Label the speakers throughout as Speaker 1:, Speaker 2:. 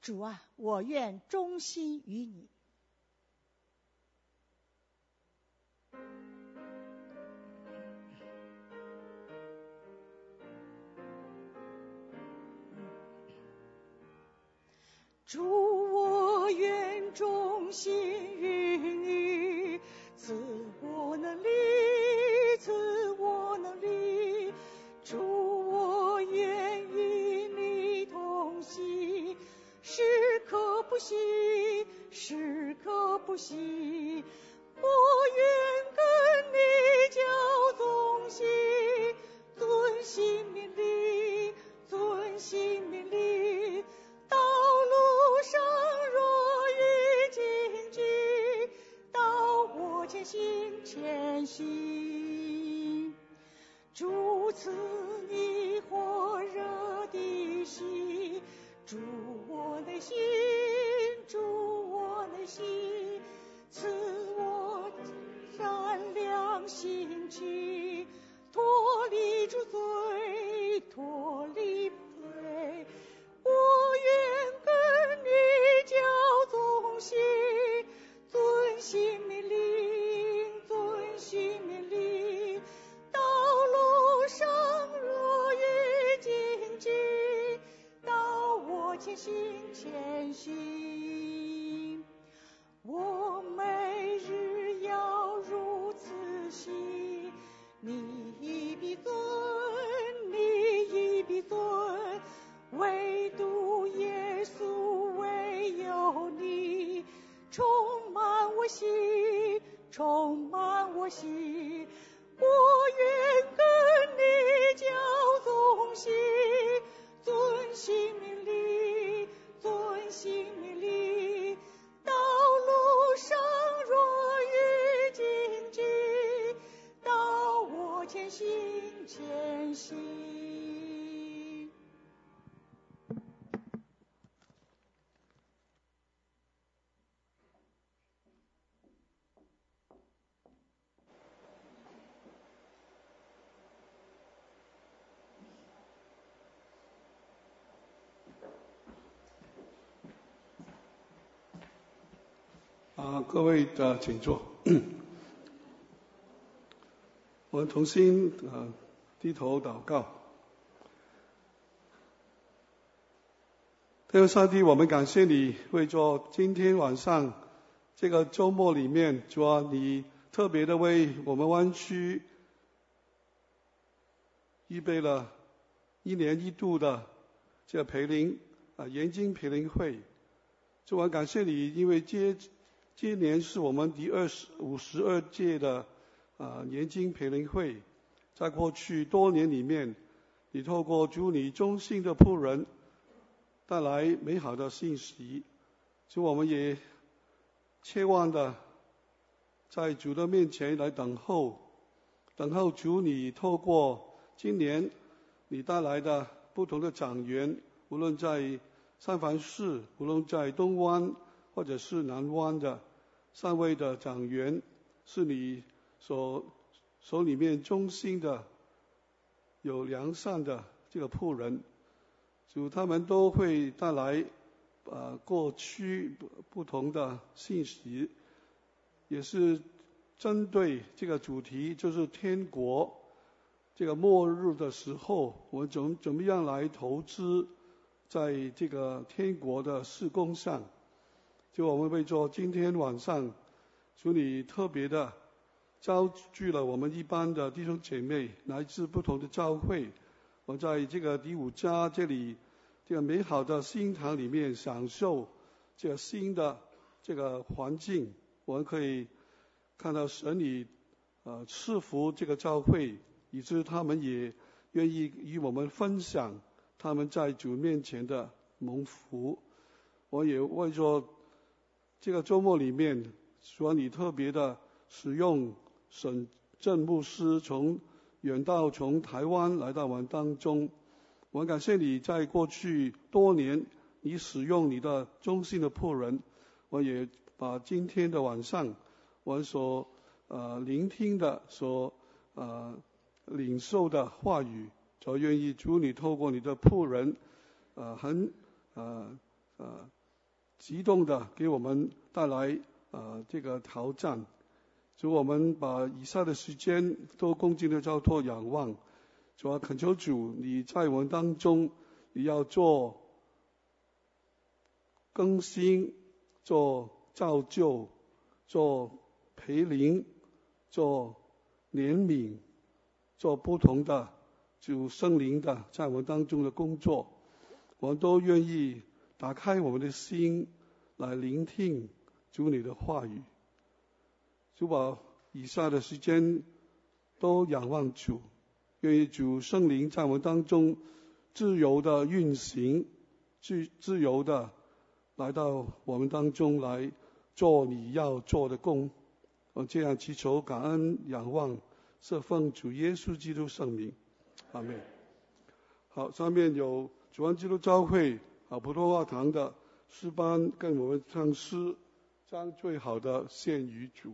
Speaker 1: 主啊，我愿忠心于你。主，我愿忠心于你，自我能力，自我能力。主，我愿与你同行，时刻不息，时刻不息。我愿跟你交忠心，遵行命令，遵行命令。道路上若遇荆棘，当我前行前行。主赐你火热的心，主我内心，主我内心，赐我善良心情，脱离诸罪，脱离罪。我愿跟你交忠心，遵行命令，遵行命令。道路上若遇荆棘，当我前行前行。我每日要如此行，你已必尊，你已必尊，唯独耶稣唯有你，充满我心，充满我心。我愿跟你交忠心，遵行命令，遵行命令。道路上若遇荆棘，当我前行前行。
Speaker 2: 啊，各位啊，请坐。 我们重新啊低头祷告。天父上帝，我们感谢你为做今天晚上这个周末里面，主啊，你特别的为我们湾区预备了一年一度的这个培灵啊研经培灵会。主啊，感谢你，因为接今年是我们第二十五十二届的啊、呃年金培灵会，在过去多年里面，你透过主你忠心的仆人带来美好的信息，所以我们也切望的在主的面前来等候，等候主你透过今年你带来的不同的长员，无论在三藩市，无论在东湾或者是南湾的三位的长员，是你所手里面忠心的、有良善的这个仆人，主他们都会带来呃过去不不同的信息，也是针对这个主题，就是天国这个末日的时候，我们怎么怎么样来投资在这个天国的施工上。就我们会说，今天晚上，主你特别的招聚了我们一般的弟兄姐妹，来自不同的教会。我在这个第五家这里，这个美好的新堂里面享受这个新的这个环境，我们可以看到神你呃赐福这个教会，以致他们也愿意与我们分享他们在主面前的蒙福。我也为说这个周末里面，希望你特别的使用沈正牧师从远道从台湾来到我们当中，我感谢你在过去多年，你使用你的忠心的仆人，我也把今天的晚上我所呃聆听的、所呃领受的话语，所愿意主你透过你的仆人，呃很呃呃激动的给我们带来呃这个挑战。主，我们把以下的时间都恭敬的交托仰望，主啊，恳求主你在我们当中，你要做更新，做造就，做培灵，做怜悯，做不同的主圣灵的在我们当中的工作，我们都愿意打开我们的心来聆听主你的话语。主把以下的时间都仰望主，愿意主圣灵在我们当中自由的运行，自自由的来到我们当中来做你要做的工。我这样祈求、感恩、仰望，是奉主耶稣基督圣名，阿门。好，上面有主安基督教会啊普通话堂的诗班跟我们唱诗，将最好的献于主。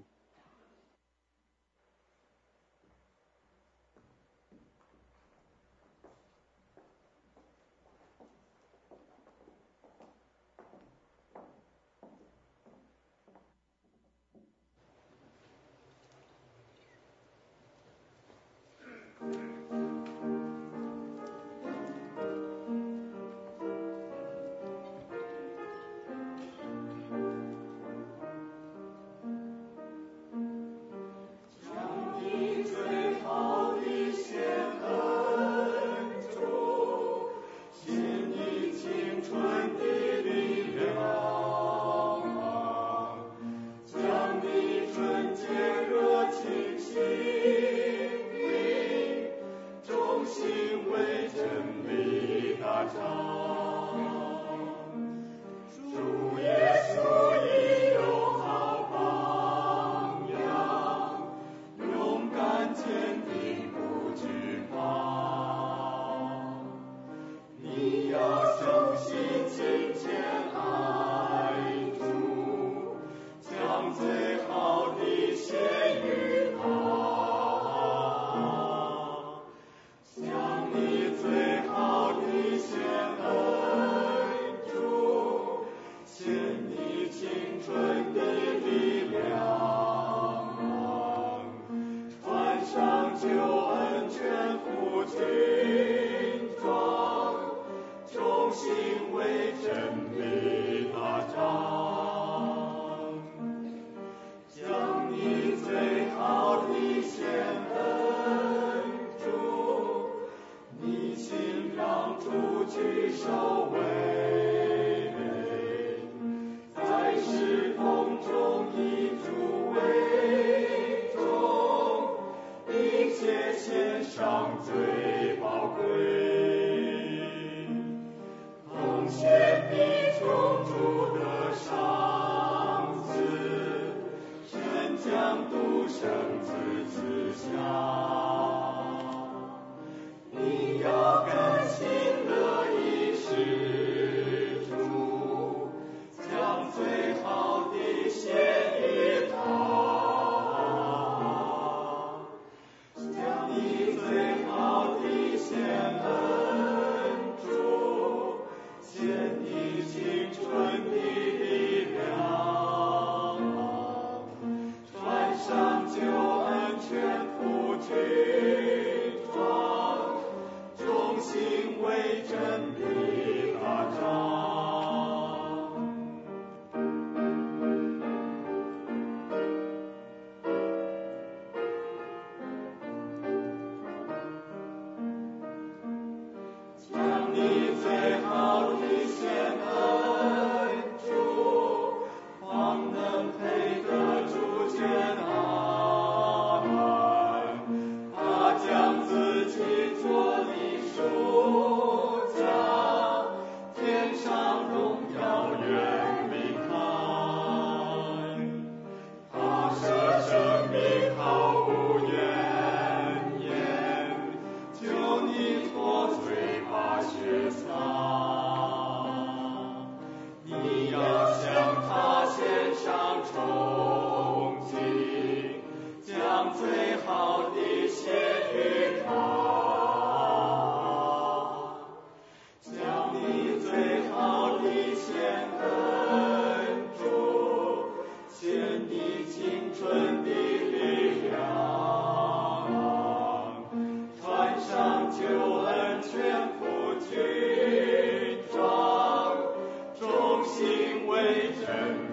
Speaker 3: 你要甘心乐意是。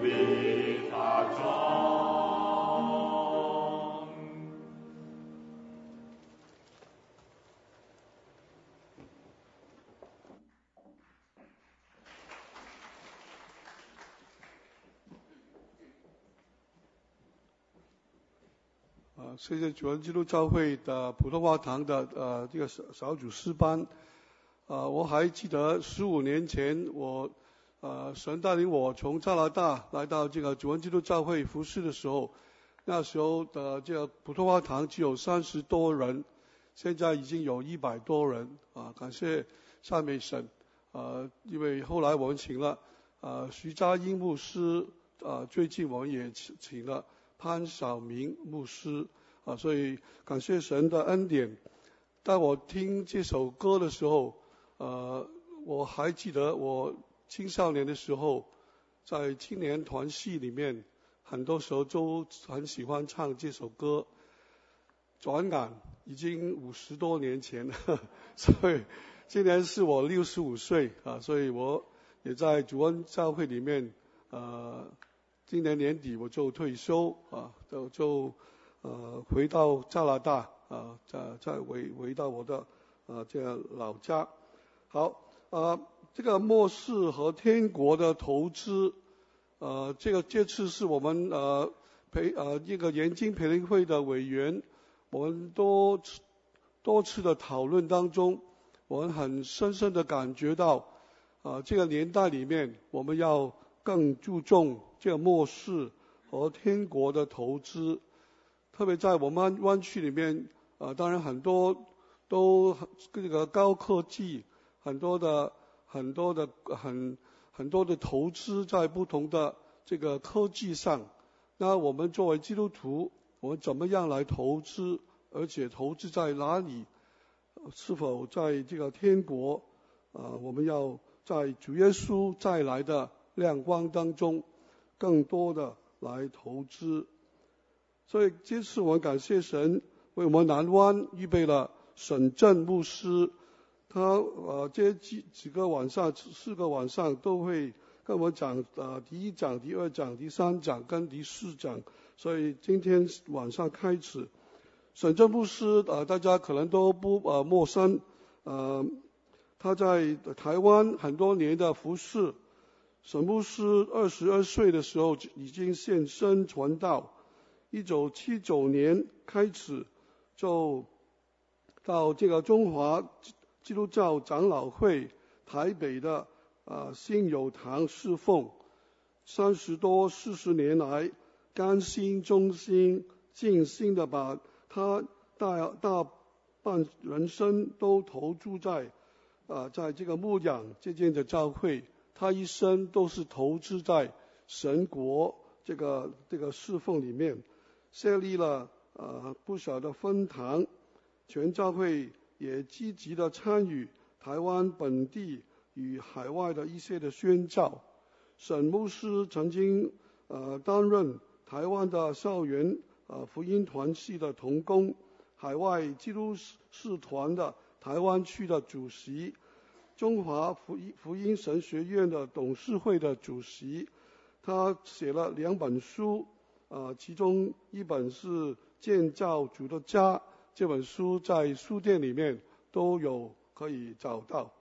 Speaker 4: 为他壮。
Speaker 2: 啊，随着主恩基督教会的普通话堂的呃这个小小组师班，啊，我还记得十五年前我呃神带领我从加拿大来到这个主恩基督教会服侍的时候，那时候的这个普通话堂只有三十多人，现在已经有一百多人啊，感谢赞美神，呃，因为后来我们请了呃徐家英牧师，呃，最近我们也请请了。潘晓明牧师啊，所以感谢神的恩典。当我听这首歌的时候，呃，我还记得我青少年的时候，在青年团戏里面，很多时候都很喜欢唱这首歌。转眼已经五十多年前了， 所以今年是我六十五岁啊，所以我也在主恩教会里面呃。今年年底我就退休啊，就就呃回到加拿大啊，再再回回到我的呃这个老家。好啊、呃，这个末世和天国的投资，呃，这个这次是我们呃培呃一个研经培灵会的委员，我们多次多次的讨论当中，我们很深深的感觉到，啊、呃，这个年代里面我们要更注重。这个末世和天国的投资，特别在我们湾区里面，呃，当然很多都这个高科技，很多的很多的很很多的投资在不同的这个科技上。那我们作为基督徒，我们怎么样来投资，而且投资在哪里？是否在这个天国？啊、呃，我们要在主耶稣再来的亮光当中。更多的来投资，所以这次我感谢神为我们南湾预备了沈振牧师，他呃这几几个晚上四个晚上都会跟我讲呃第一讲、第二讲、第三讲跟第四讲，所以今天晚上开始，沈振牧师呃大家可能都不呃陌生，呃他在台湾很多年的服侍。沈牧师二十二岁的时候已经现身传道，一九七九年开始就到这个中华基督教长老会台北的啊信友堂侍奉，三十多四十年来，甘心忠心尽心的把他大大半人生都投注在啊在这个牧养这件的教会。他一生都是投资在神国这个这个侍奉里面，设立了呃不少的分堂，全教会也积极的参与台湾本地与海外的一些的宣教。沈牧师曾经呃担任台湾的校园呃福音团系的童工，海外基督士团的台湾区的主席。中华福音福音神学院的董事会的主席，他写了两本书，啊、呃，其中一本是《建造主的家》这本书，在书店里面都有可以找到。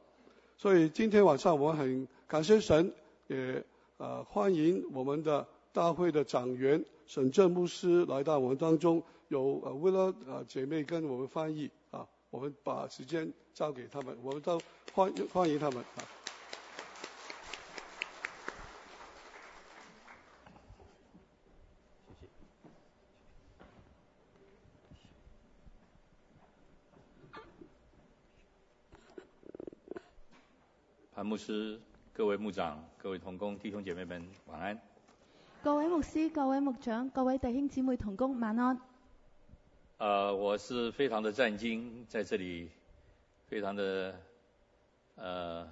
Speaker 2: 所以今天晚上我们很感谢神，也呃欢迎我们的大会的长员沈正牧师来到我们当中，有呃为了呃姐妹跟我们翻译啊，我们把时间交给他们，我们都。欢迎欢迎他们啊！
Speaker 4: 潘牧师、各位牧长、各位同工、弟兄姐妹们，晚安。
Speaker 5: 各位牧師、各位牧長、各位弟兄姊妹同工，晚安。
Speaker 4: 呃，我是非常的震惊，在这里非常的呃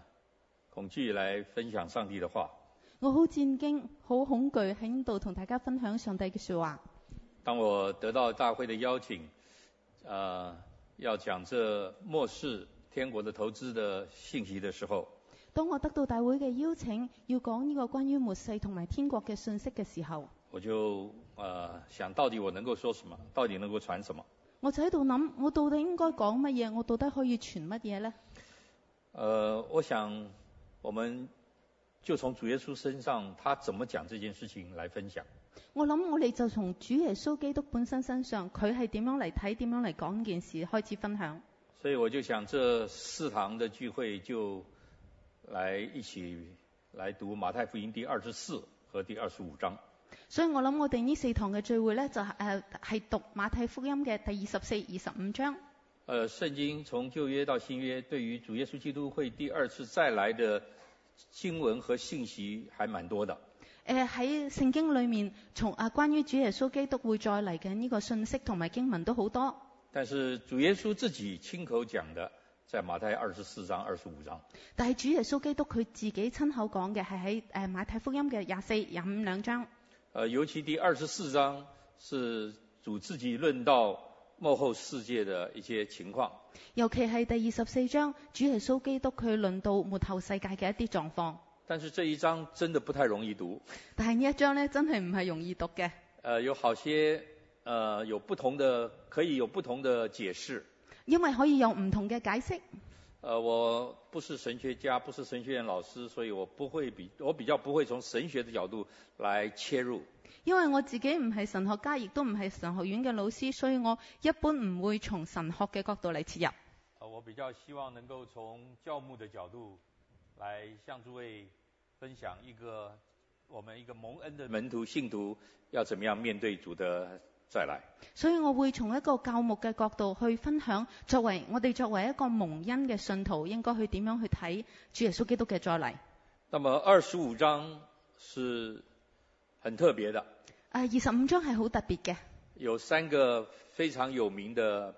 Speaker 4: 恐惧来分享上帝的话。
Speaker 5: 我好戰驚，好恐懼喺呢度同大家分享上帝嘅说話。
Speaker 4: 当我得到大会的邀请，呃，要讲这末世天国的投资的信息的时候，
Speaker 5: 當我得到大會嘅邀請，要講呢個關於末世同埋天國嘅信息嘅時候，
Speaker 4: 我就呃想到底我能够说什么，到底能够传什么。
Speaker 5: 我就喺度諗，我到底應該講乜嘢？我到底可以傳乜嘢呢？
Speaker 4: 呃，我想我们就从主耶稣身上他怎么讲这件事情来分享。
Speaker 5: 我諗我哋就從主耶穌基督本身身上，佢係點樣嚟睇、點樣嚟講呢件事開始分享。
Speaker 4: 所以我就想这四堂的聚会就来一起来读马太福音第二十四和第二十五章。
Speaker 5: 所以我諗我哋呢四堂嘅聚會呢，就誒係讀馬太福音嘅第二十四、二十五章。
Speaker 4: 呃，圣经从旧约到新约，对于主耶稣基督会第二次再来的经文和信息还蛮多的。
Speaker 5: 誒呃喺聖經裏面，從啊關於主耶穌基督會再嚟嘅呢個信息同埋經文都好多，
Speaker 4: 但是主耶稣自己亲口讲的，在马太二十四章、二十五章。
Speaker 5: 但係主耶穌基督佢自己親口講嘅係喺誒馬太福音嘅廿四、廿五兩章。
Speaker 4: 呃，尤其第二十四章是主自己论到幕后世界的一些情况。
Speaker 5: 尤其係第二十四章，主耶穌基督佢論到末後世界嘅一啲狀況，
Speaker 4: 但是这一章真的不太容易读，
Speaker 5: 但係呢一章呢，真係唔係容易讀嘅，
Speaker 4: 呃，有好些呃有不同的，可以有不同的解释。
Speaker 5: 因為可以有唔同嘅解釋。
Speaker 4: 呃，我不是神学家，不是神学院老师，所以我不会比我比较不会从神学的角度来切入。
Speaker 5: 因為我自己唔係神學家，亦都唔係神學院嘅老師，所以我一般唔會從神學嘅角度嚟切入。
Speaker 4: 呃，我比较希望能够从教牧的角度来向诸位分享一个我们一个蒙恩的门徒信徒要怎么样面对主的再来。
Speaker 5: 所以我會從一個教牧嘅角度去分享，作為我哋作為一個蒙恩嘅信徒，應該去點樣去睇主耶穌基督嘅再嚟。
Speaker 4: 那么二十五章是很特别的，
Speaker 5: 啊，二十五章係好特別嘅，
Speaker 4: 有三个非常有名的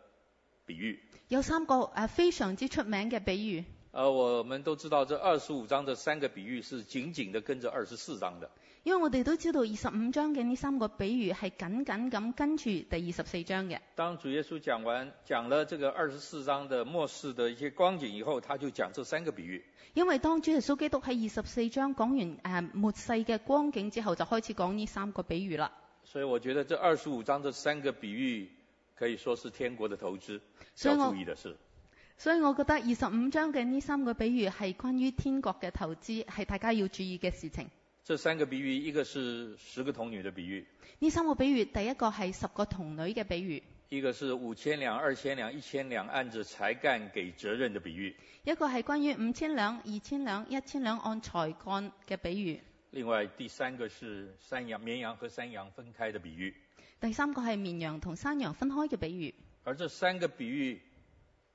Speaker 4: 比喻。
Speaker 5: 有三個誒非常之出名嘅比喻。
Speaker 4: 呃，我们都知道这二十五章的三个比喻是紧紧的跟着二十四章的。
Speaker 5: 因為我哋都知道二十五章嘅呢三個比喻係緊緊咁跟住第二十四章嘅。
Speaker 4: 当主耶稣讲完讲了这个二十四章的末世的一些光景以后，他就讲这三个比喻。
Speaker 5: 因為當主耶穌基督喺二十四章講完誒、呃末世嘅光景之後，就開始講呢三個比喻啦。
Speaker 4: 所以我觉得这二十五章这三个比喻可以说是天国的投资。
Speaker 5: 所以
Speaker 4: 要
Speaker 5: 我
Speaker 4: 注意的是，
Speaker 5: 所以我覺得二十五章嘅呢三個比喻係關於天國嘅投資，係大家要注意嘅事情。
Speaker 4: 这三个比喻，一个是十个童女的比喻，
Speaker 5: 呢三個比喻，第一個係十個童女嘅比喻，
Speaker 4: 一个是五千两、二千两、一千两按着才干给责任的比喻，
Speaker 5: 一個係關於五千兩、二千兩、一千兩按才幹嘅比喻，
Speaker 4: 另外第三个是山羊、绵羊和山羊分开的比喻。
Speaker 5: 第三個係綿羊同山羊分開嘅比喻。
Speaker 4: 而这三个比喻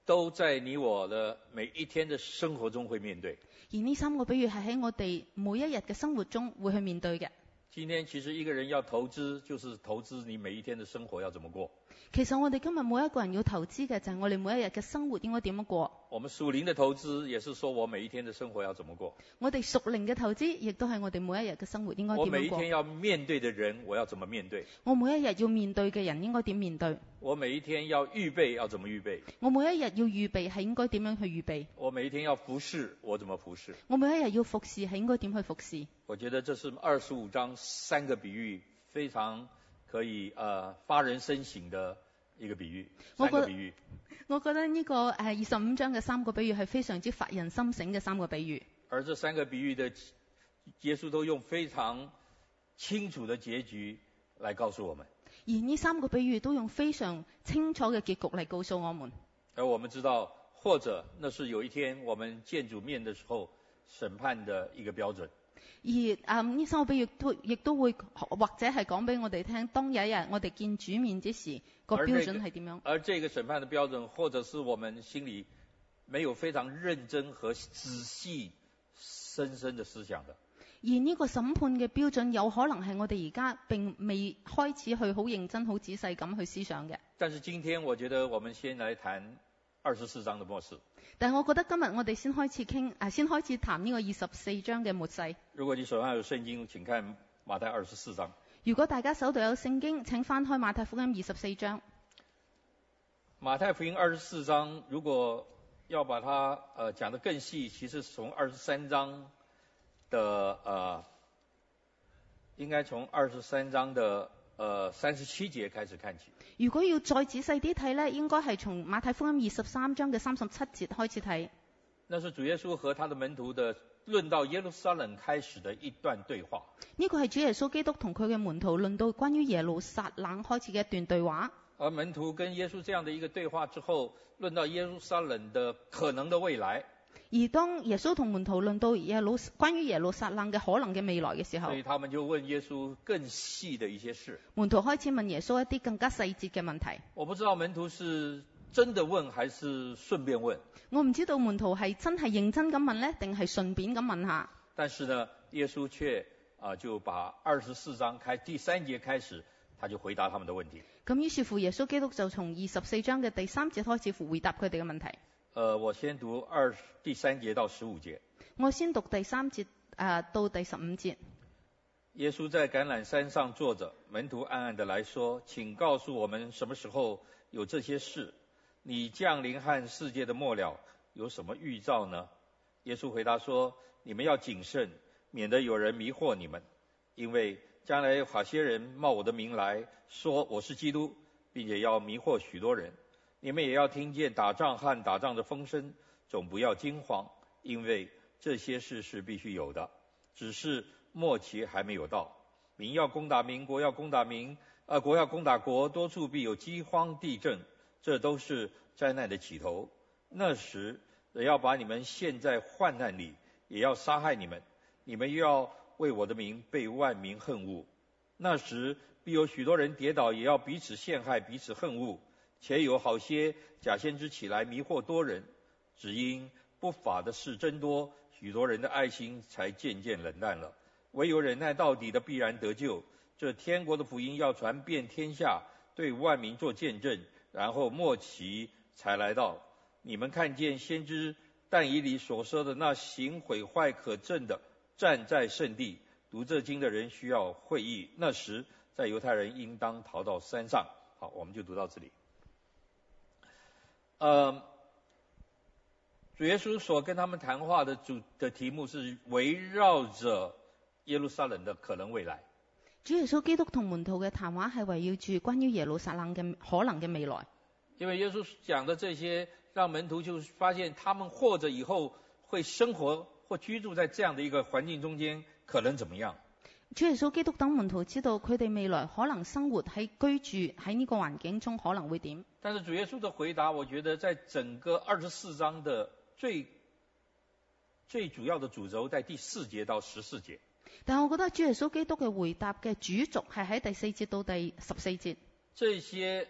Speaker 4: 都在你我的每一天的生活中会面对。
Speaker 5: 而呢三個比喻係喺我哋每一日嘅生活中會去面對嘅。
Speaker 4: 今天其实一个人要投资，就是投资你每一天的生活要怎么过。
Speaker 5: 其實我哋今日每一個人要投資嘅就係我哋每一日嘅生活應該點樣過。
Speaker 4: 我们属灵的投资也是说我每一天的生活要怎么过，
Speaker 5: 我哋屬靈嘅投資，亦都係我哋每一日嘅生活應該
Speaker 4: 我
Speaker 5: 點
Speaker 4: 每
Speaker 5: 樣
Speaker 4: 一天
Speaker 5: 過。
Speaker 4: 要面对的人我要怎么面对，
Speaker 5: 我每一日要面對嘅人應該點面對。
Speaker 4: 我每一天要预备要怎么预备，
Speaker 5: 我每一日要預備係應該點樣去預備。
Speaker 4: 我每一天要服侍我怎么服侍。
Speaker 5: 我每一日要服侍係應該點去服侍。
Speaker 4: 我觉得这是二十五章三个比喻非常可以呃发人深省的一个比喻，
Speaker 5: 我
Speaker 4: 三
Speaker 5: 觉得
Speaker 4: 个比喻。
Speaker 5: 我覺得呢、個誒二十五章嘅三個比喻係非常之發人心醒嘅三個比喻，
Speaker 4: 而这三个比喻的耶稣都用非常清楚的结局来告诉我们。
Speaker 5: 而呢三個比喻都用非常清楚嘅結局嚟告訴我們。
Speaker 4: 而我们知道，或者那是有一天我们见主面的时候审判的一个标准。
Speaker 5: 而誒呢三個比喻都亦都會或者係講俾我哋聽，當有一日我哋見主面之時，個
Speaker 4: 而
Speaker 5: 標
Speaker 4: 呢
Speaker 5: 準係點樣？
Speaker 4: 而这个审判的标准，或者是我们心里没有非常认真和仔细、深深的思想的。
Speaker 5: 而呢個審判嘅標準有可能係我哋而家並未開始去好認真、好仔細咁去思想嘅。
Speaker 4: 但是今天，我觉得我们先来谈二十四章的末世。
Speaker 5: 但係我覺得今日我哋先開始傾，啊先開始談呢個二十四章嘅末世。
Speaker 4: 如果你手上有圣经，请看马太二十四章。
Speaker 5: 如果大家手度有聖經，請翻開馬太福音二十四章。
Speaker 4: 马太福音二十四章，如果要把它呃讲得更细，其实从二十三章的呃，应该从二十三章的呃三十七节开始看起。
Speaker 5: 如果要再仔細啲睇呢，應該係從馬太福音二十三章嘅三十七節開始睇。
Speaker 4: 那是主耶稣和他的门徒的论到耶路撒冷开始的一段对话。
Speaker 5: 呢個係主耶穌基督同佢嘅門徒論到關於耶路撒冷開始嘅一段對話。
Speaker 4: 而门徒跟耶稣这样的一个对话之后，论到耶路撒冷的可能的未来，
Speaker 5: 而當耶穌同門徒論到耶路關於耶路撒冷嘅可能嘅未來嘅時候
Speaker 4: 所，以他们就问耶稣更细的一些事。
Speaker 5: 門徒開始問耶穌一啲更加細節嘅問題。
Speaker 4: 我不知道门徒是真的问还是顺便问，
Speaker 5: 我唔知道門徒係真係認真咁問呢，定係順便咁問下。
Speaker 4: 但是呢，耶稣却啊、就把二十四章开第三节开始，他就回答他们的问题。
Speaker 5: 咁於是乎，耶穌基督就從二十四章嘅第三節開始回答佢哋嘅問題。
Speaker 4: 呃，我先读二十第三节到十五节。
Speaker 5: 我先讀第三節啊、到第十五節。
Speaker 4: 耶稣在橄榄山上坐着，门徒暗暗的来说：“请告诉我们什么时候有这些事？你降临和世界的末了有什么预兆呢？”耶稣回答说：“你们要谨慎，免得有人迷惑你们，因为将来有好些人冒我的名来说我是基督，并且要迷惑许多人。你们也要听见打仗和打仗的风声，总不要惊慌，因为这些事是必须有的。”只是末期还没有到。民要攻打民，国要攻打民，呃，国要攻打国，多处必有饥荒、地震，这都是灾难的起头。那时，人要把你们陷在患难里，也要杀害你们。你们又要为我的名被万民恨恶。那时，必有许多人跌倒，也要彼此陷害，彼此恨恶。且有好些假先知起来迷惑多人，只因不法的事增多，许多人的爱心才渐渐冷淡了。唯有忍耐到底的，必然得救。这天国的福音要传遍天下，对万民做见证，然后末期才来到。你们看见先知但以理所说的那行毁坏可证的，站在圣地。读这经的人需要会意。那时，在犹太人应当逃到山上。好，我们就读到这里。呃，主耶稣所跟他们谈话的主的题目是围绕着耶路撒冷的可能未来。
Speaker 5: 主耶穌基督同門徒嘅談話係圍繞住關於耶路撒冷嘅可能嘅未來，
Speaker 4: 因为耶稣讲的这些，让门徒就发现他们或者以后会生活或居住在这样的一个环境中间，可能怎么样？
Speaker 5: 主耶穌基督等門徒知道佢哋未來可能生活喺居住喺呢個環境中可能會點。
Speaker 4: 但是主耶穌的回答，我觉得在整个二十四章的最最主要的主轴在第四节到十四节。
Speaker 5: 但我覺得主耶穌基督嘅回答嘅主軸係喺第四節到第十四節。
Speaker 4: 这些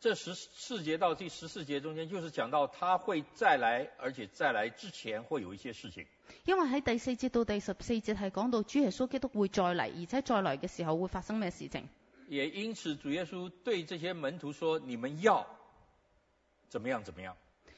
Speaker 4: 这十四节到第十四节中间，就是讲到他会再来，而且再来之前会有一些事情。
Speaker 5: 因為喺第四節到第十四節係講到主耶穌基督會再嚟，而且再嚟嘅時候會發生咩事情。
Speaker 4: 也因此，主耶穌对这些门徒说：“你们要怎么样怎么样，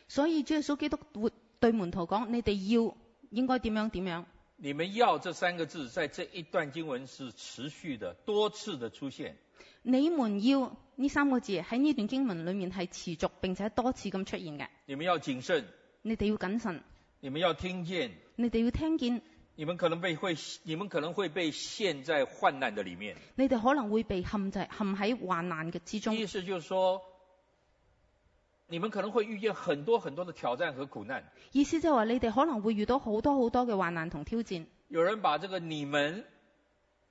Speaker 5: 所以主耶穌基督會對門徒講：你哋要應該點樣點樣。
Speaker 4: 你们要这三个字，在这一段经文是持续的、多次的出现。
Speaker 5: 你們要呢三個字喺呢段經文裡面係持續並且多次咁出現嘅。
Speaker 4: 你们要谨慎，
Speaker 5: 你哋要謹慎，
Speaker 4: 你们要听见，
Speaker 5: 你哋要聽見，
Speaker 4: 你们可能被会，你们可能会被陷在患难的里面。
Speaker 5: 你哋可能會被陷就陷喺患難嘅之中。
Speaker 4: 意思就是说，你们可能会遇见很多很多的挑战和苦难。
Speaker 5: 意思即係話你哋可能會遇到好多好多嘅患難同挑戰。
Speaker 4: 有人把这个“你们”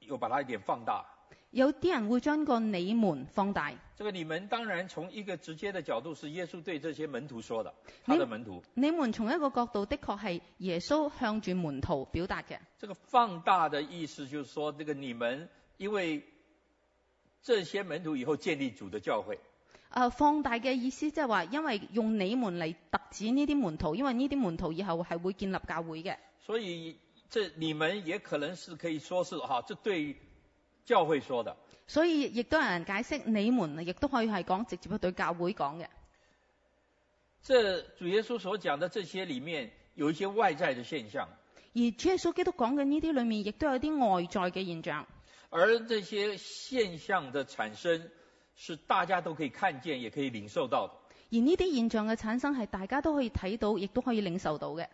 Speaker 4: 又把它一点放大。
Speaker 5: 有啲人會將個你們放大，
Speaker 4: 这个“你们”当然从一个直接的角度是耶稣对这些门徒说的，他的门徒。
Speaker 5: 你們從一個角度的確係耶穌向住門徒表達嘅。
Speaker 4: 这个放大的意思就是说，这个“你们”因为这些门徒以后建立主的教会，
Speaker 5: 啊，放大嘅意思即係話，因為用你們嚟特指呢啲門徒，因為呢啲門徒以後係會建立教會嘅，
Speaker 4: 所以这“你们”也可能是可以说是哈、这对教会说的。
Speaker 5: 所以亦都有人解釋你們，亦都可以係講直接對教會講嘅。
Speaker 4: 这主耶稣所讲的这些里面有一些外在的现象，
Speaker 5: 而主耶穌基督講嘅呢啲裏面，亦都有啲外在嘅現象，
Speaker 4: 而这些现象的产生是大家都可以看见，也可以领受到的。
Speaker 5: 而而呢啲現象嘅產生係大家都可以睇到，亦都可以領受到嘅。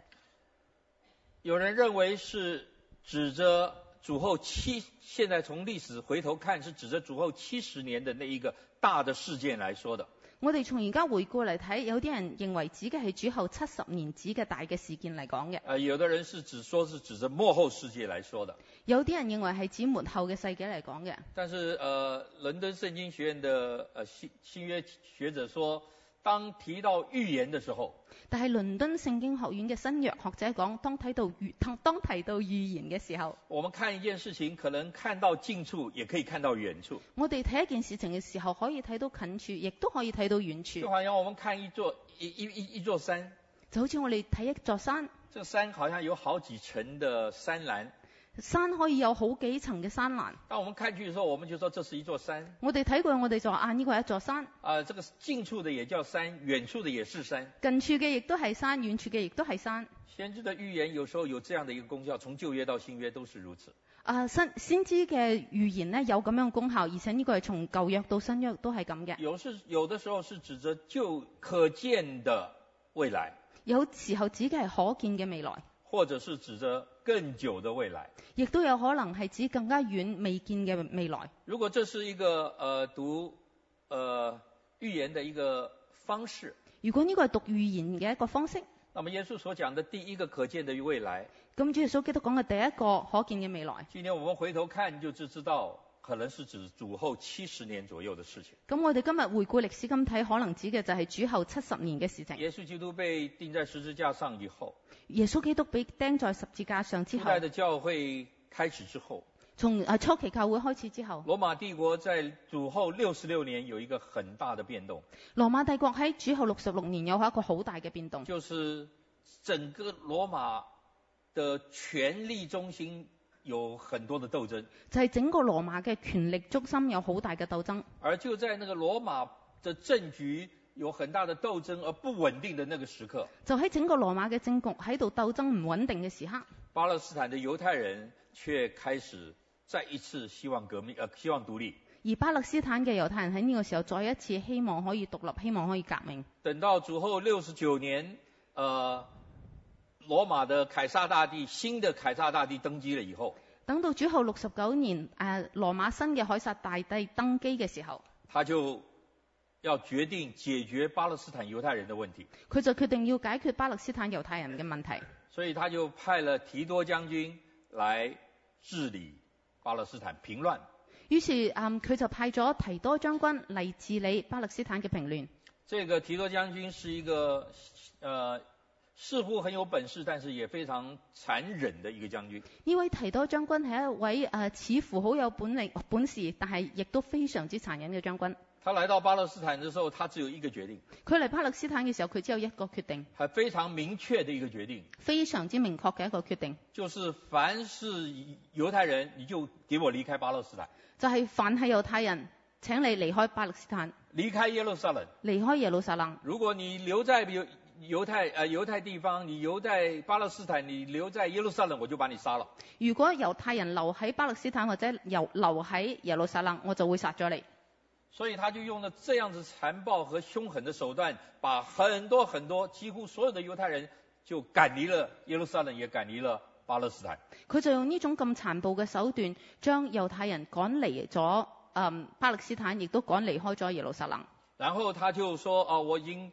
Speaker 4: 有人认为是指着主后七，现在从历史回头看是指着主后七十年的那一个大的事件来说的。
Speaker 5: 我哋從而家回顧嚟睇，有啲人認為指嘅係主後七十年指嘅大嘅事件嚟講嘅，
Speaker 4: 呃，有的人是指说是指着幕后世界来说的。
Speaker 5: 有啲人認為係指末後嘅世紀嚟講嘅。
Speaker 4: 但是呃，伦敦圣经学院的呃新新约学者说，当提到预言的时候，
Speaker 5: 但係倫敦聖經學院嘅新約學者講，當睇到預當當提到預言嘅時候，
Speaker 4: 我们看一件事情，可能看到近处，也可以看到远处，
Speaker 5: 我哋睇一件事情嘅時候，可以睇到近處，亦都可以睇到遠
Speaker 4: 就
Speaker 5: 處。
Speaker 4: 好像我们看一座一一一一座山，
Speaker 5: 就好似我哋睇一座山，
Speaker 4: 这山好像有好几层的山岚。
Speaker 5: 山可以有好幾層嘅山岚。
Speaker 4: 当我们看去的时候，我们就说这是一座山
Speaker 5: 我哋睇過，我哋就話啊呢個係一座山，
Speaker 4: 啊、这个近处的也叫山，远处的也是山。
Speaker 5: 近處嘅亦都係山，遠處嘅亦都係山。
Speaker 4: 先知的预言有时候有这样的一个功效，从旧约到新约都是如此。
Speaker 5: 啊，新先知嘅預言呢，有咁樣嘅功效，而且呢個係從舊約到新約都係咁嘅。
Speaker 4: 有是有的时候是指着就可见的未来，
Speaker 5: 有時候指嘅係可見嘅未來，
Speaker 4: 或者是指着更久的未来。
Speaker 5: 亦都有可能係指更加遠未見嘅未來。
Speaker 4: 如果这是一个呃读呃预言的一个方式，
Speaker 5: 如果呢個係讀預言嘅一個方式，
Speaker 4: 那么耶稣所讲的第一个可见的未来，
Speaker 5: 咁主耶穌基督講嘅第一個可見嘅未來，
Speaker 4: 今天我们回头看就知知道，可能是指主后七十年左右的事情。
Speaker 5: 咁我哋今日回顧歷史咁睇，可能指嘅就係主後七十年嘅事情。
Speaker 4: 耶稣基督被钉在十字架上以后，
Speaker 5: 耶穌基督被釘在十字架上之
Speaker 4: 初
Speaker 5: 後，
Speaker 4: 代的教会開始之后，
Speaker 5: 從啊初期教會開始之後，
Speaker 4: 罗马帝国在主后六十六年有一个很大的变动，
Speaker 5: 羅馬帝國喺主後六十六年有一個好大嘅變動，
Speaker 4: 就是整个罗马的权力中心有很多的斗争，
Speaker 5: 就係、整個羅馬嘅權力中心有好大嘅鬥爭。
Speaker 4: 而就在那个罗马的政局有很大的斗争而不稳定的那个时刻，
Speaker 5: 就喺整個羅馬嘅政局喺度鬥爭唔穩定嘅時刻，
Speaker 4: 巴勒斯坦的犹太人却开始再一次希望革命，呃，希望独立。
Speaker 5: 而巴勒斯坦嘅猶太人喺呢個時候再一次希望可以獨立，希望可以革命。
Speaker 4: 等到主后六十九年，呃，罗马的凯撒大帝，新的凯撒大帝登基了以后，
Speaker 5: 等到主後六十九年，誒、呃、羅馬新嘅凱撒大帝登基嘅時候，
Speaker 4: 他就要决定解决巴勒斯坦犹太人的问题，
Speaker 5: 佢就決定要解決巴勒斯坦猶太人嘅問題，
Speaker 4: 所以他就派了提多将军来治理巴勒斯坦平乱。
Speaker 5: 於是嗯佢、就派咗提多將軍嚟治理巴勒斯坦嘅平亂。
Speaker 4: 这个提多将军是一个呃，似乎很有本事，但是也非常残忍的一个将军。
Speaker 5: 呢位提多將軍係一位誒、呃似乎好有本領哦本事，但係亦都非常之殘忍嘅將軍。
Speaker 4: 他来到巴勒斯坦的时候，他只有一个决定，
Speaker 5: 佢嚟巴勒斯坦嘅時候，佢只有一個決定，
Speaker 4: 还非常明确的一个决定，
Speaker 5: 非常之明確嘅一個決定。
Speaker 4: 就是凡是犹太人，你就给我离开巴勒斯坦，
Speaker 5: 就係凡係猶太人，請你離開巴勒斯坦，
Speaker 4: 离开耶路撒冷。
Speaker 5: 離開耶路撒冷。
Speaker 4: 如果你留在犹犹太呃犹太地方，你留在巴勒斯坦，你留在耶路撒冷，我就把你杀了。
Speaker 5: 如果猶太人留喺巴勒斯坦或者留留喺耶路撒冷，我就會殺咗你。
Speaker 4: 所以他就用了这样子残暴和凶狠的手段，把很多很多几乎所有的犹太人就赶离了耶路撒冷，也赶离了巴勒斯坦。
Speaker 5: 佢就用呢種咁殘暴嘅手段，將猶太人趕離咗嗯巴勒斯坦，亦都趕離開咗耶路撒冷。
Speaker 4: 然后他就说啊，我已经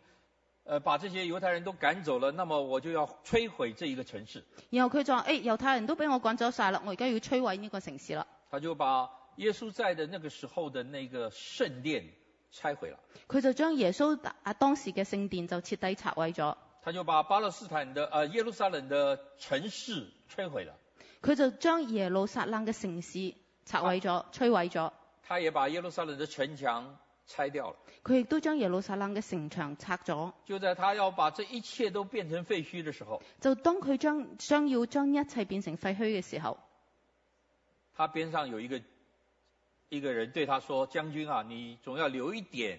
Speaker 4: 呃把这些犹太人都赶走了，那么我就要摧毁这一个城市。
Speaker 5: 然後佢就話：，誒、猶太人都俾我趕走晒啦，我而家要摧毀呢個城市啦。
Speaker 4: 他就把耶稣在的那个时候的那个圣殿拆毁了，
Speaker 5: 佢就將耶穌啊當時嘅聖殿就徹底拆毀咗。
Speaker 4: 他就把巴勒斯坦的呃耶路撒冷的城市摧毁了，
Speaker 5: 佢就將耶路撒冷嘅城市拆毀咗、摧毀咗。
Speaker 4: 他也把耶路撒冷的城墙拆掉了。
Speaker 5: 佢亦都將耶路撒冷嘅城牆拆咗。
Speaker 4: 就在他要把这一切都变成废墟的时候，
Speaker 5: 就當佢將將要將一切變成廢墟嘅時候，
Speaker 4: 他边上有一个一个人对他说：“将军啊，你总要留一点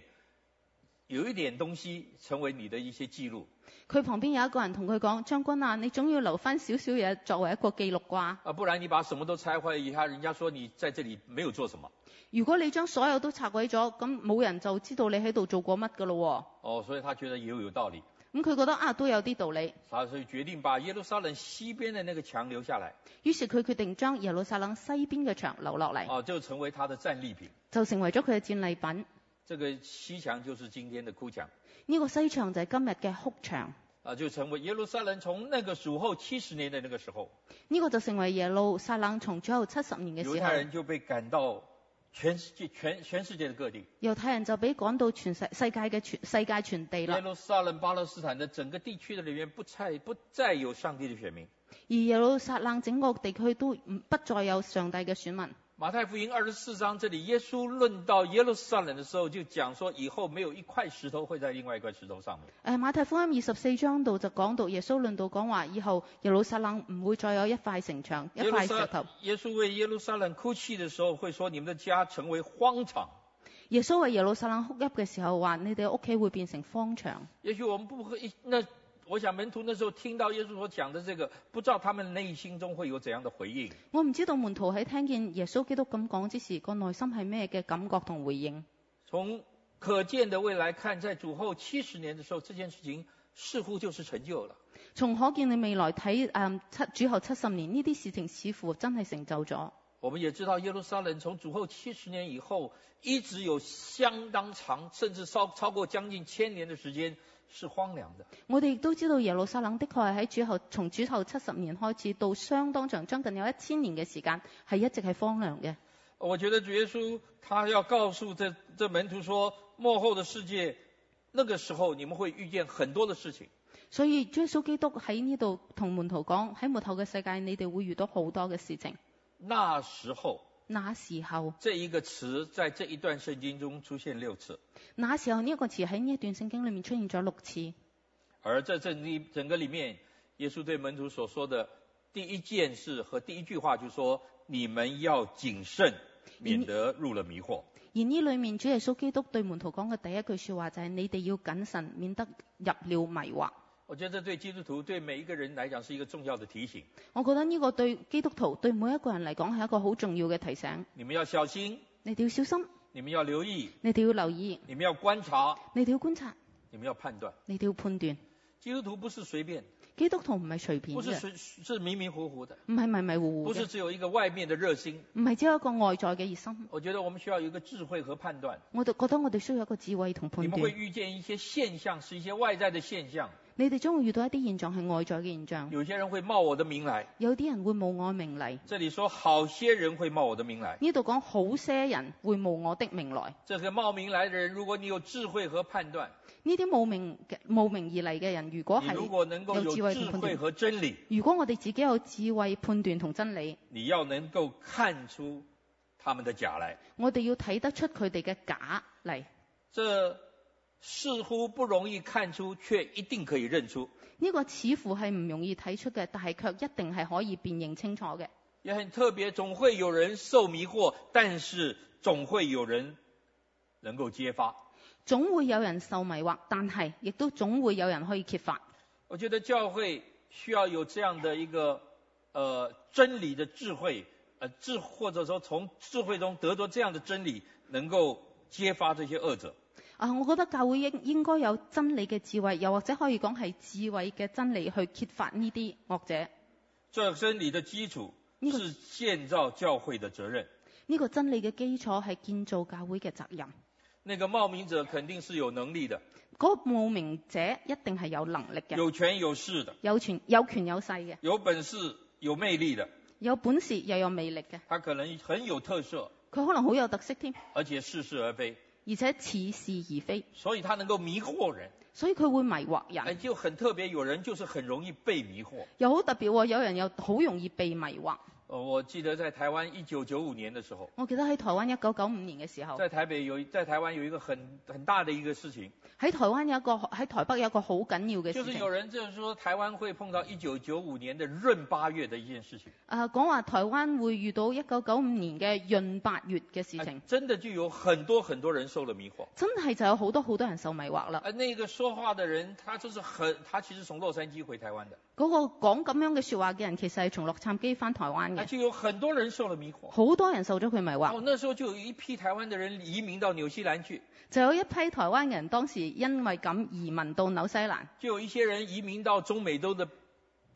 Speaker 4: 有一点东西成为你的一些记录，
Speaker 5: 佢旁邊有一個人同佢講：將軍啊，你總要留翻少少嘢作為一個記錄啩。
Speaker 4: 啊，不然你把什么都拆坏一下，人家说你在这里没有做什么。
Speaker 5: 如果你將所有都拆毀咗，咁冇人就知道你喺度做過乜噶咯
Speaker 4: 哦，所以他觉得也有有道理，
Speaker 5: 喎。咁佢覺得啊，都有啲道理。
Speaker 4: 他所以决定把耶路撒冷西边的那个墙留下来，
Speaker 5: 於是佢決定將耶路撒冷西邊嘅牆留落嚟，
Speaker 4: 啊，就成为他的戰利品。
Speaker 5: 就成為咗佢嘅戰利品。
Speaker 4: 这个西墙就是今天的哭墙，
Speaker 5: 呢、個西牆就係今日嘅哭牆，
Speaker 4: 啊，就成为耶路撒冷从那个主后七十年的那个时候，
Speaker 5: 呢、個就成為耶路撒冷從最後七十年嘅
Speaker 4: 犹
Speaker 5: 時
Speaker 4: 太人
Speaker 5: 候，
Speaker 4: 就被赶到全世界全全世界的各地，
Speaker 5: 猶太人就俾趕到全世世界嘅全世界全地
Speaker 4: 耶
Speaker 5: 啦。
Speaker 4: 路撒冷、巴勒斯坦的整个地区的人员不再不再有上帝的选民。
Speaker 5: 而耶路撒冷整個地區都唔不再有上帝嘅選民。
Speaker 4: 马太福音二十四章这里，耶稣论到耶路撒冷的时候，就讲说以后没有一块石头会在另外一块石头上面。
Speaker 5: 誒呃馬太福音二十四章度就講到耶穌論到講話，以後耶路撒冷唔會再有一塊城牆、一
Speaker 4: 耶路
Speaker 5: 塊
Speaker 4: 撒
Speaker 5: 石頭。
Speaker 4: 耶稣为耶路撒冷哭泣的时候，会说你们的家成为荒场。
Speaker 5: 耶穌為耶路撒冷哭泣嘅時候話：你哋屋企會變成荒場。
Speaker 4: 也许我们不会那，我想门徒那时候听到耶稣所讲的这个，不知道他们内心中会有怎样的回应。
Speaker 5: 我唔知道門徒喺聽見耶穌基督咁講之時，個內心係咩嘅感覺同回應。
Speaker 4: 从可见的未来看，在主后七十年的时候，这件事情似乎就是成就了。
Speaker 5: 從可見你未來睇誒七主後七十年呢啲事情，似乎真係成就咗。
Speaker 4: 我们也知道耶路撒冷从主后七十年以后，一直有相当长，甚至超超过将近千年的时间是荒凉的。
Speaker 5: 我哋亦都知道耶路撒冷的確係喺主後從主後七十年開始到相當長，將近有一千年嘅時間係一直係荒涼嘅。
Speaker 4: 我觉得主耶稣他要告诉这这门徒说，幕后的世界，那个时候你们会遇见很多的事情。
Speaker 5: 所以耶穌基督喺呢度同門徒講：喺末後嘅世界，你哋會遇到好多嘅事情。
Speaker 4: 那时候
Speaker 5: 那時候，
Speaker 4: 这一个词在这一段圣经中出现六次，
Speaker 5: 那時候呢一個詞喺呢一段聖經裏面出現咗六次。
Speaker 4: 而在这里整个里面，耶稣对门徒所说的第一件事和第一句话就说：你们要谨慎，免得入了迷惑。
Speaker 5: 而呢裏面，主耶穌基督對門徒講嘅第一句說話就係、你哋要謹慎，免得入了迷惑。
Speaker 4: 我觉得这对基督徒对每一个人来讲是一个重要的提醒，
Speaker 5: 我覺得呢個對基督徒對每一個人嚟講係一個好重要嘅提醒。
Speaker 4: 你们要小心，
Speaker 5: 你哋要小心，
Speaker 4: 你们要留意，
Speaker 5: 你哋要留意，
Speaker 4: 你们要观察，
Speaker 5: 你哋要觀察，
Speaker 4: 你们要判断。
Speaker 5: 你哋要判斷。
Speaker 4: 基督徒不是随便，
Speaker 5: 基督徒唔係隨便
Speaker 4: 不是
Speaker 5: 嘅，
Speaker 4: 随是迷迷糊糊的，
Speaker 5: 唔係迷迷糊糊
Speaker 4: 不是
Speaker 5: 嘅，
Speaker 4: 只有一个外面的热心。
Speaker 5: 唔係只有一個外在嘅熱心。
Speaker 4: 我觉得我们需要有一个智慧和判断。
Speaker 5: 我哋覺得我哋需要一個智慧同
Speaker 4: 你们
Speaker 5: 判
Speaker 4: 会
Speaker 5: 斷。
Speaker 4: 遇见一些现象，是一些外在的现象。
Speaker 5: 你哋將會遇到一啲現象係外在嘅現象，
Speaker 4: 有些人会冒我的名来，
Speaker 5: 有啲人會冒我名嚟。
Speaker 4: 这里说好些人会冒我的名来。
Speaker 5: 呢度講好些人會冒我的名來，
Speaker 4: 这个冒名来的人，如果你有智慧和判断，
Speaker 5: 呢啲冒名嘅冒名而嚟嘅人，如果
Speaker 4: 你如
Speaker 5: 係
Speaker 4: 果能够有
Speaker 5: 有智
Speaker 4: 智
Speaker 5: 慧和判
Speaker 4: 慧
Speaker 5: 断
Speaker 4: 和真理，
Speaker 5: 如果我哋自己有智慧判斷同真理，
Speaker 4: 你要能够看出他们的假来。
Speaker 5: 我哋要睇得出佢哋嘅假嚟。
Speaker 4: 这似乎不容易看出，却一定可以认出。
Speaker 5: 呢、個似乎係唔容易睇出嘅，但係卻一定係可以辨認清楚嘅。
Speaker 4: 也很特别，总会有人受迷惑，但是总会有人能够揭发。
Speaker 5: 總會有人受迷惑，但係亦都總會有人可以揭發。
Speaker 4: 我觉得教会需要有这样的一个呃真理的智慧，呃智或者说从智慧中得着这样的真理，能够揭发这些恶者。
Speaker 5: 啊，我覺得教會應應該有真理嘅智慧，又或者可以講係智慧嘅真理去揭發呢啲惡者。呢、
Speaker 4: 这真理的基础
Speaker 5: 那个
Speaker 4: 是建造教会的责任。
Speaker 5: 個真理嘅基礎係建造教會嘅責任。
Speaker 4: 那个冒名者肯定是有能力的，
Speaker 5: 嗰、個冒名者一定係有能力嘅，
Speaker 4: 有权有势的，
Speaker 5: 有權有權有勢嘅，
Speaker 4: 有本事、有魅力的，
Speaker 5: 有本事又有魅力嘅，
Speaker 4: 他可能很有特色，
Speaker 5: 佢可能好有特色添，
Speaker 4: 而且似是而非，
Speaker 5: 而且似是而非，
Speaker 4: 所以他能够迷惑人。
Speaker 5: 所以佢會迷惑
Speaker 4: 哎，
Speaker 5: 人。
Speaker 4: 就很特别，有人就是很容易被迷惑。
Speaker 5: 又好特別喎，有人又好容易被迷惑。
Speaker 4: 呃，我记得在台湾一九九五年的时候，
Speaker 5: 我記得喺台灣一九九五年嘅時候，
Speaker 4: 在台北有在台灣有一个很很大的一个事情，
Speaker 5: 喺台灣有一個喺台北有一個好緊要嘅
Speaker 4: 就
Speaker 5: 事
Speaker 4: 是
Speaker 5: 情
Speaker 4: 有，人就是说台湾会碰到一九九五年的闰八月的一件事情，
Speaker 5: 啊講話台灣會遇到一九九五年嘅闰八月嘅事
Speaker 4: 哎
Speaker 5: 情，
Speaker 4: 真的就有很多很多人受了迷惑。
Speaker 5: 真係就有好多好多人受迷惑啦。
Speaker 4: 而那个说话的人，他就是很，他其实从洛杉矶回台湾的，
Speaker 5: 嗰、個講咁樣嘅説話嘅人其實係從洛杉磯翻台
Speaker 4: 哎
Speaker 5: 灣嘅，
Speaker 4: 就有很多人受了迷惑。
Speaker 5: 好多人受咗佢迷惑，
Speaker 4: 哦，那时候就有一批台湾的人移民到纽西兰去，
Speaker 5: 就有一批台灣人當時因為咁移民到紐西蘭，
Speaker 4: 就有一些人移民到中美洲的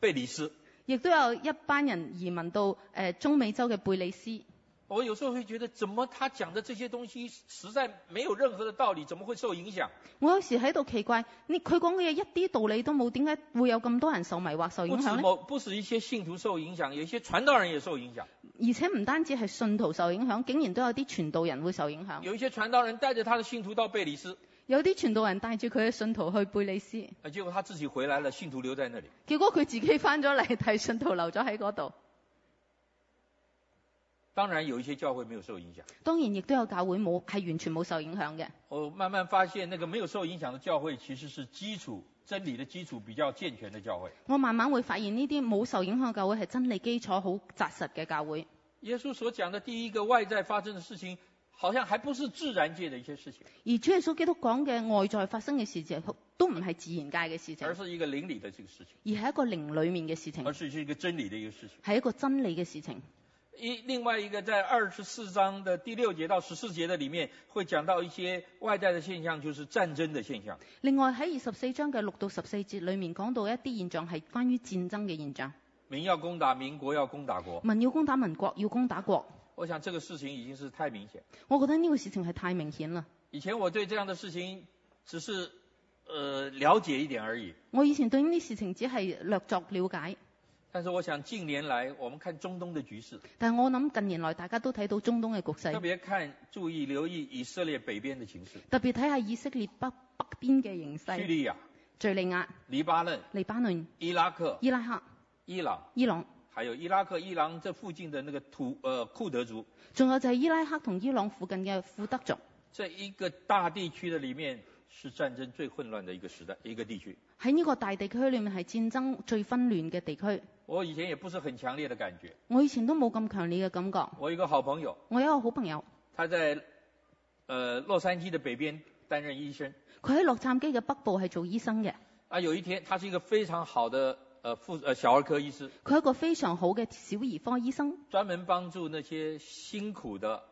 Speaker 4: 贝里斯。
Speaker 5: 亦都有一班人移民到誒、呃中美洲嘅貝里斯。
Speaker 4: 我有时候会觉得，怎么他讲的这些东西实在没有任何的道理，怎么会受影响？
Speaker 5: 我有時喺度奇怪，你佢講嘅嘢一啲道理都冇，點解會有咁多人受迷惑、受
Speaker 4: 不
Speaker 5: 影
Speaker 4: 止
Speaker 5: 響呢？
Speaker 4: 某，不止一些信徒受影响，有一些传道人也受影响。
Speaker 5: 而且唔單止係信徒受影響，竟然都有啲傳道人會受影響。
Speaker 4: 有一些傳道人带着他的信徒到贝里斯，
Speaker 5: 有啲傳道人帶住佢嘅信徒去貝里斯，
Speaker 4: 呃结果他自己回来了，信徒留在那里。
Speaker 5: 結果佢自己翻咗嚟，但係信徒留咗喺嗰度。
Speaker 4: 当然，有一些教会没有受影响。
Speaker 5: 當然亦都有教會冇係完全冇受影響嘅。
Speaker 4: 我慢慢发现，那个没有受影响的教会，其实是基础真理的基础比较健全的教会。
Speaker 5: 我慢慢會發現呢啲冇受影響嘅教會係真理基礎好紮實嘅教會。
Speaker 4: 耶稣所讲的第一个外在发生的事情，好像还不是自然界的一些事情，
Speaker 5: 而主耶穌基督講嘅外在發生嘅事情，都唔係自然界嘅事情，
Speaker 4: 而
Speaker 5: 而
Speaker 4: 是一个灵里的这个事情，
Speaker 5: 係一個靈裡面嘅事情
Speaker 4: 而，是一个真理的一个事情。
Speaker 5: 係一個真理嘅事情。
Speaker 4: 一另外一个在二十四章的第六节到十四节的里面，会讲到一些外在的现象，就是战争的现象。
Speaker 5: 另外喺二十四章嘅六到十四節裏面講到一啲現象係關於戰爭嘅現象，
Speaker 4: 民要攻打民，国要攻打国。
Speaker 5: 民要攻打民國，要攻打國。
Speaker 4: 我想这个事情已经是太明显。
Speaker 5: 我覺得呢個事情係太明顯啦。
Speaker 4: 以前我对这样的事情只是呃了解一点而已，
Speaker 5: 我以前對呢啲事情只係略作了解，
Speaker 4: 但是我想近年来我们看中东的局势，
Speaker 5: 但我諗近年來大家都睇到中東嘅局
Speaker 4: 特
Speaker 5: 勢，
Speaker 4: 别看注意留意以色列北边的形势，
Speaker 5: 特別睇下以色列北北邊嘅形
Speaker 4: 叙
Speaker 5: 勢，
Speaker 4: 利亚、
Speaker 5: 敍利亞、
Speaker 4: 黎巴嫩、
Speaker 5: 黎巴嫩、
Speaker 4: 伊拉克、
Speaker 5: 伊拉克、
Speaker 4: 伊朗，
Speaker 5: 伊朗，
Speaker 4: 还有伊拉克、伊朗这附近的那个土呃库德族，
Speaker 5: 仲有就係伊拉克同伊朗附近嘅庫德族。
Speaker 4: 这一个大地区的里面是战争最混乱的一个时代一个地区。
Speaker 5: 喺呢個大地區裏面係戰爭最紛亂嘅地區。
Speaker 4: 我以前也不是很强烈的感觉，
Speaker 5: 我以前都冇咁強烈嘅感覺。
Speaker 4: 我有一个好朋友，
Speaker 5: 我有一個好朋友。
Speaker 4: 他在呃洛杉矶的北边担任医生。
Speaker 5: 佢喺洛杉磯嘅北部係做醫生嘅，
Speaker 4: 啊，有一天他是一个非常好的呃妇呃小儿科医师，
Speaker 5: 佢係一個非常好嘅小兒科醫生，
Speaker 4: 专门帮助那些辛苦的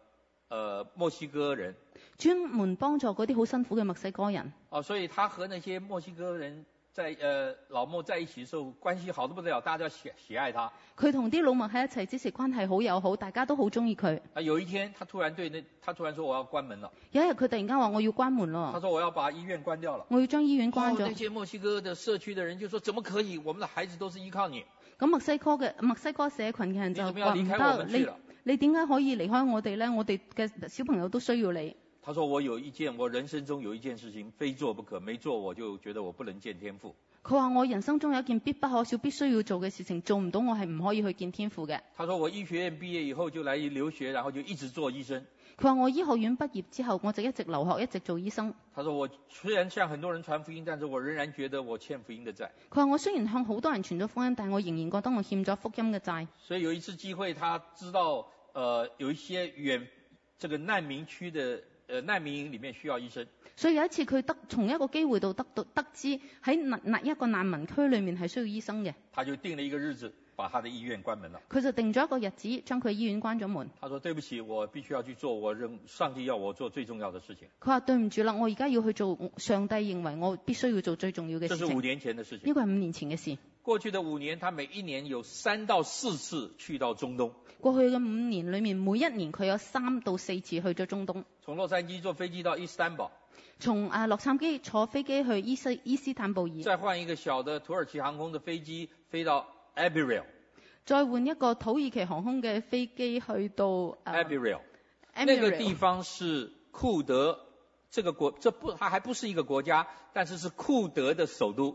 Speaker 4: 呃墨西哥人
Speaker 5: 專門幫助嗰啲好辛苦嘅墨西哥人。
Speaker 4: 哦，所以他和那些墨西哥人在呃老莫在一起的时候，关系好的不得了，大家喜喜爱他。
Speaker 5: 佢同啲老墨喺一齊之時關係好友好，大家都好中意佢。
Speaker 4: 啊，有一天他突然对那他突然说我要关门了，
Speaker 5: 有一日佢突然間話我要關門
Speaker 4: 他
Speaker 5: 咯，
Speaker 4: 说我要把医院关嗯掉了。
Speaker 5: 我要將醫院關
Speaker 4: 哦那
Speaker 5: 咗。
Speaker 4: 些墨西哥的社区的人就说怎么可以？我们的孩子都是依靠你，
Speaker 5: 咁墨西哥嘅墨西哥社群嘅人
Speaker 4: 你
Speaker 5: 就
Speaker 4: 怎么要
Speaker 5: 話
Speaker 4: 离
Speaker 5: 唔
Speaker 4: 开我
Speaker 5: 得，
Speaker 4: 们去
Speaker 5: 你
Speaker 4: 了？
Speaker 5: 你點解可以離開我哋呢？我哋嘅小朋友都需要你。
Speaker 4: 他说我有一件我人生中有一件事情非做不可，没做我就觉得我不能见天父。
Speaker 5: 佢話我人生中有一件必不可少、必須要做嘅事情，做唔到我係唔可以去見天父嘅。
Speaker 4: 他说我医学院毕业以后就来留学，然后就一直做医生。
Speaker 5: 佢話我醫學院畢業之後，我就一直留學，一直做醫生。
Speaker 4: 他说我虽然向很多人传福音，但是我仍然觉得我欠福音的债。
Speaker 5: 佢話：我雖然向好多人傳咗福音，但我仍然覺得我欠咗福音嘅債。
Speaker 4: 所以有一次机会，他知道呃有一些远这个难民区的呃难民营里面需要医生，
Speaker 5: 所以有一次佢得從一個機會度得到得知喺難難一個難民區裏面係需要醫生嘅，
Speaker 4: 他就定了一个日子把他的医院关门了。
Speaker 5: 佢就定咗一個日子將佢醫院關咗門。
Speaker 4: 他说对不起，我必须要去做我认上帝要我做最重要的事情。
Speaker 5: 佢話：對唔住啦，我而家要去做上帝認為我必須要做最重要嘅
Speaker 4: 这是
Speaker 5: 事
Speaker 4: 五
Speaker 5: 情。
Speaker 4: 年前的事情
Speaker 5: 呢。個係五年前嘅事。
Speaker 4: 过去的五年，他每一年有三到四次去到中东，
Speaker 5: 過去嘅五年裏面，每一年佢有三到四次去咗中東，
Speaker 4: 从洛杉矶坐飞机到伊斯坦堡，
Speaker 5: 從啊洛杉磯坐飛機去伊斯伊斯坦布爾，
Speaker 4: 再换一个小的土耳其航空的飞機飛到 Abireal，Abireal、
Speaker 5: 再換一個土耳其航空嘅飛機去到啊
Speaker 4: Abireal 那个
Speaker 5: Emirates
Speaker 4: 地方是库德这个国，这不它还不是一个国家，但是是库德的首都。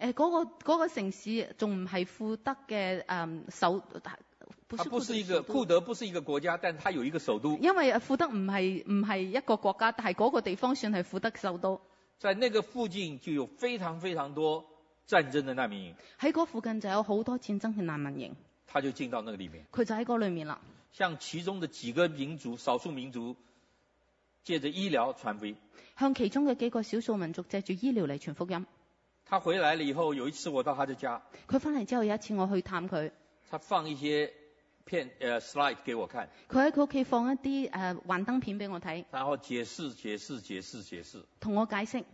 Speaker 5: 呃誒嗰、個嗰個城市仲唔係富德嘅誒、嗯首不
Speaker 4: 它
Speaker 5: 是
Speaker 4: 不
Speaker 5: 库德
Speaker 4: 是一
Speaker 5: 的
Speaker 4: 个
Speaker 5: 首
Speaker 4: 库
Speaker 5: 都。
Speaker 4: 德
Speaker 5: 哎
Speaker 4: 不是一个国家，但它有一个首都，
Speaker 5: 因為庫德唔係唔係一個國家，但係嗰個地方算係庫德首都。
Speaker 4: 在那个附近就有非常非常多战争的难民营，
Speaker 5: 喺嗰附近就有好多戰爭嘅難民營，
Speaker 4: 他就进到那个里面。
Speaker 5: 佢就喺嗰裏面啦。
Speaker 4: 向其中的几个民族、少数民族，借着医疗传福音。
Speaker 5: 向其中嘅幾個少數民族借住醫療嚟傳福音。
Speaker 4: 他回来了以后，有一次我到他的家，
Speaker 5: 佢翻嚟之後有一次我去探佢，
Speaker 4: 他放一些片呃 slide 给我看，
Speaker 5: 佢喺佢屋企放一啲誒、呃、幻燈片俾我睇，
Speaker 4: 然后解释、解释、解释、解释。
Speaker 5: 同我解釋。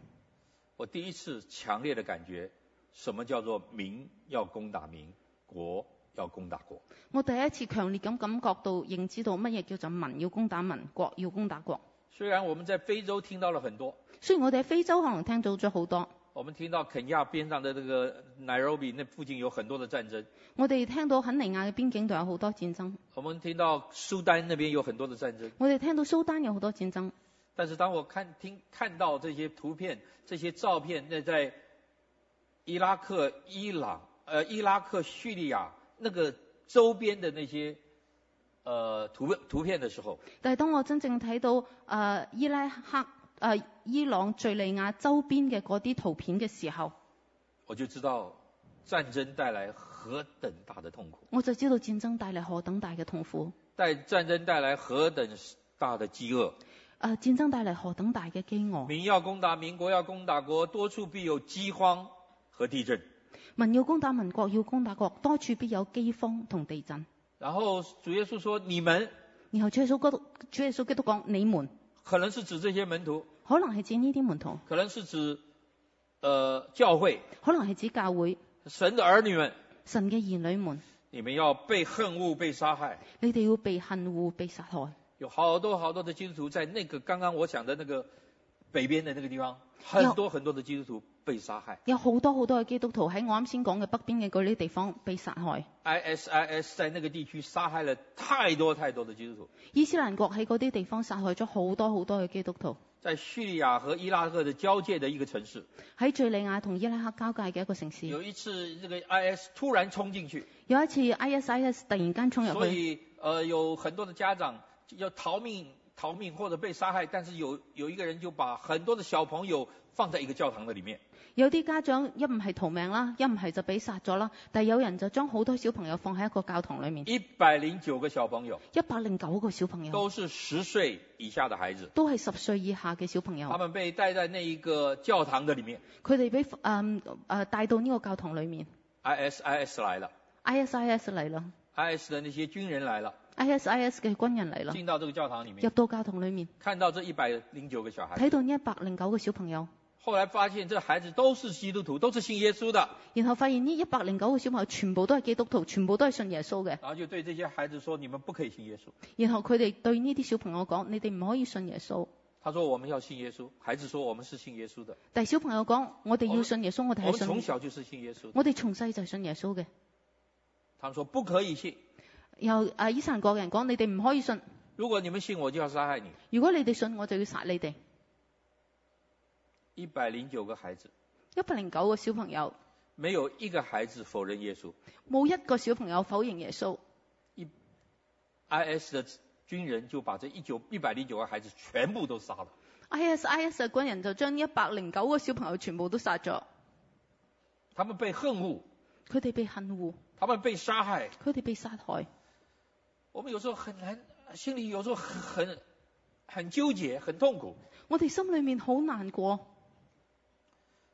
Speaker 4: 我第一次强烈的感觉，什么叫做民要攻打民，国要攻打国。
Speaker 5: 我第一次強烈咁感覺到認知到乜嘢叫做民要攻打民，國要攻打國。
Speaker 4: 虽然我们在非洲听到了很多，
Speaker 5: 雖然我哋喺非洲可能聽到咗好多，
Speaker 4: 我们听到肯亚边上的这个 Nairobi 那附近有很多的战争，
Speaker 5: 我哋聽到肯尼亞嘅邊境度有好多戰爭，
Speaker 4: 我们听到苏丹那边有很多的战争。
Speaker 5: 我哋聽到蘇丹有好多戰爭。
Speaker 4: 但是当我看听看到这些图片、这些照片，那在伊拉克、伊朗、呃伊拉克、叙利亚那个周边的那些呃图图片的时候，
Speaker 5: 但係當我真正睇到誒、呃伊拉克、誒、呃伊朗、敍利亞周邊嘅嗰啲圖片嘅時候，
Speaker 4: 我就知道战争带来何等大的痛苦，
Speaker 5: 我就知道戰爭帶嚟何等大嘅痛苦，
Speaker 4: 带战争带来何等大的饥饿。
Speaker 5: 誒、呃、戰爭帶嚟何等大嘅飢餓。
Speaker 4: 民要攻打民，国要攻打国，多处必有饥荒和地震。
Speaker 5: 民要攻打民，國要攻打國，多處必有饑荒同地震。
Speaker 4: 然后主耶稣说：“你们
Speaker 5: 然後主耶穌基督，主耶穌基督講：你們
Speaker 4: 可能是指这些门徒，
Speaker 5: 可能係指呢啲門徒，
Speaker 4: 可能是指呃教会，
Speaker 5: 可能係指教會、
Speaker 4: 神的儿女们，
Speaker 5: 神嘅兒女們，
Speaker 4: 你们要被恨恶、被杀害。
Speaker 5: 你哋要被恨惡、被殺害。
Speaker 4: 有好多好多的基督徒在那个刚刚我讲的那个北边的那个地方，很多很多的基督徒被杀害。
Speaker 5: 有好多好多嘅基督徒喺我啱先講嘅北邊嘅嗰啲地方被殺害。
Speaker 4: ISIS 在那个地区杀害了太多太多的基督徒，
Speaker 5: 伊斯蘭國喺嗰啲地方殺害咗好多好多嘅基督徒。
Speaker 4: 在叙利亚和伊拉克的交界的一个城市，
Speaker 5: 喺敍利亞同伊拉克交界嘅一個城市，
Speaker 4: 有一次这个 IS 突然冲进去，
Speaker 5: 有一次 ISIS 突然間衝入
Speaker 4: 所
Speaker 5: 去。
Speaker 4: 以呃有很多的家长要逃命。逃命或者被杀害，但是有有一个人就把很多的小朋友放在一个教堂的里面，
Speaker 5: 有啲家長一唔係逃命啦，一唔係就俾殺咗啦，但係有人就將好多小朋友放喺一個教堂裏面，
Speaker 4: 一百零九个小朋友
Speaker 5: 一百零九個小朋友
Speaker 4: 都是十岁以下的孩子，
Speaker 5: 都係十歲以下嘅小朋
Speaker 4: 他
Speaker 5: 友，
Speaker 4: 们被带在那一个教堂的里面
Speaker 5: 佢哋俾誒誒帶到呢個教堂裏面
Speaker 4: ，ISIS 来了
Speaker 5: ，ISIS 嚟啦
Speaker 4: ，IS 的那些军人来了，
Speaker 5: ，ISIS 嘅軍人嚟啦，
Speaker 4: 进到这个教堂里
Speaker 5: 入
Speaker 4: 面，
Speaker 5: 到教堂裏面，
Speaker 4: 看到这一百零九个小孩，
Speaker 5: 睇到呢一百零九個小朋友，
Speaker 4: 后来发现这孩子都是基督徒，都是信耶稣的，
Speaker 5: 然後發現呢一百零九個小朋友全部都係基督徒，全部都係信耶穌嘅，
Speaker 4: 然后就对这些孩子说：“你们不可以信耶稣。
Speaker 5: 然後佢哋對呢啲小朋友講：你哋唔可以信耶穌。”
Speaker 4: 他说：“我们要信耶稣。”孩子说：“我们是信耶稣的，
Speaker 5: 但係小朋友講：我哋要信耶穌，我
Speaker 4: 我
Speaker 5: 哋
Speaker 4: 们
Speaker 5: 係
Speaker 4: 从
Speaker 5: 信，
Speaker 4: 小就是信耶稣的。
Speaker 5: 我哋從細就係信耶穌嘅。”
Speaker 4: 他们说：“不可以信，
Speaker 5: 由啊伊斯蘭國人講：你哋唔可以信，
Speaker 4: 如果你们信，我就要杀害你。
Speaker 5: 如果你哋信，我就要殺你哋。”
Speaker 4: 一百零九个孩子，
Speaker 5: 一百零九個小朋友，
Speaker 4: 没有一个孩子否认耶稣。
Speaker 5: 冇一個小朋友否認耶穌。
Speaker 4: IS 的军人就把这一九一百零九个孩子全部都杀了。
Speaker 5: ISIS 嘅軍人就將一百零九個小朋友全部都殺咗，
Speaker 4: 他们被恨恶，
Speaker 5: 佢哋被恨惡，
Speaker 4: 他们被杀害。
Speaker 5: 佢哋被殺害。
Speaker 4: 我们有时候很难，心里有时候很很很纠结，很痛苦。
Speaker 5: 我哋心裏面好難過，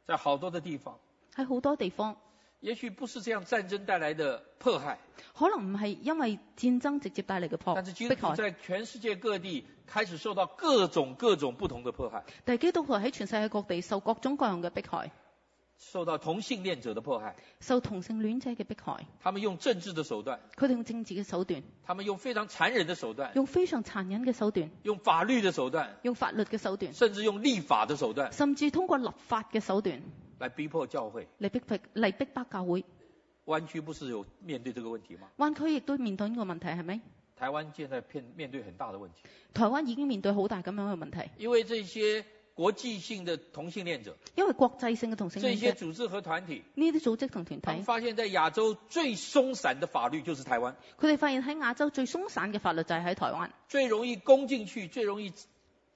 Speaker 4: 在好多的地方，
Speaker 5: 喺好多地方，
Speaker 4: 也许不是这样战争带来的迫害，
Speaker 5: 可能唔係因為戰爭直接帶嚟嘅迫
Speaker 4: 但是基督徒
Speaker 5: 哦迫害，
Speaker 4: 在全世界各地开始受到各种各种不同的迫害，
Speaker 5: 但係基督徒喺全世界各地受各種各樣嘅迫害，
Speaker 4: 受到同性恋者的迫害。
Speaker 5: 受同性戀者嘅迫害，
Speaker 4: 他们用政治的手段，
Speaker 5: 佢哋用政治嘅手段，
Speaker 4: 他们用非常残忍的手段，
Speaker 5: 用非常殘忍嘅手段，
Speaker 4: 用法律的手段，
Speaker 5: 用法律嘅手段。
Speaker 4: 甚至用立法的手段
Speaker 5: 甚至通過立法嘅手段
Speaker 4: 来逼迫教会。
Speaker 5: 嚟逼迫嚟逼迫教會。
Speaker 4: 湾区不是有面对这个问题吗？
Speaker 5: 灣區亦都面對呢個問題，係咪？
Speaker 4: 台湾现在面面对很大的问题，
Speaker 5: 台灣已經面對好大咁樣嘅問題，
Speaker 4: 因为这些国际性的同性恋者，
Speaker 5: 因為國際性嘅同性
Speaker 4: 这
Speaker 5: 戀
Speaker 4: 些
Speaker 5: 者
Speaker 4: 组织和团体，
Speaker 5: 呢啲組織同團
Speaker 4: 他们
Speaker 5: 體，
Speaker 4: 发现，在亚洲最松散的法律就是台湾，
Speaker 5: 佢哋發現喺亞洲最鬆散嘅法律就係喺台灣，
Speaker 4: 最容易攻进去、最容易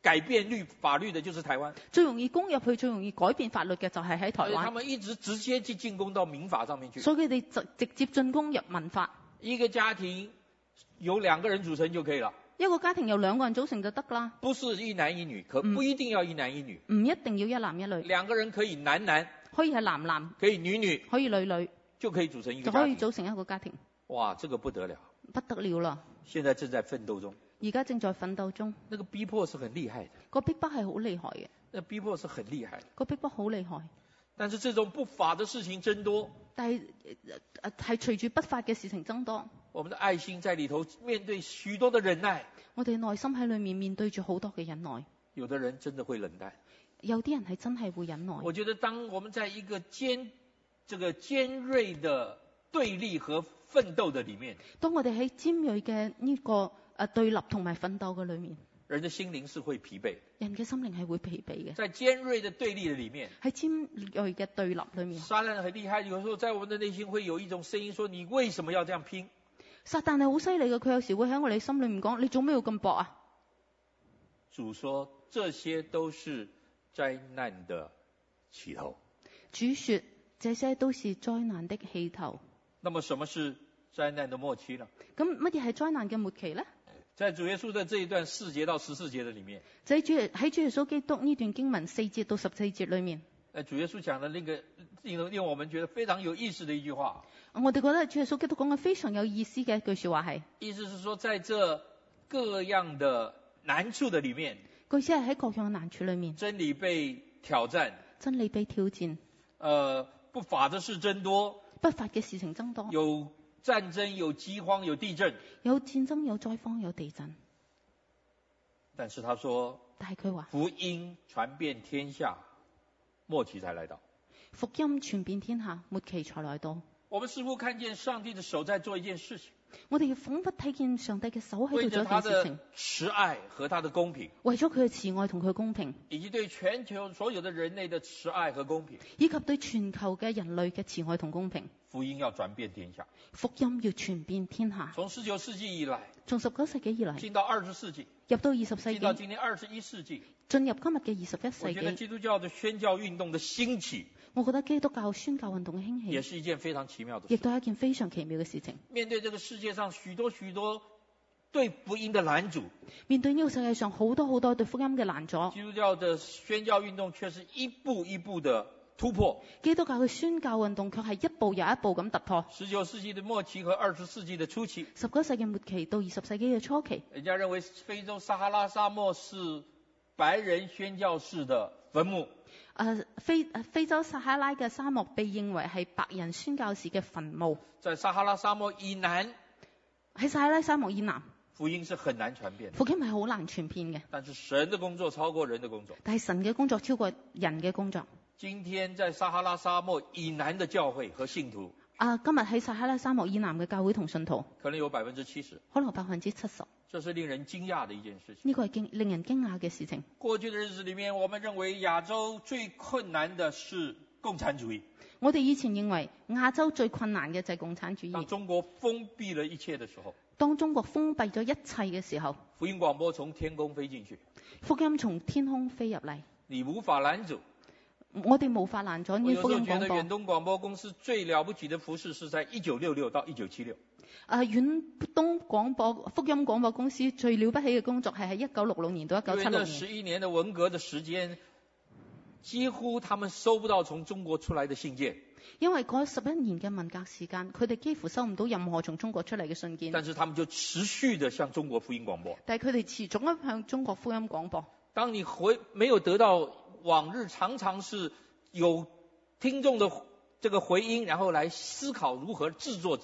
Speaker 4: 改变律法律的就是台湾。
Speaker 5: 最容易攻入去、最容易改變法律嘅就係喺台
Speaker 4: 所以他
Speaker 5: 灣，
Speaker 4: 们一直直接去进攻到民法上面去。
Speaker 5: 所以佢哋直直接進攻入民法。
Speaker 4: 一个家庭由两个人组成就可以了，
Speaker 5: 一個家庭由兩個人組成就得啦，
Speaker 4: 不是一男一女，可
Speaker 5: 嗯
Speaker 4: 不一定要一男一女，
Speaker 5: 唔一定要一男一女，
Speaker 4: 两个人可以男男，
Speaker 5: 可以係男男，
Speaker 4: 可以女女，
Speaker 5: 可以女女，
Speaker 4: 就可以组成一
Speaker 5: 就
Speaker 4: 个家
Speaker 5: 可以
Speaker 4: 庭。
Speaker 5: 組成一個家庭，
Speaker 4: 哇，这个不得了，
Speaker 5: 不得了啦！
Speaker 4: 现在正在奋斗中，
Speaker 5: 而家正在奮鬥中，
Speaker 4: 那个逼迫是很厉害的，
Speaker 5: 個逼迫係好厲害嘅，
Speaker 4: 那逼迫是很厉害的。
Speaker 5: 個逼迫好厲害，
Speaker 4: 但是这种不法的事情增多，
Speaker 5: 但係呃係隨住不法嘅事情增多，
Speaker 4: 我们的爱心在里頭面对许多的忍耐，
Speaker 5: 我哋內心喺裏面面對住好多嘅忍耐，
Speaker 4: 有的人真的会冷淡。
Speaker 5: 有啲人係真係會忍耐。
Speaker 4: 我觉得当我们在一个尖这个尖锐的对立和奋斗的里面，
Speaker 5: 當我哋喺尖鋭嘅呢個誒對立同埋奮鬥嘅裏面，
Speaker 4: 人的心灵是会疲惫的。
Speaker 5: 人嘅心靈係會疲憊嘅。
Speaker 4: 在尖锐的对立的里面，
Speaker 5: 喺尖鋭嘅對立裏面，
Speaker 4: 撒旦很厉害。有时候在我们的内心会有一种声音说：“你为什么要这样拼？
Speaker 5: 撒旦係好犀利嘅，佢有時會喺我哋心裏面講：你做咩要咁搏啊？”
Speaker 4: 主说：“这些都是灾难的起头。
Speaker 5: 主說：這些都是災難的氣頭。”
Speaker 4: 那么，什么是灾难的末期呢？
Speaker 5: 咁乜嘢係災難嘅末期呢？
Speaker 4: 在主耶稣的这一段四节到十四节的里面，
Speaker 5: 就喺主耶喺主耶穌基督呢段經文四節到十四節裏面，
Speaker 4: 呃，主耶稣讲的那个令令我们觉得非常有意思的一句话，
Speaker 5: 我哋覺得主耶穌基督講嘅非常有意思嘅一句説話係，
Speaker 4: 意思是说，在这各样的难处的里面，
Speaker 5: 佢只係喺各樣嘅難處裏面，
Speaker 4: 真理被挑战，
Speaker 5: 真理被挑戰，
Speaker 4: 呃，不法的事增多，
Speaker 5: 不法嘅事情增多，
Speaker 4: 有战争，有饥荒，有地震。
Speaker 5: 有戰爭，有災荒，有地震。
Speaker 4: 但是他说，
Speaker 5: 但係佢話
Speaker 4: 福音传遍天下，末期才来到。
Speaker 5: 福音傳遍天下，末期才來到。
Speaker 4: 我们似乎看见上帝的手在做一件事情，
Speaker 5: 我哋仿佛睇見上帝嘅手喺
Speaker 4: 为
Speaker 5: 度做
Speaker 4: 着
Speaker 5: 一
Speaker 4: 他
Speaker 5: 件事情
Speaker 4: 的，慈爱和他的公平，
Speaker 5: 為咗佢嘅慈愛同佢嘅公平，
Speaker 4: 以及对全球所有的人类的慈爱和公平，
Speaker 5: 以及對全球嘅人類嘅慈愛同公平。
Speaker 4: 福音要传遍天下。
Speaker 5: 福音要傳遍天下，
Speaker 4: 从十九世纪以来，
Speaker 5: 從十九世紀以嚟
Speaker 4: 进到二十世纪，
Speaker 5: 入到二十世
Speaker 4: 进到
Speaker 5: 紀，
Speaker 4: 今天二十一世纪，
Speaker 5: 進入今日嘅二十一世
Speaker 4: 我觉得
Speaker 5: 紀，
Speaker 4: 基督教的宣教运动的兴起
Speaker 5: 我覺得基督教宣教運動嘅興
Speaker 4: 也
Speaker 5: 起，
Speaker 4: 是一件非常奇妙的
Speaker 5: 亦
Speaker 4: 事。
Speaker 5: 都係一件非常奇妙嘅事情。
Speaker 4: 面对这个世界上许多许多对福音的拦阻，
Speaker 5: 面對呢個世界上好多好多對福音嘅難阻，
Speaker 4: 基督教的宣教运动却是一步一步的突破。
Speaker 5: 基督教嘅宣教運動卻係一步又一步咁突破。
Speaker 4: 十九世纪的末期和二十世纪的初期，
Speaker 5: 十九世紀末期到二十世紀嘅初期，
Speaker 4: 人家认为非洲撒哈拉沙漠是白人宣教士的坟墓，
Speaker 5: 誒啊非誒非洲撒哈拉嘅沙漠被認為係白人宣教士嘅墳墓。
Speaker 4: 在撒哈拉沙漠以南，
Speaker 5: 喺撒哈拉沙漠以南，
Speaker 4: 福音是很难传遍的。
Speaker 5: 福音係好難傳遍嘅，
Speaker 4: 但是神的工作超过人的工作。
Speaker 5: 但係神嘅工作超過人嘅工作。
Speaker 4: 今天在撒哈拉沙漠以南的教会和信徒，
Speaker 5: 啊，今日喺撒哈拉沙漠以南嘅教會同信徒，
Speaker 4: 可能有百分之七十，
Speaker 5: 可能百分之七十，
Speaker 4: 这是令人惊讶的一件事情。
Speaker 5: 呢個係驚令人驚訝嘅事情。
Speaker 4: 过去的日子里面，我们认为亚洲最困难的是共产主义。
Speaker 5: 我哋以前認為亞洲最困難嘅就係共產主
Speaker 4: 当
Speaker 5: 義。
Speaker 4: 中国封闭了一切的时候，
Speaker 5: 當中國封閉咗一切嘅時候，
Speaker 4: 福音廣播从天空飞进去，
Speaker 5: 福音從天空飛入嚟，
Speaker 4: 你无法拦阻。
Speaker 5: 我哋無法攔阻
Speaker 4: 我有
Speaker 5: 呢啲
Speaker 4: 时
Speaker 5: 福
Speaker 4: 候
Speaker 5: 音
Speaker 4: 觉
Speaker 5: 廣
Speaker 4: 得
Speaker 5: 播。
Speaker 4: 远东广播公司最了不起的服饰是在一九六六到一九七六，
Speaker 5: 啊，遠東廣播福音廣播公司最了不起嘅工作係喺一九六六年到一
Speaker 4: 因
Speaker 5: 九
Speaker 4: 为
Speaker 5: 七六
Speaker 4: 那
Speaker 5: 年，
Speaker 4: 十一年的文革的时间，几乎他们收不到从中国出来的信件，
Speaker 5: 因為嗰十一年嘅文革時間，佢哋幾乎收唔到任何從中國出嚟嘅信件，
Speaker 4: 但是他们就持续的向中国福音广播。
Speaker 5: 但係佢哋持續咁向中國福音廣播。
Speaker 4: 当你回没有得到往日常常是有听众的这个回音，然后来思考如何制作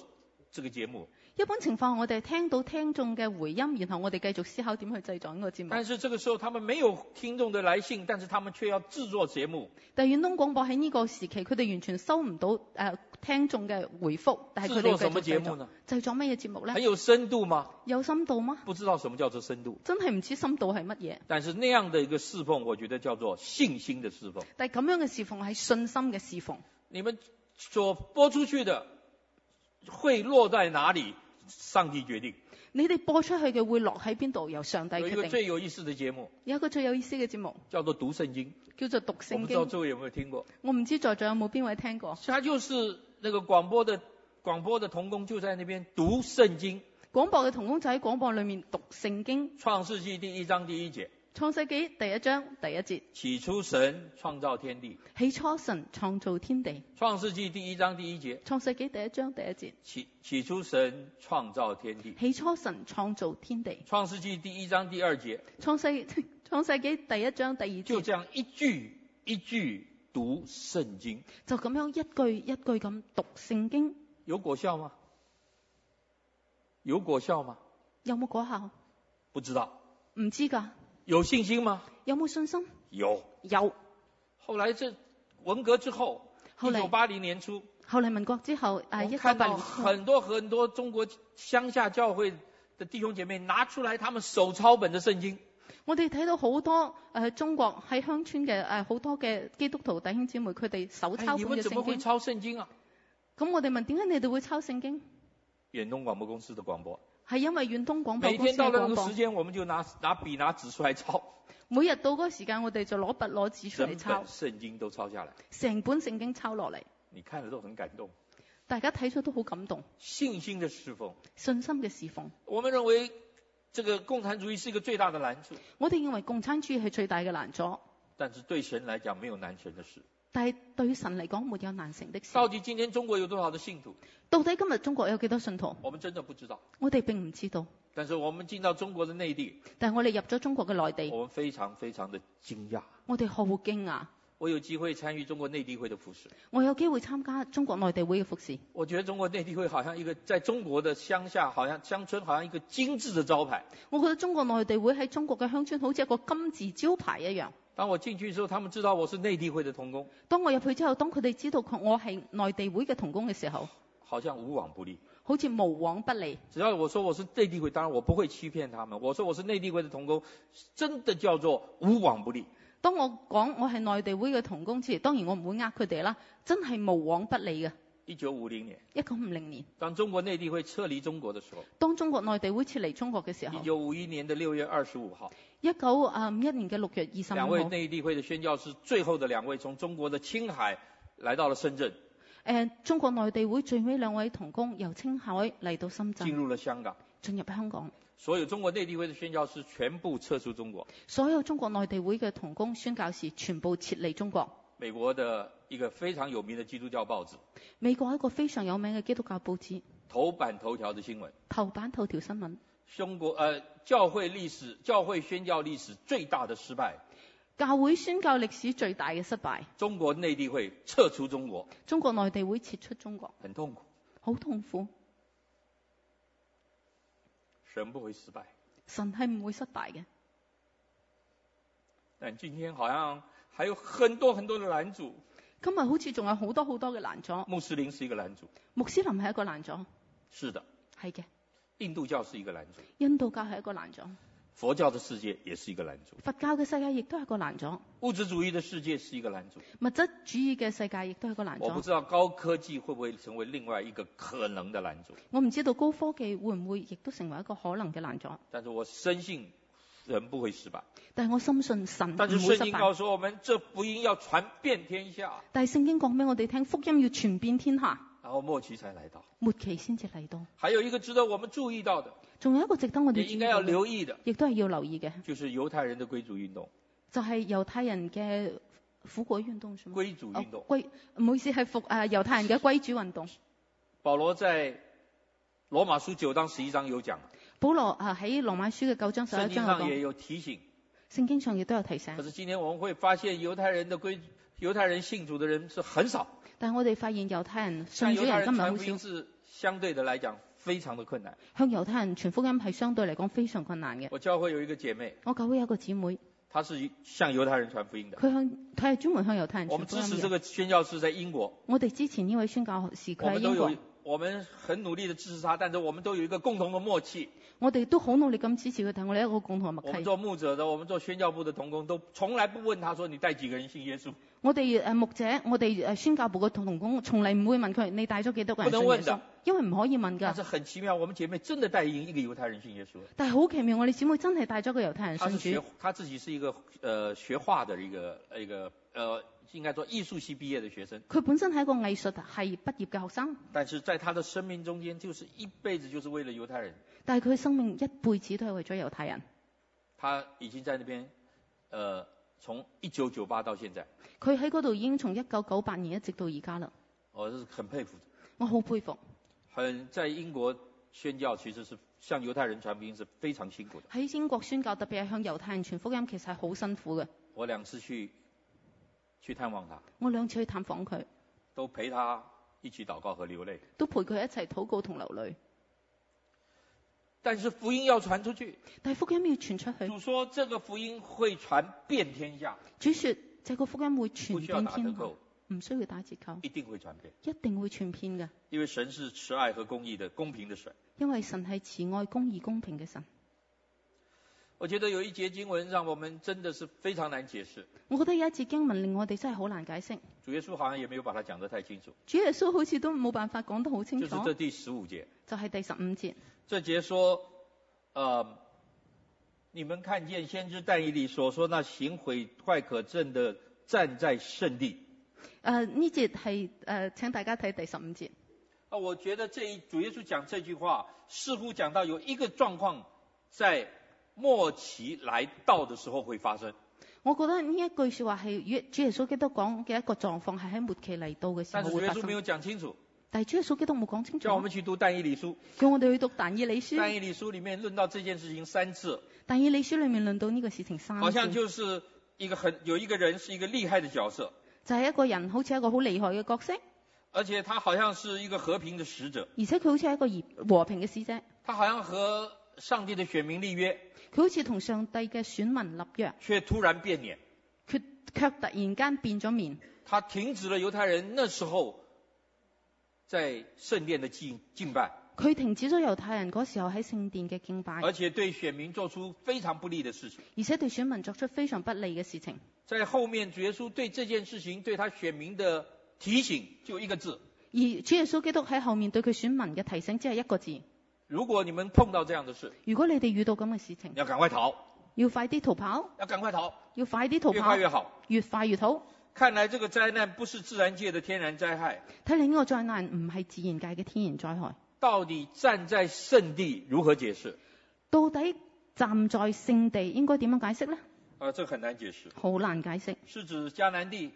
Speaker 4: 这个节目。
Speaker 5: 一般情況，我哋聽到聽眾嘅回音，然後我哋繼續思考點去製作呢個節目。
Speaker 4: 但是这个时候他们没有听众的来信，但是他们却要制作节目，
Speaker 5: 但係遠東廣播喺呢個時期，佢哋完全收唔到誒、呃聽眾嘅回覆，但
Speaker 4: 制
Speaker 5: 係佢哋
Speaker 4: 作
Speaker 5: 要繼
Speaker 4: 什
Speaker 5: 續
Speaker 4: 麼節
Speaker 5: 製
Speaker 4: 目
Speaker 5: 作。
Speaker 4: 呢？哎
Speaker 5: 製作乜嘢節目
Speaker 4: 很
Speaker 5: 咧？
Speaker 4: 有深度吗？
Speaker 5: 有深度嗎？
Speaker 4: 不知道什么叫做深度，
Speaker 5: 真係唔知深度係乜嘢。
Speaker 4: 但是那样的一个侍奉，我觉得叫做信心的侍奉。
Speaker 5: 但係咁樣嘅侍奉係信心嘅侍奉。
Speaker 4: 你们所播出去的会落在哪里？上帝决定。
Speaker 5: 你哋播出去嘅會落喺邊度，由上帝
Speaker 4: 有一
Speaker 5: 決
Speaker 4: 个
Speaker 5: 定。
Speaker 4: 最有意思的节目
Speaker 5: 有一個最有意思嘅節目
Speaker 4: 叫做读圣经，
Speaker 5: 叫做讀
Speaker 4: 我
Speaker 5: 聖
Speaker 4: 不知道
Speaker 5: 經。
Speaker 4: 各位有没有听过？
Speaker 5: 我唔知在座有冇邊位聽過？
Speaker 4: 他就是那个广播的广播的童工就在那边读圣经，
Speaker 5: 廣播嘅童工就喺廣播裏面讀聖經，
Speaker 4: 《创世纪》第一章第一節：
Speaker 5: 創世紀第一章第一節，
Speaker 4: 起初神创造天地，
Speaker 5: 起初神創造天地。
Speaker 4: 《创世纪》第一章第一節：
Speaker 5: 創世紀第一章第一節，
Speaker 4: 起起初神创造天地，《
Speaker 5: 起初神創造天地。
Speaker 4: 创世纪》第一章第二節，
Speaker 5: 創世 創世紀第一章第二
Speaker 4: 就
Speaker 5: 節
Speaker 4: 这样一句一句读圣经，
Speaker 5: 就咁樣一句一句咁讀聖經，
Speaker 4: 有果效吗？有果效吗？
Speaker 5: 有冇果效？
Speaker 4: 不知道。
Speaker 5: 唔知㗎。
Speaker 4: 有信心吗？
Speaker 5: 有冇信心？
Speaker 4: 有。
Speaker 5: 有。
Speaker 4: 后来这文革之后，
Speaker 5: 後
Speaker 4: 一
Speaker 5: 嚟
Speaker 4: 九八零年初，
Speaker 5: 後嚟民國之後，誒
Speaker 4: 我
Speaker 5: 啊一
Speaker 4: 看
Speaker 5: 九八
Speaker 4: 到
Speaker 5: 年之後，
Speaker 4: 很多很多中国乡下教会的弟兄姐妹拿出来他们手抄本的圣经，
Speaker 5: 我哋睇到好多誒、呃中國喺鄉村嘅誒好多嘅基督徒弟兄姊妹，佢哋手
Speaker 4: 哎
Speaker 5: 抄
Speaker 4: 你
Speaker 5: 本
Speaker 4: 们
Speaker 5: 嘅
Speaker 4: 怎么
Speaker 5: 聖
Speaker 4: 会
Speaker 5: 經。
Speaker 4: 抄圣经啊？
Speaker 5: 哎咁我哋問點解你哋會抄聖經？啊
Speaker 4: 远东广播公司的广播，
Speaker 5: 係因為遠東廣播
Speaker 4: 每
Speaker 5: 公司
Speaker 4: 天到
Speaker 5: 嘅
Speaker 4: 了那
Speaker 5: 廣
Speaker 4: 个时
Speaker 5: 播，
Speaker 4: 间，我们就拿拿笔拿纸出来抄，
Speaker 5: 每日到嗰個時間，我哋就攞筆攞紙出
Speaker 4: 整
Speaker 5: 嚟抄
Speaker 4: 本，圣经都抄下来，
Speaker 5: 成本聖經抄落嚟，
Speaker 4: 你看了都很感动。
Speaker 5: 大家睇咗都好感動，
Speaker 4: 信心的侍奉，
Speaker 5: 信心嘅侍奉。
Speaker 4: 我们认为这个共产主义是一个最大的难处，
Speaker 5: 我哋認為共產主義係最大嘅難阻，
Speaker 4: 但是對神来讲没有难成的事。
Speaker 5: 但係對神嚟講沒有難成的事。
Speaker 4: 到底今天中国有多少的信徒，
Speaker 5: 到底今日中國有幾多信徒？
Speaker 4: 我们真的不知道。
Speaker 5: 我哋並唔知道，
Speaker 4: 但是我们进到中国的内地，
Speaker 5: 但係我哋入咗中國嘅內地，
Speaker 4: 我们非常非常的惊讶。
Speaker 5: 我哋好驚訝。
Speaker 4: 我有机会参与中国内地会的服饰，
Speaker 5: 我有機會參加中國內地會嘅服侍，
Speaker 4: 我觉得中国内地会好像一个在中国的乡下，好像乡村，好像一个精致的招牌。
Speaker 5: 我覺得中國內地會喺中國嘅鄉村好似一個金字招牌一樣。
Speaker 4: 当我进去之后，他们知道我是内地会的童工，
Speaker 5: 當我入去之後，當佢哋知道佢我係內地會嘅童工嘅時候，
Speaker 4: 好像无往不利。
Speaker 5: 好似無往不利。
Speaker 4: 只要我说我是内地会，当然我不会欺骗他们。我说我是内地会的童工，真的叫做无往不利。
Speaker 5: 當我講我係內地會嘅童工之前，當然我唔會呃佢哋啦，真係無往不利嘅。
Speaker 4: 一九五零年，
Speaker 5: 一九五零年，
Speaker 4: 当中国内地会撤离中国的时候，
Speaker 5: 當中國內地會撤離中國嘅時候
Speaker 4: 一，九五一年的六月二十五号，
Speaker 5: 一九五一年嘅六月二十五
Speaker 4: 两位
Speaker 5: 號，
Speaker 4: 内地会的宣教师最后的两位从中国的青海来到了深圳，
Speaker 5: 誒中國內地會最尾兩位童工由青海嚟到深
Speaker 4: 进
Speaker 5: 圳，
Speaker 4: 入了香港。
Speaker 5: 進入香港。
Speaker 4: 所有中国内地会的宣教师全部撤出中国。
Speaker 5: 所有中國內地會嘅童工宣教士全部撤離中國。
Speaker 4: 美国的一个非常有名的基督教报纸
Speaker 5: 美國一個非常有名嘅基督教報紙
Speaker 4: 头版头条的新闻：
Speaker 5: 頭版頭條新聞：
Speaker 4: 中国呃教会历史、教会宣教歷史最大的失败，
Speaker 5: 教會宣教歷史最大嘅失敗，
Speaker 4: 中国内地会撤出中国，
Speaker 5: 中國內地會撤出中國，
Speaker 4: 很痛苦。
Speaker 5: 好痛苦。
Speaker 4: 神不会失败，
Speaker 5: 神係唔會失敗嘅，
Speaker 4: 但今天好像还有很多很多的拦阻。
Speaker 5: 今日啊好似仲有好多好多嘅難阻。
Speaker 4: 穆斯林是一个拦阻，
Speaker 5: 穆斯林係一個難阻，
Speaker 4: 是的，
Speaker 5: 係嘅；
Speaker 4: 印度教是一个拦阻，
Speaker 5: 印度教係一個難阻，
Speaker 4: 佛教的世界也是一个拦阻，
Speaker 5: 佛教嘅世界亦都係一個難阻，
Speaker 4: 物质主义的世界是一个拦阻。
Speaker 5: 物質主義嘅世界亦都係一個難
Speaker 4: 我不
Speaker 5: 阻。
Speaker 4: 知道高科技会不会成为另外一个可能的拦阻，
Speaker 5: 我唔知道高科技會唔會亦都成為一個可能嘅難阻，
Speaker 4: 但是我深信人不会失败。
Speaker 5: 但係我深信神唔
Speaker 4: 但是
Speaker 5: 會
Speaker 4: 圣
Speaker 5: 失
Speaker 4: 经
Speaker 5: 敗。
Speaker 4: 告诉我们，这福音要传遍天下，
Speaker 5: 但係聖經講俾我哋聽，福音要傳遍天下，
Speaker 4: 然后末期才来到。
Speaker 5: 末期先至嚟到。
Speaker 4: 还有一个值得我们注意到的，
Speaker 5: 仲有一個值得
Speaker 4: 也
Speaker 5: 我哋注
Speaker 4: 应
Speaker 5: 意
Speaker 4: 该要
Speaker 5: 到嘅，
Speaker 4: 留意的，
Speaker 5: 亦都係要留意嘅，
Speaker 4: 就是犹太人的归主运动。
Speaker 5: 就係、猶太人嘅苦果運動，什麼？
Speaker 4: 归主运动
Speaker 5: 哦，歸唔好意思，係服誒猶太人嘅歸主運動。
Speaker 4: 保罗在罗马书九章十一章有讲，
Speaker 5: 保羅啊喺羅馬書嘅九章十
Speaker 4: 圣
Speaker 5: 一
Speaker 4: 经
Speaker 5: 章有
Speaker 4: 上也嗯
Speaker 5: 講，
Speaker 4: 有提醒。
Speaker 5: 聖經上亦都有提
Speaker 4: 可
Speaker 5: 醒，
Speaker 4: 是今天我们会发现，犹太人的归犹太人信主的人是很少，
Speaker 5: 但係我哋發現猶太人
Speaker 4: 向
Speaker 5: 信主
Speaker 4: 犹太
Speaker 5: 人
Speaker 4: 人
Speaker 5: 今日
Speaker 4: 传
Speaker 5: 好
Speaker 4: 福音
Speaker 5: 少，
Speaker 4: 是相对的来讲非常的困难。
Speaker 5: 向猶太人傳福音係相對嚟講非常困難嘅。
Speaker 4: 我教会有一个姐妹，
Speaker 5: 我教會有一個姊妹，
Speaker 4: 他是向犹太人传福音的。
Speaker 5: 佢向佢係專門向猶太人
Speaker 4: 我
Speaker 5: 傳
Speaker 4: 们
Speaker 5: 福
Speaker 4: 支
Speaker 5: 音
Speaker 4: 持这
Speaker 5: 嘅。
Speaker 4: 个宣教士在英国，
Speaker 5: 我哋之前呢位宣教士
Speaker 4: 我
Speaker 5: 佢喺
Speaker 4: 们都
Speaker 5: 英
Speaker 4: 有
Speaker 5: 國，，
Speaker 4: 我们很努力的支持他，但是我们都有一个共同的默契。
Speaker 5: 我哋都好努力咁支持佢，但我哋有一個共同嘅
Speaker 4: 我
Speaker 5: 默
Speaker 4: 们
Speaker 5: 契。
Speaker 4: 做牧者的，我们做宣教部的童工，都从来不问他说你带几个人信耶稣，
Speaker 5: 我哋呃誒牧者，我哋誒宣教部嘅同工，從嚟唔會問佢你帶咗幾多個人
Speaker 4: 不
Speaker 5: 信
Speaker 4: 能
Speaker 5: 耶
Speaker 4: 問的
Speaker 5: 穌，因為唔可以問
Speaker 4: 但
Speaker 5: 㗎。
Speaker 4: 是很奇妙，我们姐妹真的带一个犹太人信耶稣了。
Speaker 5: 但係好奇妙，我哋姊妹真係帶咗個猶太人
Speaker 4: 他是
Speaker 5: 信
Speaker 4: 学
Speaker 5: 主。
Speaker 4: 他自己是一个呃学画的一个一个呃应该说艺术系毕业的学生，
Speaker 5: 佢本身係一個藝術系畢業嘅學生，
Speaker 4: 但是在他的生命中间，就是一辈子就是为了猶太人，
Speaker 5: 但係佢生命一輩子都係為咗猶太人。
Speaker 4: 他已经在那边呃从一九九八到现在，
Speaker 5: 佢喺嗰度已經從一九九八年一直到而家啦，
Speaker 4: 我是很佩服的，
Speaker 5: 我好佩服。
Speaker 4: 很在英国宣教其实是向犹太人传福音是非常辛苦的。
Speaker 5: 喺英國宣教，特別係向猶太人傳福音，其實係好辛苦嘅。
Speaker 4: 我两次去去探望他，
Speaker 5: 我兩次去探訪佢，
Speaker 4: 都陪他一起祷告和流泪。
Speaker 5: 都陪佢一齊禱告同流淚。
Speaker 4: 但是福音要传出去，
Speaker 5: 但係福音要傳出去，
Speaker 4: 主说这个福音会传遍天下，
Speaker 5: 主說這個福音會傳
Speaker 4: 不需要
Speaker 5: 遍
Speaker 4: 打折
Speaker 5: 天下，
Speaker 4: 扣，
Speaker 5: 唔需要打折扣，
Speaker 4: 一定会传遍。
Speaker 5: 一定會傳遍嘅，
Speaker 4: 因为神是慈爱和公义的公平的神。
Speaker 5: 因為神係慈愛、公義、公平嘅神。
Speaker 4: 我觉得有一节经文让我们真的是非常难解释，
Speaker 5: 我覺得有一節經文令我哋真係好難解釋，
Speaker 4: 主耶穌好像也没有把它讲得太清楚，
Speaker 5: 主耶穌好似都冇辦法講得好清
Speaker 4: 就
Speaker 5: 楚
Speaker 4: 是，这第十五节，
Speaker 5: 就係第十五節。
Speaker 4: 这节说，呃，你们看见先知但以理所说那行毁坏可证的站在圣地，
Speaker 5: 誒呃呢節係誒請大家睇第十五節。
Speaker 4: 啊，我觉得这一主耶稣讲这句话，似乎讲到有一个状况在末期来到的时候会发生，
Speaker 5: 我覺得呢一句説話係與主耶穌基督講嘅一個狀況係喺末期嚟到嘅時
Speaker 4: 但
Speaker 5: 候
Speaker 4: 是主
Speaker 5: 會
Speaker 4: 耶
Speaker 5: 發
Speaker 4: 穌没有
Speaker 5: 生。
Speaker 4: 讲清楚，
Speaker 5: 但係主耶穌基督冇講清楚
Speaker 4: 叫我，们去读但以理书。
Speaker 5: 叫我哋去讀但以理書。
Speaker 4: 但以理书里面论到这件事情三次，
Speaker 5: 但以理書裡面論到呢個事情三
Speaker 4: 好像
Speaker 5: 次，
Speaker 4: 就是一个很有一个人是一个厉害的角色，
Speaker 5: 就係一個人好似一個好厲害嘅角色，
Speaker 4: 而且他好像是一个和平的使者，
Speaker 5: 而且佢好似係一個和和平嘅使者，
Speaker 4: 他好像和上帝的选民立约，
Speaker 5: 佢好似同上帝嘅選民立約，
Speaker 4: 却突然变脸，
Speaker 5: 佢卻突然間變咗面，
Speaker 4: 他停止了犹太人那时候在圣殿的敬敬拜。
Speaker 5: 佢停止咗猶太人嗰時候喺聖殿嘅敬拜，
Speaker 4: 而且对选民做出非常不利的事情。
Speaker 5: 而且對選民作出非常不利嘅事情。
Speaker 4: 在后面，主耶稣对这件事情对他选民的提醒就一个字：
Speaker 5: 而主耶穌基督喺後面對佢選民嘅提醒只係一個字：
Speaker 4: 如果你们碰到这样的事，
Speaker 5: 如果你哋遇到咁嘅事情
Speaker 4: 你，要赶快逃，
Speaker 5: 要快啲逃跑，
Speaker 4: 要赶快逃，
Speaker 5: 要快啲逃
Speaker 4: 越快
Speaker 5: 跑，
Speaker 4: 越好。
Speaker 5: 越快越好。
Speaker 4: 看来这个灾难不是自然界的天然灾害，
Speaker 5: 睇嚟呢個災難唔係自然界嘅天然災害，
Speaker 4: 到底站在圣地如何解释？
Speaker 5: 到底站在聖地應該點樣解釋呢？
Speaker 4: 啊，这很难解释。
Speaker 5: 好難解釋，
Speaker 4: 是指迦南地，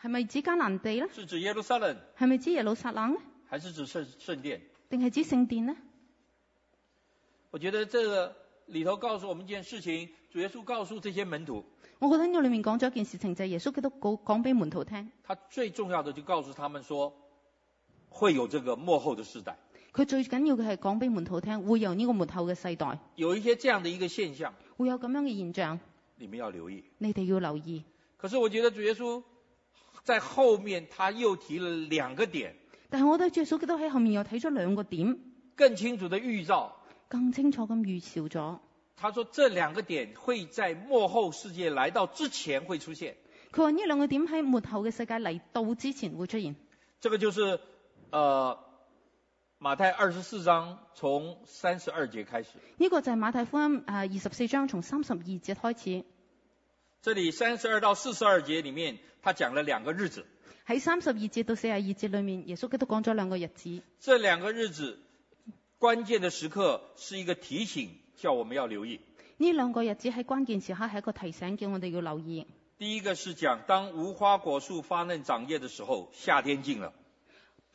Speaker 5: 係咪指迦南地呢？
Speaker 4: 是指耶路撒冷，
Speaker 5: 係咪指耶路撒冷呢？
Speaker 4: 还是指圣圣殿？
Speaker 5: 定係指聖殿呢？
Speaker 4: 我觉得这个里头告诉我们一件事情：主耶稣告诉这些门徒，
Speaker 5: 我覺得呢個裡面講咗一件事情，就係、耶穌基督講講俾門徒聽，
Speaker 4: 他最重要的就告诉他们说，会有这个幕后的世代，
Speaker 5: 佢最緊要嘅係講俾門徒聽，會有呢個末後嘅世代，
Speaker 4: 有一些这样的一个现象，
Speaker 5: 會有咁樣嘅現象，
Speaker 4: 你们要留意。
Speaker 5: 你哋要留意。
Speaker 4: 可是我觉得主耶稣在后面他又提了两个点，
Speaker 5: 但係我覺得主耶穌基督喺後面又睇咗兩個點，
Speaker 4: 更清楚的预兆。
Speaker 5: 更清楚咁預兆咗。
Speaker 4: 他说这两个点会在幕后世界来到之前会出现，
Speaker 5: 佢話呢兩個點喺末後嘅世界嚟到之前會出現。
Speaker 4: 这个就是呃马太二十四章从三十二节开始，
Speaker 5: 呢、個就係馬太福音誒啊二十四章從三十二節開始，
Speaker 4: 这里三十二到四十二节里面他讲了两个日子。
Speaker 5: 喺三十二節到四十二節裏面，耶穌基督講咗兩個日子。
Speaker 4: 这两个日子关键的时刻是一个提醒，叫我们要留意。
Speaker 5: 呢兩個日子喺關鍵時刻係一個提醒，叫我哋要留意。
Speaker 4: 第一个是讲，当无花果树发嫩长叶的时候，夏天近了。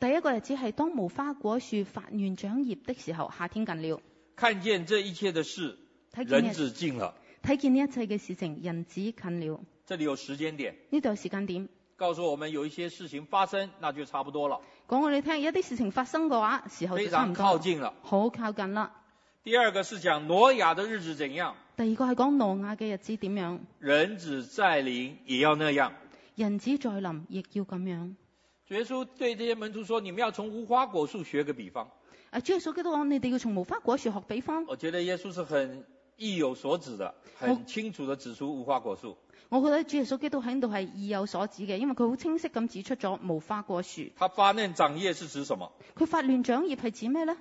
Speaker 5: 第一個日子係當無花果樹發嫩長葉的時候，夏天近了。
Speaker 4: 看见这一切的事，
Speaker 5: 睇見
Speaker 4: 人
Speaker 5: 呢
Speaker 4: 子近了。
Speaker 5: 睇見呢一切嘅事情，人子近了。
Speaker 4: 这里有时间点，
Speaker 5: 呢度有時間點，
Speaker 4: 告诉我们有一些事情发生，那就差不多了，
Speaker 5: 講我哋聽，有啲事情發生嘅話，時候就
Speaker 4: 非
Speaker 5: 差
Speaker 4: 常
Speaker 5: 唔多
Speaker 4: 靠
Speaker 5: 啦，
Speaker 4: 近了。
Speaker 5: 好靠近啦。
Speaker 4: 第二个是讲挪亚的日子怎样，
Speaker 5: 第二個係講挪亞嘅日子點樣，
Speaker 4: 人子再临也要那样。
Speaker 5: 人子再臨亦要咁樣。
Speaker 4: 主耶稣对这些门徒说：“你们要从无花果树学个比方。
Speaker 5: 啊，主耶穌基督講：你哋要從無花果樹學比方。”
Speaker 4: 我觉得耶稣是很意有所指的，很清楚的指出无花果树。
Speaker 5: 我覺得主耶穌基督喺度係意有所指嘅，因為佢好清晰咁指出咗無花果樹。
Speaker 4: 它发嫩长叶是指什么？
Speaker 5: 佢發亂長葉係指咩呢？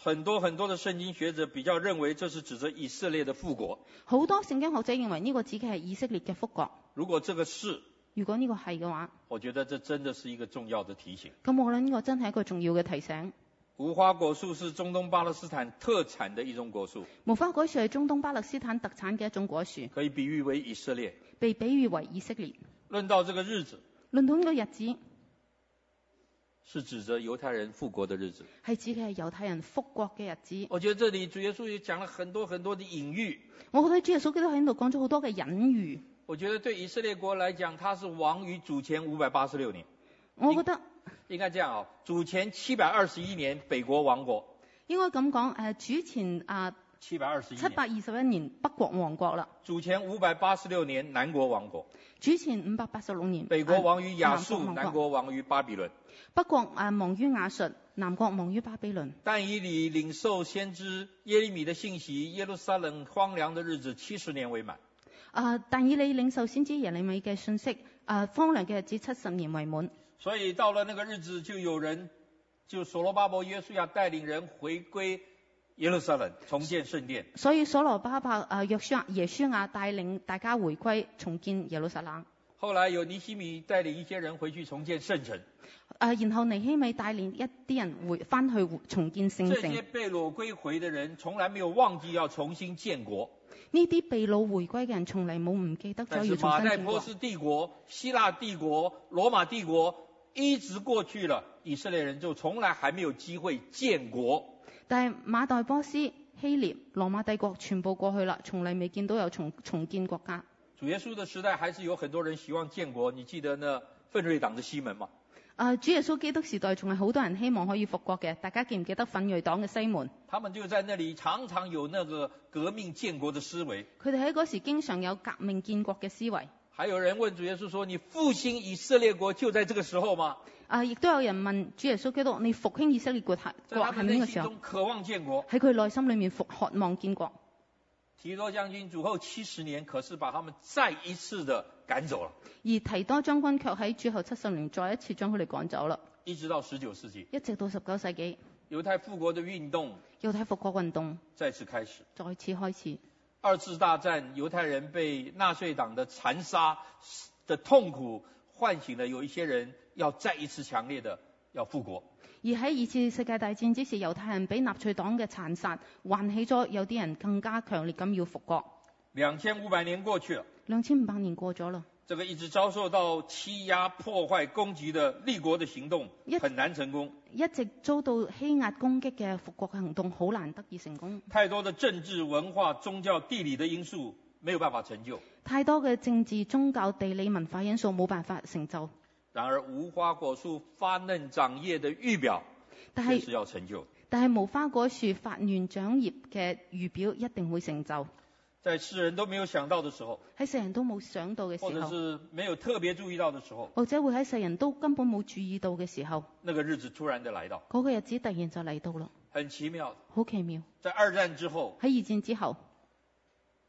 Speaker 4: 很多很多的圣经学者比较认为这是指着以色列的复国。
Speaker 5: 好多聖經學者認為呢個指嘅係以色列嘅復國。
Speaker 4: 如果这个是，
Speaker 5: 如果呢個係嘅話，
Speaker 4: 我觉得这真的是一个重要的提醒。
Speaker 5: 咁我諗呢個真係一個重要嘅提醒。
Speaker 4: 无花果树是中东巴勒斯坦特产的一种果树，
Speaker 5: 無花果樹係中東巴勒斯坦特產嘅一種果樹，
Speaker 4: 可以比喻为以色列。
Speaker 5: 被比喻為以色列。
Speaker 4: 论到这个日子，
Speaker 5: 論到呢個日子，
Speaker 4: 是指着犹太人复国的日子。
Speaker 5: 係指嘅係猶太人復國嘅日子。
Speaker 4: 我觉得这里主耶稣也讲了很多很多的隐喻。
Speaker 5: 我覺得主耶穌基督喺度講咗好多嘅隱喻。
Speaker 4: 我觉得对以色列国来讲，它是亡于主前五百八十六年，
Speaker 5: 我覺得
Speaker 4: 应该这样啊、主前七百二十一年北国亡国，
Speaker 5: 應該咁講，誒、主前啊
Speaker 4: 七百二十一
Speaker 5: 七
Speaker 4: 年，
Speaker 5: 百二十一年北國亡國啦，
Speaker 4: 主前五百八十六年南国亡国，
Speaker 5: 主前五百八十六年
Speaker 4: 北国
Speaker 5: 啊
Speaker 4: 亡于亚
Speaker 5: 南
Speaker 4: 述，
Speaker 5: 國亡
Speaker 4: 南国亡于巴比伦。
Speaker 5: 北國啊亡於亞述，南國亡於巴比倫。
Speaker 4: 但以理领受先知耶利米的信息，耶路撒冷荒凉的日子七十年为满。
Speaker 5: 啊，但以理領受先知耶利米嘅信息，啊，荒涼嘅日子七十年為滿。
Speaker 4: 所以到了那个日子，就有人就所罗巴伯、约书亚带领人回归耶路撒冷，重建圣殿。
Speaker 5: 所以所羅巴伯啊約書亞耶書亞帶領大家回歸重建耶路撒冷。
Speaker 4: 后来有尼西米带领一些人回去重建圣城，
Speaker 5: 啊，然後尼希米帶領一啲人回翻去重建聖
Speaker 4: 这
Speaker 5: 城。
Speaker 4: 些被掳归回的人从来没有忘记要重新建国。
Speaker 5: 呢啲被掳回歸嘅人，從嚟冇唔記得咗
Speaker 4: 但
Speaker 5: 要
Speaker 4: 是
Speaker 5: 重
Speaker 4: 马
Speaker 5: 新
Speaker 4: 代
Speaker 5: 建
Speaker 4: 波
Speaker 5: 國。
Speaker 4: 斯帝国、希腊帝国、罗马帝国一直过去了，以色列人就从来还没有机会建国。
Speaker 5: 但係馬代波斯、希臘、羅馬帝國全部過去啦，從嚟未見到有重重建國家。
Speaker 4: 主耶稣的时代还是有很多人希望建国，你记得那奋锐党的西门吗？
Speaker 5: 啊，主耶穌基督時代仲係好多人希望可以復國嘅，大家記唔記得奮锐黨嘅西門？
Speaker 4: 他们就在那里常常有那个革命建国的思维。
Speaker 5: 佢哋喺嗰時經常有革命建國嘅思維。
Speaker 4: 还有人问主耶稣说：“你复兴以色列国就在这个时候吗
Speaker 5: 啊，亦都有人問主耶穌基督：你復興以色列國係？”
Speaker 4: 在
Speaker 5: 國
Speaker 4: 他
Speaker 5: 係
Speaker 4: 们
Speaker 5: 咪
Speaker 4: 内
Speaker 5: 呢個
Speaker 4: 心
Speaker 5: 時候？
Speaker 4: 中渴望建国。
Speaker 5: 喺佢內心裏面復渴望建國。
Speaker 4: 提多将军主后七十年，可是把他们再一次的赶走了，
Speaker 5: 而提多將軍卻喺主後七十年再一次將佢哋趕走啦，
Speaker 4: 一直到十九世纪，
Speaker 5: 一直到十九世紀
Speaker 4: 犹太复国的运动
Speaker 5: 猶太復國運動
Speaker 4: 再次开始。
Speaker 5: 再次開始。
Speaker 4: 二次大战，犹太人被纳粹党的残杀的痛苦，唤醒了有一些人要再一次强烈的要复国。
Speaker 5: 而喺二次世界大戰之時，猶太人俾納粹黨嘅殘殺喚起咗有啲人更加強烈咁要復國。
Speaker 4: 两千五百年过去了，
Speaker 5: 兩千五百年過咗啦，
Speaker 4: 这个一直遭受到欺压、破坏、攻击的立国的行动
Speaker 5: 一
Speaker 4: 很难成功。
Speaker 5: 一直遭到欺壓攻擊嘅復國行動好難得以成功，
Speaker 4: 太多的政治、文化、宗教、地理的因素没有办法成就。
Speaker 5: 太多嘅政治、宗教、地理、文化因素冇辦法成就。
Speaker 4: 然而，无花果树发嫩长叶的预表
Speaker 5: 但
Speaker 4: 却
Speaker 5: 係
Speaker 4: 是要成就。
Speaker 5: 但係無花果樹發嫩長葉嘅預表一定會成就，
Speaker 4: 在世人都没有想到的时候，
Speaker 5: 喺世人都冇想到嘅
Speaker 4: 或
Speaker 5: 時
Speaker 4: 者
Speaker 5: 候，
Speaker 4: 是没有特别注意到的时候，
Speaker 5: 或者會喺世人都根本冇注意到嘅時候，
Speaker 4: 那个日子突然的来到，
Speaker 5: 嗰、個日子突然就嚟到啦，
Speaker 4: 很奇妙的。
Speaker 5: 好奇妙！
Speaker 4: 在二战之后，
Speaker 5: 喺二戰之後，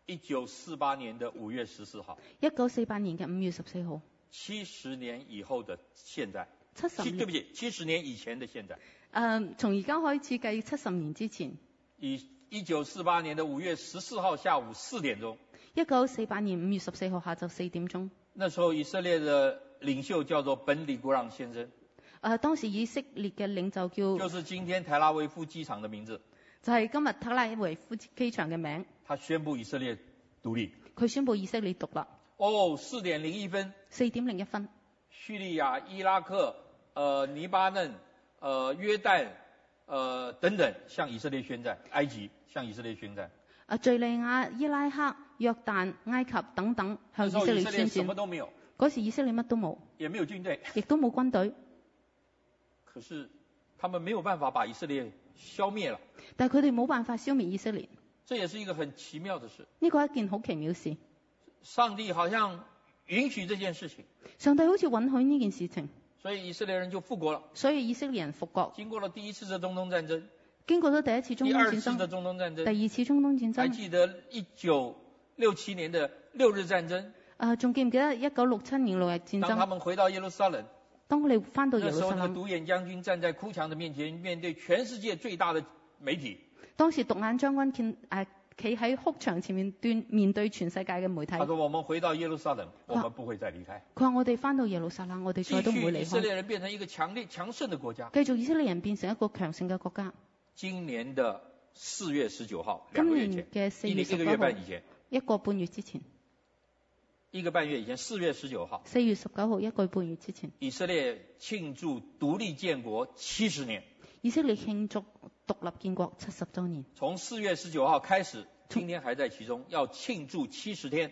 Speaker 4: 一九四八年的五月十四号，
Speaker 5: 一九四八年嘅五月十四號，
Speaker 4: 七十年以后的现在，
Speaker 5: 七十
Speaker 4: 七对
Speaker 5: 年
Speaker 4: 不起，七十年以前的现在，
Speaker 5: 誒，從而家開始計七十年之前，
Speaker 4: 以一九四八年的五月十四号下午四點鐘，
Speaker 5: 一九四八年五月十四號下晝四點鐘，誒、
Speaker 4: 那时候以色列的领袖叫做本里古朗先生，
Speaker 5: 當時呃以色列嘅領袖叫
Speaker 4: 就是今天台拉维夫机场的名字。
Speaker 5: 就係、今日特拉維夫機場嘅名，
Speaker 4: 他宣布以色列独立。
Speaker 5: 佢宣布以色列獨立。
Speaker 4: 哦，四点零一分，
Speaker 5: 四點零一分，
Speaker 4: 叙利亚、伊拉克、呃、黎巴嫩、呃、约旦、呃等等向以色列宣战，埃及向以色列宣战。
Speaker 5: 啊，敍利亞、伊拉克、約旦、埃及等等
Speaker 4: 那
Speaker 5: 向以
Speaker 4: 时候
Speaker 5: 色
Speaker 4: 以
Speaker 5: 列
Speaker 4: 色列
Speaker 5: 宣
Speaker 4: 什么
Speaker 5: 戰。
Speaker 4: 都没有，
Speaker 5: 嗰時以色列乜都冇，
Speaker 4: 也没有军队，
Speaker 5: 亦都冇軍隊，
Speaker 4: 可是他们没有办法把以色列消灭了，
Speaker 5: 但係佢哋冇辦法消滅以色列，
Speaker 4: 这也是一个很奇妙的事。
Speaker 5: 呢個係一件好奇妙嘅事。
Speaker 4: 上帝好像允许这件事情，
Speaker 5: 上帝好似允許呢件事情，
Speaker 4: 所以以色列人就复国了。
Speaker 5: 所以以色列人復國。
Speaker 4: 经过了第一次的中东战争，
Speaker 5: 經過咗第一次中
Speaker 4: 第
Speaker 5: 東
Speaker 4: 二
Speaker 5: 戰
Speaker 4: 次的
Speaker 5: 爭，
Speaker 4: 中東战争，
Speaker 5: 第二次中東戰
Speaker 4: 还
Speaker 5: 爭，
Speaker 4: 记得一九六七年的六日战争，
Speaker 5: 啊，仲記唔記得一九六七年六日戰
Speaker 4: 当他
Speaker 5: 爭？
Speaker 4: 们回到耶路撒冷，
Speaker 5: 當佢哋翻到耶
Speaker 4: 那
Speaker 5: 路
Speaker 4: 时候
Speaker 5: 撒
Speaker 4: 那个
Speaker 5: 冷，
Speaker 4: 独眼将军站在哭墙的面前，面对全世界最大的媒体，
Speaker 5: 當時獨眼將軍見誒啊企喺哭牆前面端面對全世界嘅媒體，
Speaker 4: 他
Speaker 5: 佢
Speaker 4: 说：“我们回到耶路撒冷，我
Speaker 5: 哇
Speaker 4: 们不会再离开。
Speaker 5: 話：我哋翻到耶路撒冷，我”哋
Speaker 4: 继
Speaker 5: 再都唔會
Speaker 4: 续，以
Speaker 5: 離
Speaker 4: 色
Speaker 5: 開。
Speaker 4: 列人变成一个强烈强盛的国家。
Speaker 5: 繼續以色列人變成一個強盛嘅國家。
Speaker 4: 今年的四月十九号，两
Speaker 5: 今
Speaker 4: 个月
Speaker 5: 年
Speaker 4: 前，
Speaker 5: 嘅四
Speaker 4: 一
Speaker 5: 月
Speaker 4: 年
Speaker 5: 十
Speaker 4: 一个
Speaker 5: 九
Speaker 4: 月
Speaker 5: 號，
Speaker 4: 半以前，
Speaker 5: 一個半月之前，
Speaker 4: 一个半月以前，四月十九号，
Speaker 5: 四月十九號一個半月之前，
Speaker 4: 以色列庆祝独立建国七十年。
Speaker 5: 以色列慶祝獨立建國七十週年。
Speaker 4: 从四月十九号开始，今天还在其中，要庆祝七十天。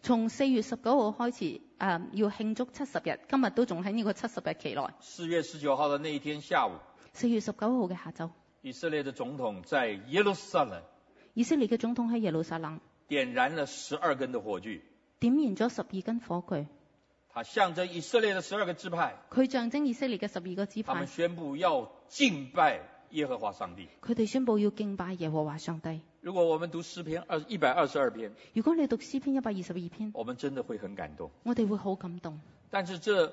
Speaker 5: 從四月十九號開始，誒、要慶祝七十日，今日都仲喺呢個七十日期內。
Speaker 4: 四月十九号的那一天下午，
Speaker 5: 四月十九號嘅下晝，
Speaker 4: 以色列的总统在耶路撒冷
Speaker 5: 以色列嘅總統喺耶路撒冷
Speaker 4: 点燃了十二根的火炬，
Speaker 5: 點燃咗十二根火炬，
Speaker 4: 它象征以色列的十二个支派，
Speaker 5: 佢象徵以色列嘅十二個支
Speaker 4: 他们
Speaker 5: 派，
Speaker 4: 宣布要敬拜耶和华上帝。
Speaker 5: 佢哋宣布要敬拜耶和華上帝。
Speaker 4: 如果我们读诗篇二一百二十二篇，
Speaker 5: 如果你讀詩篇一百二十二篇，
Speaker 4: 我们真的会很感动。
Speaker 5: 我哋會好感動。
Speaker 4: 但是这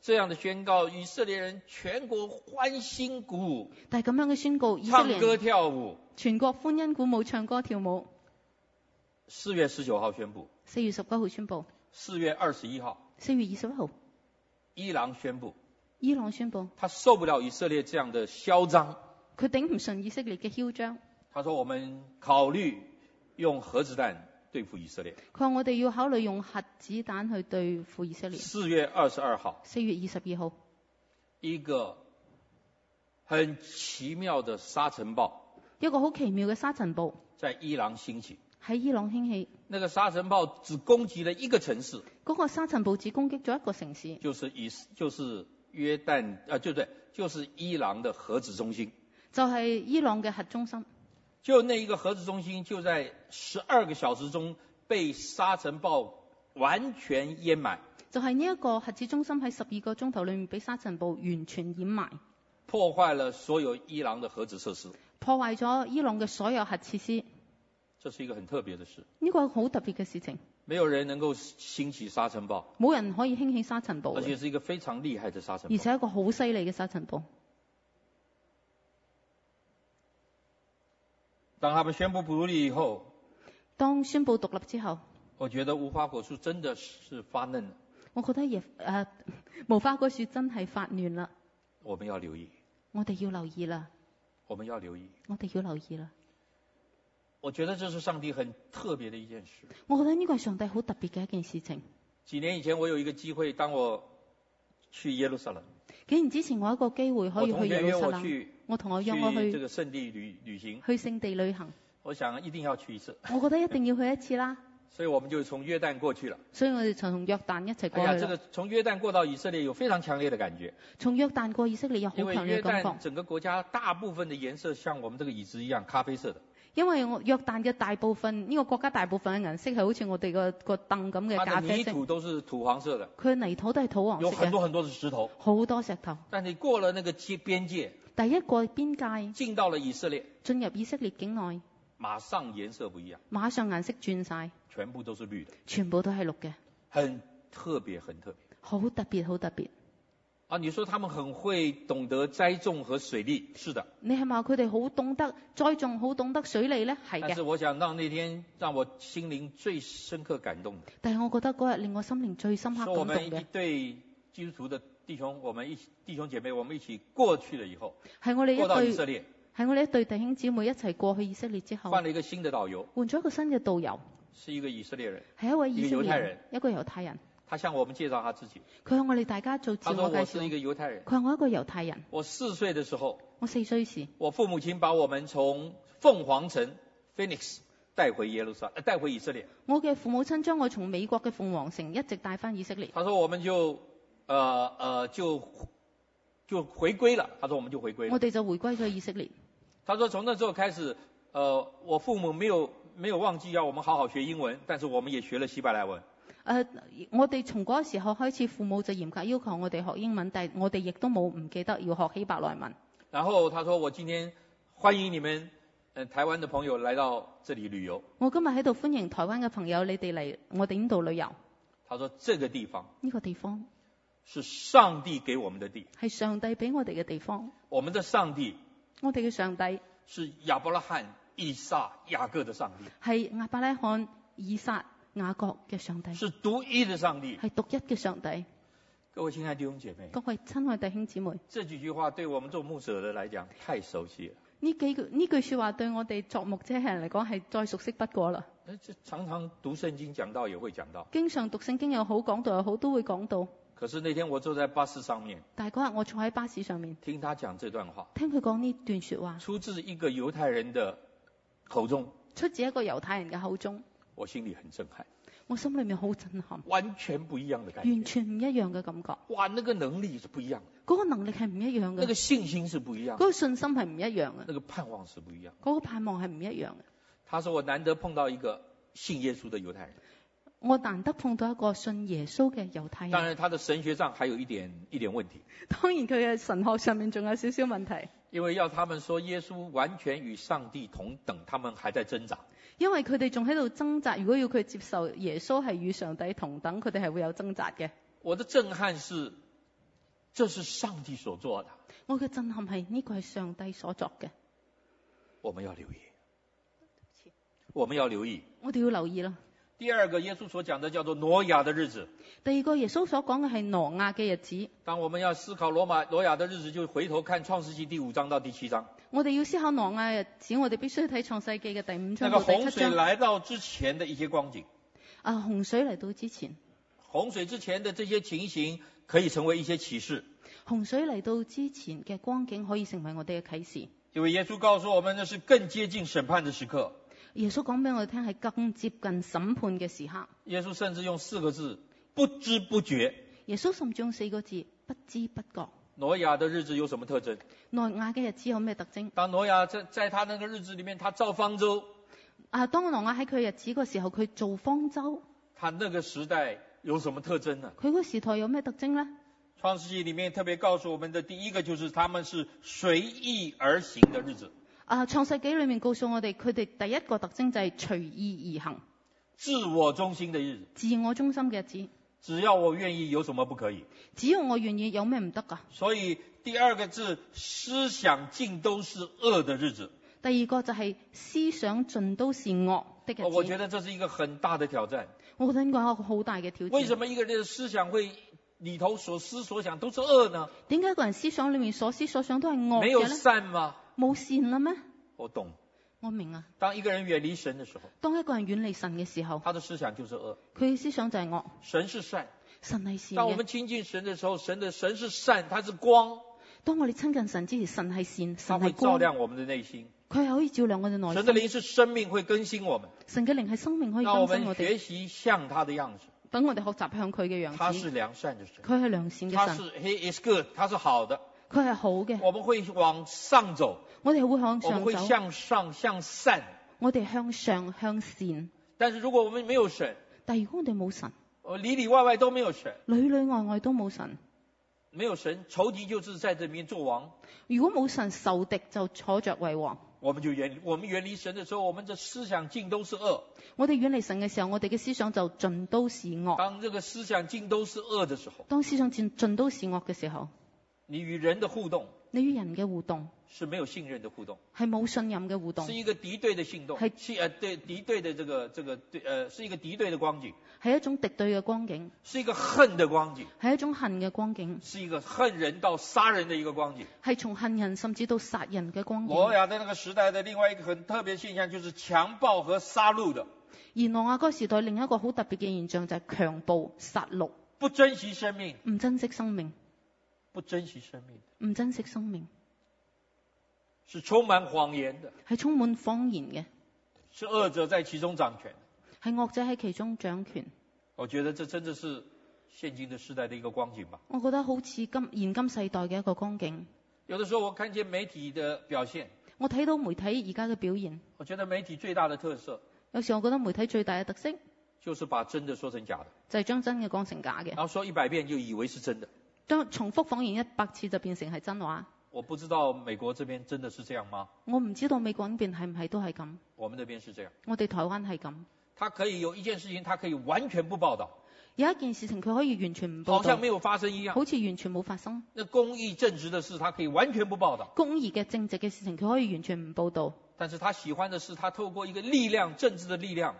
Speaker 4: 这样的宣告，以色列人全国欢欣鼓舞，
Speaker 5: 但係咁樣嘅宣告，以色
Speaker 4: 唱
Speaker 5: 列
Speaker 4: 歌
Speaker 5: 人
Speaker 4: 跳舞。
Speaker 5: 全國歡欣鼓舞，唱歌跳舞。
Speaker 4: 四月十九号宣布，
Speaker 5: 四月十九號宣布，
Speaker 4: 四月二十一号，
Speaker 5: 四月二十一號，
Speaker 4: 伊朗宣布
Speaker 5: 伊朗宣布
Speaker 4: 他受不了以色列这样的嚣张，
Speaker 5: 佢頂唔順以色列嘅囂張，
Speaker 4: 他说我们考虑用核子弹对付以色列。
Speaker 5: 佢話我哋要考慮用核子彈去對付以色列。
Speaker 4: 四月二十二号，
Speaker 5: 四月二十二號，
Speaker 4: 一个很奇妙的沙尘暴
Speaker 5: 一個好奇妙嘅沙塵暴
Speaker 4: 在伊朗兴起，
Speaker 5: 喺伊朗興起。
Speaker 4: 那个沙尘暴只攻击了一个城市。
Speaker 5: 嗰、個沙塵暴只攻擊咗一個城市，
Speaker 4: 就是以就是约旦啊，就对，就是伊朗的核子中心。
Speaker 5: 就係、伊朗嘅核中心。
Speaker 4: 就那一个核子中心，就在十二个小时中被沙尘暴完全淹埋，
Speaker 5: 就係呢一個核子中心喺十二個鐘頭裏面俾沙塵暴完全掩埋，
Speaker 4: 破坏了所有伊朗的核子设施。
Speaker 5: 破壞咗伊朗嘅所有核設施。
Speaker 4: 这是一个很特别的事，
Speaker 5: 呢個係好特別嘅事情，
Speaker 4: 没有人能够兴起沙尘暴，
Speaker 5: 冇人可以興起沙塵暴
Speaker 4: 而且
Speaker 5: 嘅，
Speaker 4: 是一个非常厉害的沙尘
Speaker 5: 而
Speaker 4: 暴。
Speaker 5: 且係一個好犀利嘅沙塵暴。
Speaker 4: 当他们宣布独立以后，
Speaker 5: 當宣布獨立之後，
Speaker 4: 我觉得无花果树真的是发嫩了，
Speaker 5: 我覺得耶誒、呃 無花果樹真係發亂啦，
Speaker 4: 我们要留意，
Speaker 5: 我哋要留意啦，
Speaker 4: 我们要留意。
Speaker 5: 我哋要留意啦。
Speaker 4: 我觉得这是上帝很特别的一件事。
Speaker 5: 我覺得呢個係上帝好特別嘅一件事情。
Speaker 4: 几年以前，我有一个机会，当我去耶路撒冷，
Speaker 5: 幾年之前我有一個機會可
Speaker 4: 我
Speaker 5: 以
Speaker 4: 同
Speaker 5: 去
Speaker 4: 学
Speaker 5: 耶
Speaker 4: 约
Speaker 5: 路撒
Speaker 4: 我
Speaker 5: 冷，
Speaker 4: 去
Speaker 5: 我同我約我
Speaker 4: 去这
Speaker 5: 去
Speaker 4: 个圣地旅旅行，
Speaker 5: 去聖地旅行，
Speaker 4: 我想一定要去一次，
Speaker 5: 我覺得一定要去一次啦。
Speaker 4: 所以我们就从约旦过去了。
Speaker 5: 所以我哋就同約旦一齊
Speaker 4: 哎
Speaker 5: 過
Speaker 4: 呀，
Speaker 5: 去
Speaker 4: 这个
Speaker 5: 啦。
Speaker 4: 從約旦过到以色列有非常強烈的感覺，
Speaker 5: 從約旦過以色列有好
Speaker 4: 因為
Speaker 5: 強烈
Speaker 4: 約
Speaker 5: 嘅感
Speaker 4: 旦
Speaker 5: 覺，
Speaker 4: 整個國家大部分的顏色像我們這個椅子一樣咖啡色的，
Speaker 5: 因為我約旦嘅大部分呢、個國家大部分嘅顏色係好似我哋個個凳咁嘅
Speaker 4: 它
Speaker 5: 咖
Speaker 4: 的泥
Speaker 5: 啡色，哦
Speaker 4: 土都是土黃色的，
Speaker 5: 佢泥土都係土黃色
Speaker 4: 有很
Speaker 5: 嘅，
Speaker 4: 多很多的石頭。
Speaker 5: 好多石頭。
Speaker 4: 但你過了那個界邊界，
Speaker 5: 第一個邊界
Speaker 4: 進到了以色列，
Speaker 5: 進入以色列境內，
Speaker 4: 馬上顏色不一樣，
Speaker 5: 馬上顏色轉晒，
Speaker 4: 全部都是綠的，
Speaker 5: 全部都係綠嘅，
Speaker 4: 很特別，很特別。
Speaker 5: 好特別，好特別。
Speaker 4: 啊，你说他们很会懂得栽種和水利，是的。
Speaker 5: 你係咪話佢哋好懂得栽種，好懂得水利呢？係
Speaker 4: 但是
Speaker 5: 嘅，
Speaker 4: 我想让那天让我心灵最深刻感动的，
Speaker 5: 但係我覺得嗰日令我心靈最深刻
Speaker 4: 是
Speaker 5: 感
Speaker 4: 我
Speaker 5: 動
Speaker 4: 们一
Speaker 5: 嘅
Speaker 4: 对基督徒的弟兄，我们一起弟兄姐妹，我们一起过去了以后，
Speaker 5: 係我哋
Speaker 4: 过到以
Speaker 5: 一對
Speaker 4: 色列，
Speaker 5: 係我哋一對弟兄姊妹一齊過去以色列之後，
Speaker 4: 换了一个新的导游，
Speaker 5: 換咗一個新嘅導遊。
Speaker 4: 是一个以色列人，
Speaker 5: 係一位以色
Speaker 4: 一個猶
Speaker 5: 列
Speaker 4: 太
Speaker 5: 人
Speaker 4: 人，
Speaker 5: 一個猶太人。
Speaker 4: 他向我们介绍他自己，
Speaker 5: 佢向我哋大家做自
Speaker 4: 他说
Speaker 5: 我介
Speaker 4: 我是一
Speaker 5: 紹。
Speaker 4: 个犹太人，
Speaker 5: 佢話我一個猶太人，
Speaker 4: 我四岁的时候，
Speaker 5: 我四歲時，
Speaker 4: 我父母亲把我们从凤凰城 Phoenix 带回耶路撒，呃带回以色列，
Speaker 5: 我嘅父母親將我從美國嘅鳳凰城一直帶翻以色列。
Speaker 4: 他说我们就呃呃就就回归了，他说我们就回归了
Speaker 5: 我。哋就回歸咗以色列。
Speaker 4: 他说从那之后开始，呃，我父母没有没有忘记要我们好好学英文，但是我们也学了希伯来文。
Speaker 5: 誒、我哋從嗰個時候開始，父母就嚴格要求我哋學英文，但係我哋亦都冇唔記得要學希伯來文。
Speaker 4: 然后他说我今天欢迎你们，呃，台湾的朋友来到这里旅游。
Speaker 5: 我今日喺度歡迎台灣嘅朋友，你哋嚟我哋呢度旅遊。呢、
Speaker 4: 他说这个地方
Speaker 5: 個地方
Speaker 4: 是上帝给我们的地，
Speaker 5: 係上帝俾我哋嘅地方，
Speaker 4: 我们的上帝
Speaker 5: 我哋嘅上帝
Speaker 4: 是亚伯拉罕、以撒、雅各的上帝，
Speaker 5: 係亞伯拉罕、以撒、雅各嘅上帝，
Speaker 4: 是独一的上帝。
Speaker 5: 係獨一嘅上帝。
Speaker 4: 各位亲爱的弟兄姐妹，
Speaker 5: 各位親愛弟兄姊妹，
Speaker 4: 这几句话对我们做牧者的来讲太熟悉了，
Speaker 5: 呢幾句呢句説話對我哋作牧者嘅人嚟講係再熟悉不過啦。
Speaker 4: 那这常常读圣经讲到也会讲到。
Speaker 5: 經常讀聖經又好，講道又好，都會講到。
Speaker 4: 可是那天我坐在巴士上面
Speaker 5: 但係嗰日我坐喺巴士上面，
Speaker 4: 听他讲这段话，
Speaker 5: 聽佢講呢段説話，
Speaker 4: 出自一个犹太人的口中，
Speaker 5: 出自一個猶太人嘅口中，
Speaker 4: 我心里很震撼，
Speaker 5: 我心裏面好震撼，
Speaker 4: 完全不一样的感觉。
Speaker 5: 完全唔一樣嘅感覺。
Speaker 4: 哇，那个能力是不一样的，
Speaker 5: 嗰、個能力係唔一樣
Speaker 4: 那
Speaker 5: 嘅，
Speaker 4: 个信心是不一
Speaker 5: 嗰、
Speaker 4: 样的，
Speaker 5: 個信心係唔一樣嘅，
Speaker 4: 那个盼望是不一样的。
Speaker 5: 嗰、個盼望係唔一樣嘅。
Speaker 4: 他说我难得碰到一个信耶稣的犹太人，
Speaker 5: 我難得碰到一個信耶穌嘅猶太
Speaker 4: 当
Speaker 5: 人，
Speaker 4: 然他的神学上还有一点一点问题，
Speaker 5: 當然佢嘅神學上面仲有少少問題，
Speaker 4: 因为要他们说耶稣完全与上帝同等，他们还在挣扎。
Speaker 5: 因為佢哋仲喺度掙扎。如果要佢接受耶穌係與上帝同等，佢哋係會有掙扎嘅。
Speaker 4: 我的震撼是，这是上帝所做的，
Speaker 5: 我嘅震撼係呢、個係上帝所作嘅，
Speaker 4: 我们要留意，我们要留意。
Speaker 5: 我哋要留意啦。
Speaker 4: 第二个，耶稣所讲的叫做挪亚的日子。
Speaker 5: 第二個耶穌所講嘅係挪亞嘅日子，
Speaker 4: 当我们要思考罗马挪亚的日子，就回头看创世纪第五章到第七章。
Speaker 5: 我哋要思考挪亞嘅日子，我哋必須睇創世記嘅第五
Speaker 4: 那
Speaker 5: 章
Speaker 4: 个
Speaker 5: 到第
Speaker 4: 洪
Speaker 5: 七
Speaker 4: 水
Speaker 5: 章。
Speaker 4: 来到之前的一些光景，
Speaker 5: 啊，洪水嚟到之前，
Speaker 4: 洪水之前的这些情形可以成为一些启示，
Speaker 5: 洪水嚟到之前嘅光景可以成為我哋嘅啟示。
Speaker 4: 因为耶稣告诉我们，那是更接近审判的时刻。
Speaker 5: 耶穌講俾我哋聽係更接近審判嘅時刻。
Speaker 4: 耶稣甚至用四个字：不知不觉。
Speaker 5: 耶穌甚至用四個字：不知不覺。
Speaker 4: 挪亞的日子有什么特征？
Speaker 5: 挪亞嘅日子有咩特徵？
Speaker 4: 当挪亚在在他那个日子里面，他造方舟，
Speaker 5: 啊，當挪亞喺佢日子嘅時候，佢做方舟，
Speaker 4: 他那个时代有什么特征呢？
Speaker 5: 佢嗰時代有咩特徵呢？
Speaker 4: 创世纪里面特别告诉我们的第一个就是他们是随意而行的日子，
Speaker 5: 啊，創世紀裏面告訴我哋，佢哋第一個特徵就係隨意而行、
Speaker 4: 自我中心的日子。
Speaker 5: 自我中心嘅日子。
Speaker 4: 只要我愿意，有什么不可以？
Speaker 5: 只要我願意，有咩唔得㗎？
Speaker 4: 所以第二个字，思想尽都是恶的日子。
Speaker 5: 第二個就係思想盡都是惡的
Speaker 4: 哦我
Speaker 5: 日
Speaker 4: 觉
Speaker 5: 子。
Speaker 4: 得这是一个很大的挑战。
Speaker 5: 我覺得呢個係一個好大嘅挑
Speaker 4: 为什
Speaker 5: 戰。
Speaker 4: 么一个人的思想会里頭所思所想都是恶呢？
Speaker 5: 點解一個人思想裏面所思所想都係惡
Speaker 4: 没有
Speaker 5: 嘅呢？
Speaker 4: 善吗？
Speaker 5: 冇善啦咩？
Speaker 4: 我懂。
Speaker 5: 我明啊。
Speaker 4: 当一个人远离神的时候，
Speaker 5: 當一個人遠離神嘅時候，
Speaker 4: 他的思想就是恶。
Speaker 5: 佢嘅思想就係惡，
Speaker 4: 神是善，
Speaker 5: 神係善
Speaker 4: 当我
Speaker 5: 嘅。
Speaker 4: 们亲近神的时候，神的神是善，他是光，
Speaker 5: 當我哋親近神之前，神係善，神
Speaker 4: 他会
Speaker 5: 係
Speaker 4: 照
Speaker 5: 光，
Speaker 4: 亮我们的内心。
Speaker 5: 佢係可以照亮我哋內
Speaker 4: 神的
Speaker 5: 心。
Speaker 4: 灵是生命，会更新我们，
Speaker 5: 神嘅靈係生命可以
Speaker 4: 让我
Speaker 5: 更新
Speaker 4: 们
Speaker 5: 我哋，
Speaker 4: 学习像他的样子。
Speaker 5: 等我哋學習向佢嘅樣
Speaker 4: 他
Speaker 5: 子。
Speaker 4: 是良善的神，
Speaker 5: 佢係良善嘅
Speaker 4: 他
Speaker 5: 神，
Speaker 4: 是 He is good，他是好的。
Speaker 5: 佢係好嘅。
Speaker 4: 我们会往上走，
Speaker 5: 我哋會向
Speaker 4: 我们会
Speaker 5: 上走，
Speaker 4: 向上向善。
Speaker 5: 我哋向上向善。
Speaker 4: 但是如果我们没有神，
Speaker 5: 但係如果我哋冇神，
Speaker 4: 呃，里里外外都没有神，
Speaker 5: 裏裏外外都冇神。
Speaker 4: 没有神，仇敌就是在这里面做王。
Speaker 5: 如果冇神，仇敵就坐着為王。
Speaker 4: 我们就远，我们远离神的时候，我们的思想尽都是恶。
Speaker 5: 我哋遠離神嘅時候，我哋嘅思想就盡都是惡。
Speaker 4: 当这个思想尽都是恶的时候，
Speaker 5: 當思想盡盡都是惡嘅時候，
Speaker 4: 你与人的互動
Speaker 5: 你與人嘅互動
Speaker 4: 是没有信任的互動，
Speaker 5: 係冇信任嘅互動
Speaker 4: 是，一个敌对的行动
Speaker 5: 还，
Speaker 4: 是呃对敌对的这个这个对呃是一个敌对的光景，
Speaker 5: 係一種敵對嘅光景，
Speaker 4: 是一个恨的光景，
Speaker 5: 係一種恨嘅光景，
Speaker 4: 是一个恨人到杀人的一个光景。
Speaker 5: 係從恨人甚至到殺人嘅光景。
Speaker 4: 挪亚的那个时代的另外一个很特别现象就是强暴和杀戮的，
Speaker 5: 而挪亞嗰個時代另一個好特別嘅現象就係強暴、殺戮，
Speaker 4: 不珍惜生命，
Speaker 5: 唔珍惜生命，
Speaker 4: 不珍惜生命
Speaker 5: 唔珍惜生命
Speaker 4: 是充满谎言的，
Speaker 5: 係充滿謊言
Speaker 4: 是恶者在其中掌权。
Speaker 5: 嘅，係惡者喺其中掌權。
Speaker 4: 我觉得这真的是现今的时代的一个光景吧。
Speaker 5: 我覺得好似今現今世代嘅一個光景。
Speaker 4: 有的时候我看见媒体的表现，
Speaker 5: 我睇到媒體而家嘅表現，
Speaker 4: 我觉得媒体最大的特色
Speaker 5: 有時我覺得媒體最大嘅特色
Speaker 4: 就是把真的说成假的，
Speaker 5: 就係將真嘅講成假嘅
Speaker 4: 然，后说一百遍就以为是真的。
Speaker 5: 將重複謊言一百次就變成係真話。
Speaker 4: 我不知道美国这边真的是这样吗？
Speaker 5: 我唔知道美國呢邊係唔係都係咁，
Speaker 4: 我们那边是这样。
Speaker 5: 我哋台灣係咁。
Speaker 4: 他可以有一件事情，他可以完全不报道，
Speaker 5: 有一件事情佢可以完全唔報
Speaker 4: 好像
Speaker 5: 道，
Speaker 4: 没有发生一啊样。
Speaker 5: 好似完全冇發生。
Speaker 4: 那公益正直的事，他可以完全不报道。
Speaker 5: 公義嘅正直嘅事情，佢可以完全唔報導。
Speaker 4: 但是他喜欢的是，他透过一个力量，政治的力量，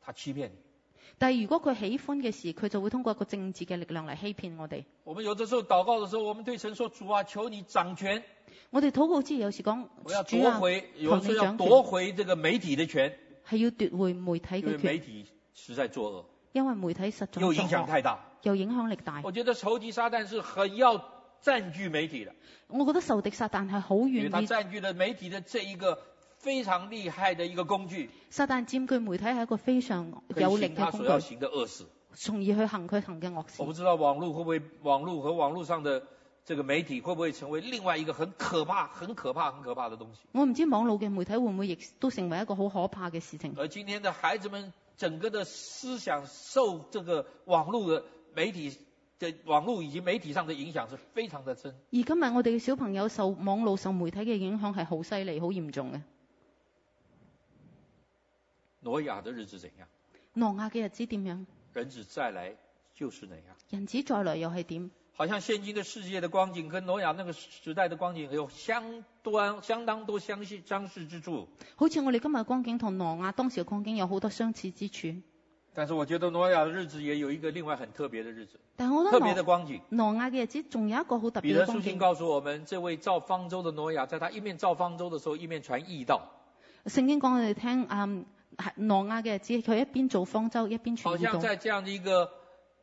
Speaker 4: 他欺骗你。
Speaker 5: 但係如果佢喜歡嘅事，佢就會通過一個政治嘅力量嚟欺騙我哋。
Speaker 4: 我们有的时候祷告的时候，我们对神说：“主啊，求你掌权，
Speaker 5: 我哋禱告之前有時講
Speaker 4: 我要
Speaker 5: 主
Speaker 4: 夺
Speaker 5: 啊，
Speaker 4: 回，有的时候要
Speaker 5: 掌权
Speaker 4: 夺回这个媒体的权，
Speaker 5: 係要奪回媒體
Speaker 4: 因为
Speaker 5: 嘅
Speaker 4: 媒
Speaker 5: 權，
Speaker 4: 体实在作恶，
Speaker 5: 因為媒體實在
Speaker 4: 又影响
Speaker 5: 作惡
Speaker 4: 太大。
Speaker 5: 又影響力大。
Speaker 4: 我觉得仇敌撒旦是很要占据媒体的，
Speaker 5: 我覺得仇敵撒旦係好
Speaker 4: 因为
Speaker 5: 願
Speaker 4: 他
Speaker 5: 意，
Speaker 4: 占据了媒体的这一个非常厉害的一个工具，
Speaker 5: 撒旦佔據媒體係一個非常
Speaker 4: 可
Speaker 5: 有
Speaker 4: 以
Speaker 5: 力
Speaker 4: 行他
Speaker 5: 嘅
Speaker 4: 所
Speaker 5: 工
Speaker 4: 要
Speaker 5: 具，
Speaker 4: 行的恶事。
Speaker 5: 從而去行佢行嘅惡
Speaker 4: 我不
Speaker 5: 事。
Speaker 4: 知道网络会不会，网络和网络上的这个媒体会不会成为另外一个很可怕、很可怕、很可怕的东西。
Speaker 5: 我唔知網路嘅媒體會唔會亦都成為一個好可怕嘅事情。
Speaker 4: 而今天的孩子们，整个的思想受这个网络的媒体的网络以及媒体上的影响是非常的深。
Speaker 5: 而今日我哋嘅小朋友受網路、受媒體嘅影響係好犀利、好嚴重嘅。
Speaker 4: 挪亚的日子怎样，
Speaker 5: 挪亞嘅日子點樣？
Speaker 4: 人子再来就是那样。
Speaker 5: 人子再來又係點？
Speaker 4: 好像现今的世界的光景跟挪亚那个时代的光景有相端相当多相似相似之处，
Speaker 5: 好似我哋今日嘅光景同挪亞當時嘅光景有好多相似之處，
Speaker 4: 但是我觉得挪亚的日子也有一个另外很特别的日 子，
Speaker 5: 但係我覺
Speaker 4: 特
Speaker 5: 得
Speaker 4: 别的
Speaker 5: 挪
Speaker 4: 光景。
Speaker 5: 挪亞嘅日子仲有一個好特
Speaker 4: 彼
Speaker 5: 別嘅
Speaker 4: 得书
Speaker 5: 光
Speaker 4: 信
Speaker 5: 景。
Speaker 4: 告诉我们，这位造方舟的挪亚，在他一面造方舟的时候，一面传异道，
Speaker 5: 聖經講我哋聽，嗯，係挪亞嘅日子，佢一邊做方舟，一邊
Speaker 4: 好
Speaker 5: 傳
Speaker 4: 像
Speaker 5: 道。
Speaker 4: 在这样的一个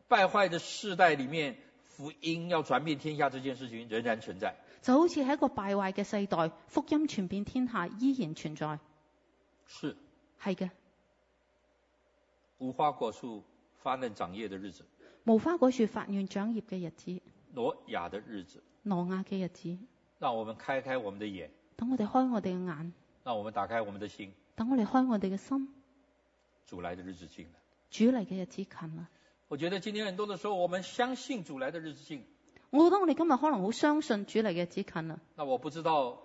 Speaker 4: 败坏的世代里面，福音要传遍天下这件事情仍然存在。
Speaker 5: 就好似喺一個敗壞嘅世代，福音傳遍天下依然存在。
Speaker 4: 是
Speaker 5: 係嘅，
Speaker 4: 无花果树发嫩长叶的日子，
Speaker 5: 無花果樹發願長葉嘅日子，
Speaker 4: 挪亚的日子，
Speaker 5: 挪亞嘅日子。
Speaker 4: 让我们开开我们的眼，
Speaker 5: 等我哋開我哋嘅眼，
Speaker 4: 让我们打开我们的心。
Speaker 5: 等我哋開我哋嘅心。
Speaker 4: 主来的日子近了。
Speaker 5: 主嚟嘅日子近啦。
Speaker 4: 我觉得今天很多的时候，我们相信主来的日子近。
Speaker 5: 我覺得我哋今日可能好相信主嚟嘅日子近啦。
Speaker 4: 那我不知道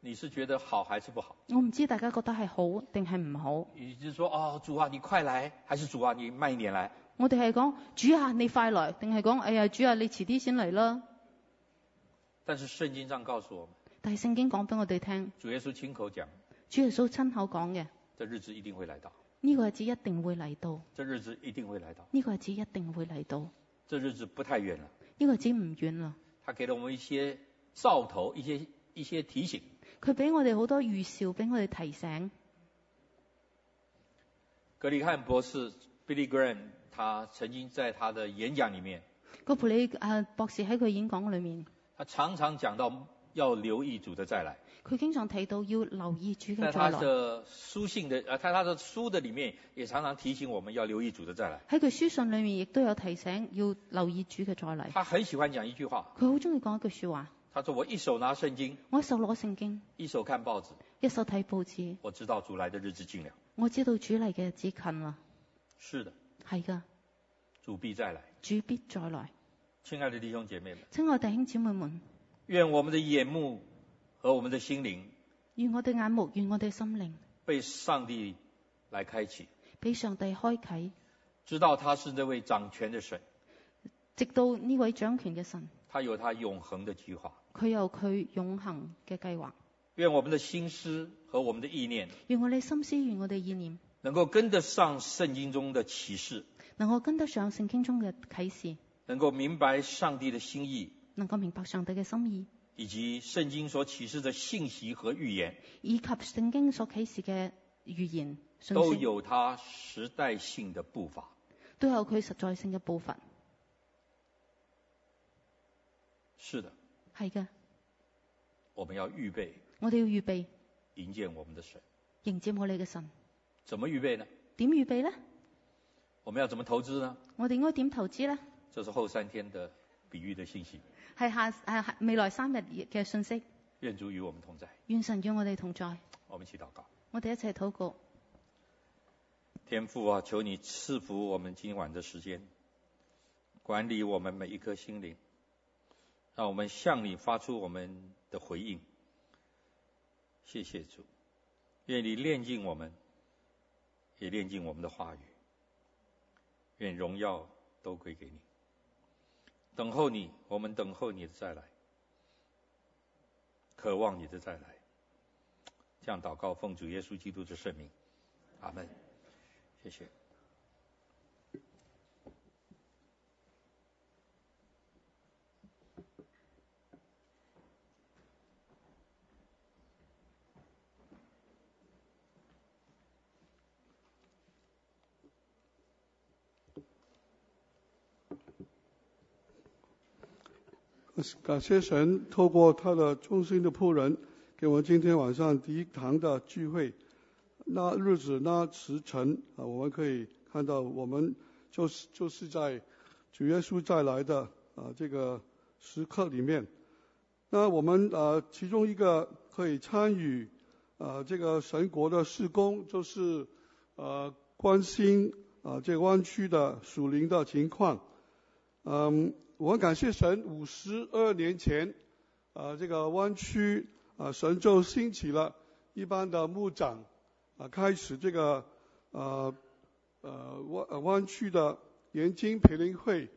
Speaker 4: 你是觉得好还是不好，
Speaker 5: 我唔知大家覺得係好定係唔好。
Speaker 4: 你是说哦主啊你快来，还是主啊你慢一点来？
Speaker 5: 我哋係講主啊，你快來，定係講哎呀主啊，你遲啲先嚟啦。
Speaker 4: 但是圣经上告诉我们，
Speaker 5: 但係聖經講俾我哋聽，
Speaker 4: 主耶稣亲口讲，
Speaker 5: 主耶穌親口講嘅
Speaker 4: 这日子一定会来到，
Speaker 5: 呢個日子一定會嚟到，
Speaker 4: 这日子一定会来到，
Speaker 5: 呢、個日子一定會嚟到，呢、
Speaker 4: 这日子不太远了。
Speaker 5: 個日子唔遠啦。
Speaker 4: 他给了我们一些兆头，一些一些提醒。
Speaker 5: 佢俾我哋好多預兆，俾我哋提醒。
Speaker 4: 格里汉博士 Billy Graham 他曾经在他的演讲里面，
Speaker 5: 個普里啊博士喺佢演講裏面，
Speaker 4: 他常常讲到要留意主的再来。
Speaker 5: 佢經常提到要留意主
Speaker 4: 在
Speaker 5: 嘅
Speaker 4: 他
Speaker 5: 再來。
Speaker 4: 的书信的呃，在他的书的里面，也常常提醒我们要留意主的再来。
Speaker 5: 喺佢書信裏面亦都有提醒要留意主嘅再嚟。
Speaker 4: 他很喜欢讲一句话，
Speaker 5: 佢好中意講一句説話：
Speaker 4: 他说：“我一手拿圣经，
Speaker 5: 我一手攞聖經，
Speaker 4: 一手看報紙，
Speaker 5: 一手睇報紙，
Speaker 4: 我知道主來的日子近了。
Speaker 5: 我知道主嚟嘅日子近啦。”
Speaker 4: 是的，
Speaker 5: 係噶，
Speaker 4: 主必再来。
Speaker 5: 主必再來。
Speaker 4: 亲爱的弟兄姐妹们，
Speaker 5: 親愛弟兄姊妹們，
Speaker 4: 愿我们的眼目和我们的心灵
Speaker 5: 願我哋眼目，願我哋心靈，
Speaker 4: 被上帝来开启，
Speaker 5: 俾上帝開啟，
Speaker 4: 知道他是那位掌权的神，
Speaker 5: 直到呢位掌權嘅神，
Speaker 4: 他有他永恒的计划。
Speaker 5: 佢有佢永恆嘅計劃。
Speaker 4: 愿我们的心思和我们的意念
Speaker 5: 願我哋心思，願我哋意念，
Speaker 4: 能够跟得上圣经中的启示，
Speaker 5: 能夠跟得上聖經中嘅啟示，
Speaker 4: 能够明白上帝的心意，
Speaker 5: 能夠明白上帝嘅心意，
Speaker 4: 以及圣经所启示的信息和预言，
Speaker 5: 以及聖經所啟示嘅預言信
Speaker 4: 都
Speaker 5: 息，
Speaker 4: 有它时代性的步伐。
Speaker 5: 都有佢實在性嘅步伐。
Speaker 4: 是的，
Speaker 5: 係嘅，
Speaker 4: 我们要预备
Speaker 5: 我哋要預備
Speaker 4: 迎接我们的神。
Speaker 5: 迎接我哋嘅神。
Speaker 4: 怎么预备呢？
Speaker 5: 點預備呢？
Speaker 4: 我們要怎么投资呢？
Speaker 5: 我哋應該點投資呢？
Speaker 4: 这是后三天的比喻的信息。
Speaker 5: 係下係係未來三日嘅信息。
Speaker 4: 愿主与我们同在。
Speaker 5: 願神與我哋同在，
Speaker 4: 我们一起祷告，
Speaker 5: 我哋一齊禱告。
Speaker 4: 天父啊，求你赐福我们今晚的时间，管理我们每一颗心灵，让我们向你发出我们的回应。谢谢主，愿你炼尽我们，也炼尽我们的话语。愿荣耀都归给你。等候你，我们等候你的再来，渴望你的再来。这样祷告，奉主耶稣基督的圣名，阿门。谢谢。
Speaker 2: 感谢神，透过他的忠心的仆人，给我们今天晚上第一堂的聚会。那日子那时辰啊，我们可以看到，我们就是就是在主耶稣再来的啊这个时刻里面。那我们啊，其中一个可以参与啊这个神国的事工，就是呃关心啊这个湾区的属灵的情况。嗯，我很感谢神，五十二年前，啊，这个湾区啊，神就兴起了一般的牧长，啊，开始这个呃呃湾呃湾区的研经培灵会，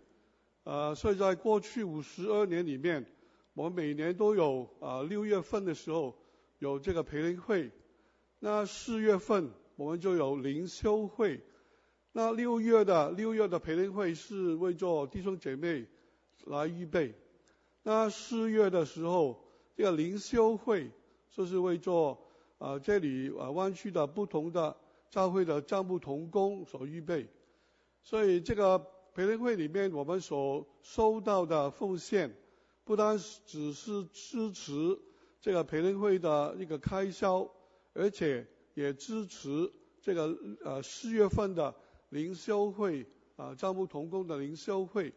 Speaker 2: 啊，所以在过去五十二年里面，我们每年都有啊六月份的时候有这个培灵会，那四月份我们就有灵修会，那六月的六月的培灵会是为做弟兄姐妹来预备。那四月的时候，这个灵修会就是为做啊、呃这里啊、呃湾区的不同的教会的账目同工所预备。所以这个培灵会里面，我们所收到的奉献，不单是只是支持这个培灵会的一个开销，而且也支持这个呃四月份的灵修会啊，招募童工的灵修会，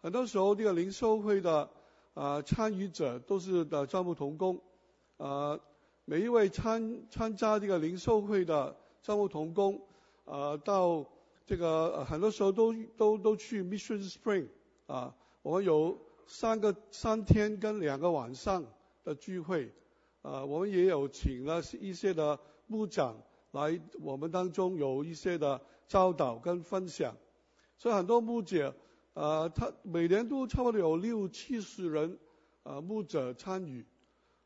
Speaker 2: 很多时候这个灵修会的啊参与者都是呃的招募童工，啊，每一位参参加这个灵修会的招募童工，啊，到这个、呃很多时候都都都去 Mission Spring 啊，我们有三个三天跟两个晚上的聚会，啊，我们也有请了一些的部长来我们当中有一些的。教导跟分享。所以很多牧者，呃，他每年都差不多有六七十人，呃，牧者参与。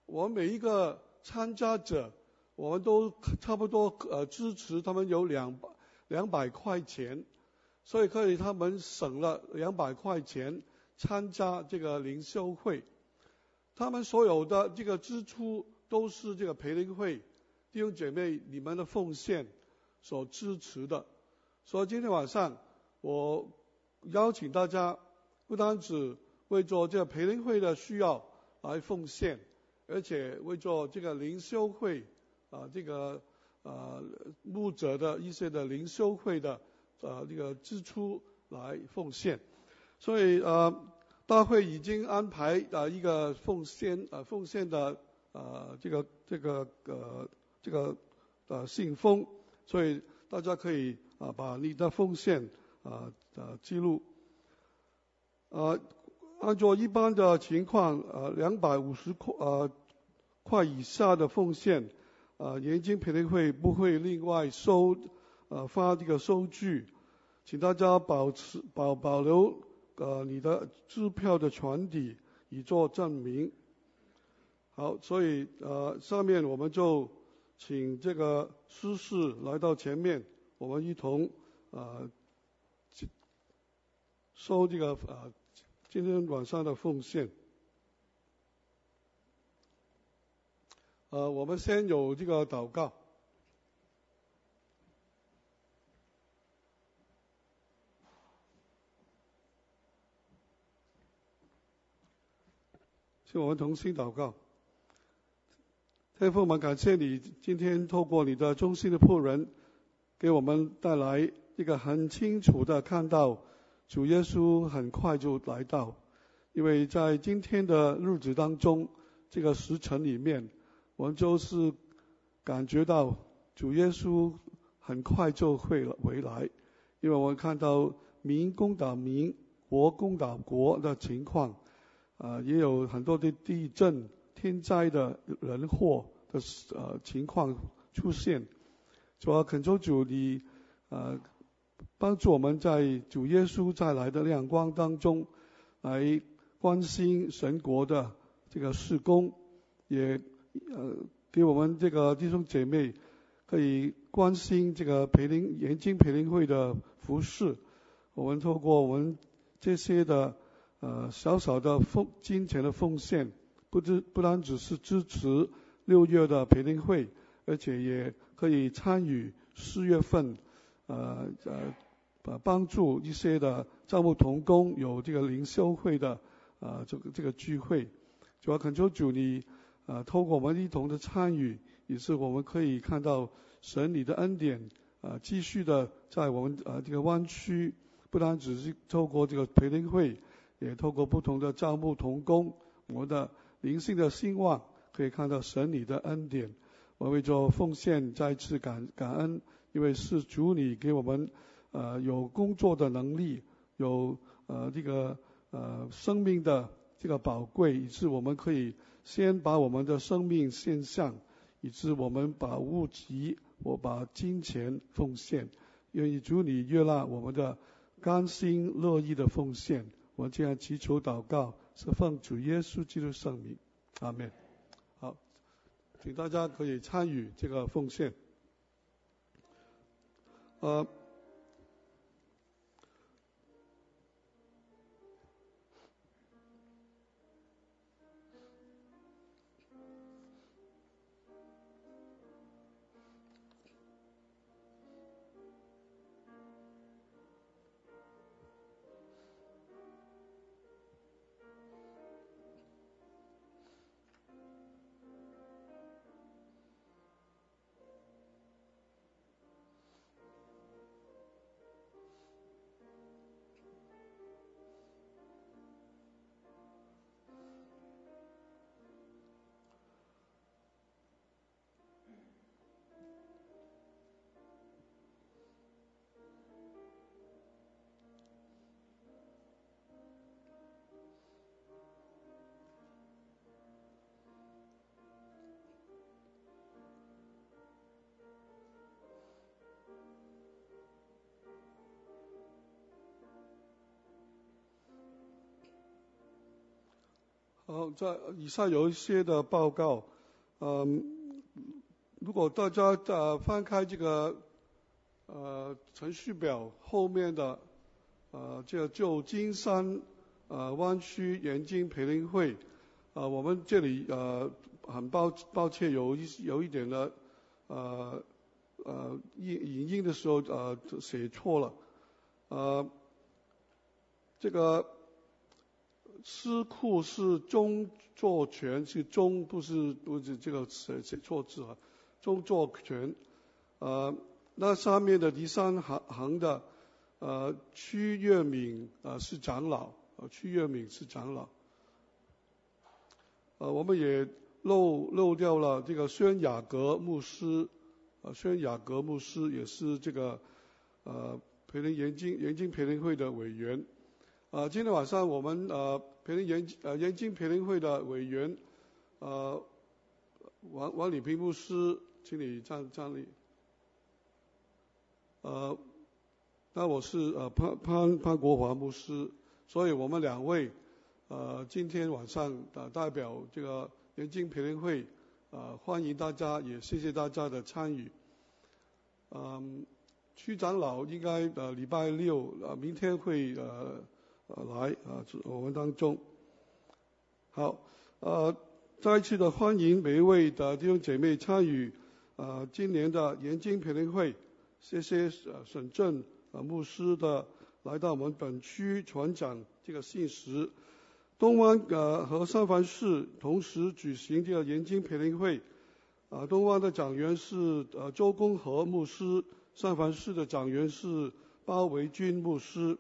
Speaker 2: 我们每一个参加者，我们都差不多呃支持他们有两百两百块钱，所以可以他们省了两百块钱参加这个灵修会。他们所有的这个支出都是这个培灵会弟兄姐妹你们的奉献所支持的。所以今天晚上我邀请大家，不单只为做这个培灵会的需要来奉献，而且为做这个灵修会啊、这个啊牧者的一些的灵修会的啊这个支出来奉献。所以呃，大会已经安排啊、一个奉献啊奉献的啊这个这个呃这个呃信封，所以大家可以啊、把你的奉献啊啊记录。呃，按照一般的情况，呃，两百五十块呃块以下的奉献，呃，年金培灵会不会另外收呃发这个收据，请大家保持保保留呃你的支票的传递以作证明。好，所以呃下面我们就请这个诗事来到前面，我们一同呃去收这个呃今天晚上的奉献。呃，我们先有这个祷告。请我们同心祷告。天父，我们感谢你今天透过你的忠心的仆人，给我们带来一个很清楚的看到，主耶稣很快就来到。因为在今天的日子当中，这个时辰里面，我们就是感觉到主耶稣很快就会了回来，因为我们看到民攻打民，国攻打国的情况，啊、也有很多的地震、天灾的人祸的呃情况出现。主要恳求主你呃帮助我们在主耶稣再来的亮光当中来关心神国的这个事工，也呃给我们这个弟兄姐妹可以关心这个培灵研经培灵会的服饰。我们透过我们这些的呃小小的奉金钱的奉献，不只不单只是支持六月的培灵会，而且也可以参与四月份呃呃呃帮助一些的招募童工有这个灵修会的呃这个这个聚会。主要恳求主你，呃，透过我们一同的参与，也是我们可以看到神你的恩典，呃，继续的在我们呃这个湾区，不单只是透过这个培灵会，也透过不同的招募童工，我们的灵性的兴旺，可以看到神你的恩典。我为着奉献再次感感恩，因为是主你给我们，呃，有工作的能力，有呃这个呃生命的这个宝贵，以致我们可以先把我们的生命献上，以致我们把物质，我把金钱奉献，愿意主你悦纳我们的甘心乐意的奉献。我这样祈求祷告，是奉主耶稣基督圣名，阿门。好，请大家可以参与这个奉献。呃，好，在以下有一些的报告，嗯，如果大家呃翻开这个呃程序表后面的呃这个旧金山呃湾区盐津培灵会，呃我们这里呃很抱抱歉有一有一点的呃呃引引印的时候呃写错了，呃这个。诗库是中作权，是中不是不是这个写写错字了，中作权，呃，那上面的第三行行的，呃，屈月敏呃是长老，呃，屈月敏是长老，呃，我们也漏漏掉了这个宣雅各牧师，呃，宣雅各牧师也是这个呃培灵研经研经培灵会的委员。呃，今天晚上我们呃培林研呃研经培林会的委员呃王王礼平牧师，请你站站立。呃，那我是呃潘潘潘国华牧师，所以我们两位呃今天晚上呃代表这个研经培林会呃欢迎大家，也谢谢大家的参与。嗯，区长老应该呃礼拜六呃明天会呃。呃来啊，这我们当中。好，呃，再一次的欢迎每一位的弟兄姐妹参与呃今年的研经培灵会，谢谢呃沈正呃牧师的来到我们本区传讲这个信息。东湾呃和三藩市同时举行这个研经培灵会，啊、东湾的讲员是呃周公和牧师，三藩市的讲员是包维军牧师。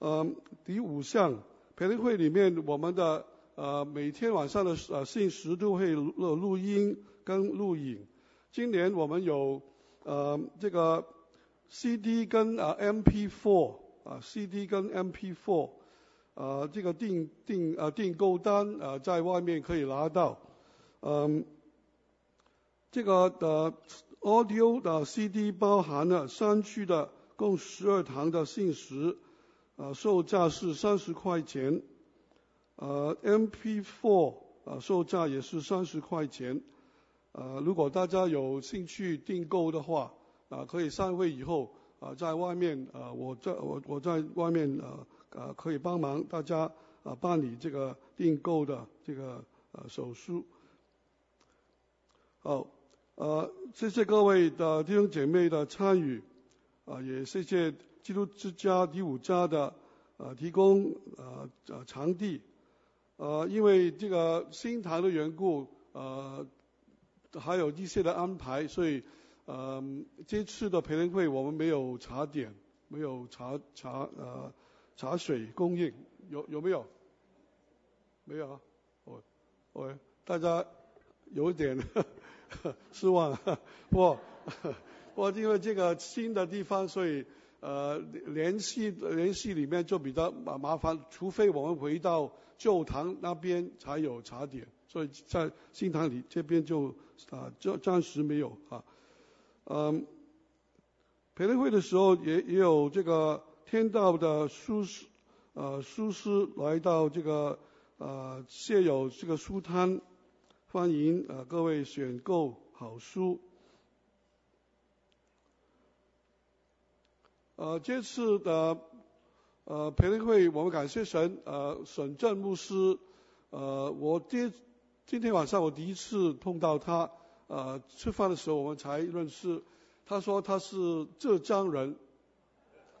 Speaker 2: 呃，第五项培灵会里面，我们的呃，每天晚上的呃信息都会录录音跟录影。今年我们有呃这个 CD 跟呃 MP4 啊、CD 跟 MP4，呃这个订订呃订购单呃在外面可以拿到，嗯、这个的 audio 的 CD 包含了山区的共十二堂的信息，呃售价是三十块钱。呃，MP4 呃售价也是三十块钱。呃，如果大家有兴趣订购的话，啊、可以散会以后啊、在外面啊、我在我我在外面呃呃可以帮忙大家啊、办理这个订购的这个呃手续。好，呃，谢谢各位的弟兄姐妹的参与，啊、也谢谢基督之家第五家的呃提供呃呃场地，呃，因为这个新堂的缘故，呃，还有一些的安排，所以呃，这次的培灵会我们没有茶点，没有茶茶呃茶水供应，有有没有？没有啊，我我大家有点 失望，啊不过不过因为这个新的地方，所以呃联系呃联系里面就比较麻麻烦，除非我们回到旧堂那边才有茶点，所以在新堂里这边就啊暂暂时没有啊，嗯，培灵会的时候也也有这个天道的书师呃书师来到这个呃现有这个书摊，欢迎呃各位选购好书。呃，这次的呃培灵会，我们感谢神，呃，沈正牧师，呃，我今今天晚上我第一次碰到他，呃，吃饭的时候我们才认识。他说他是浙江人，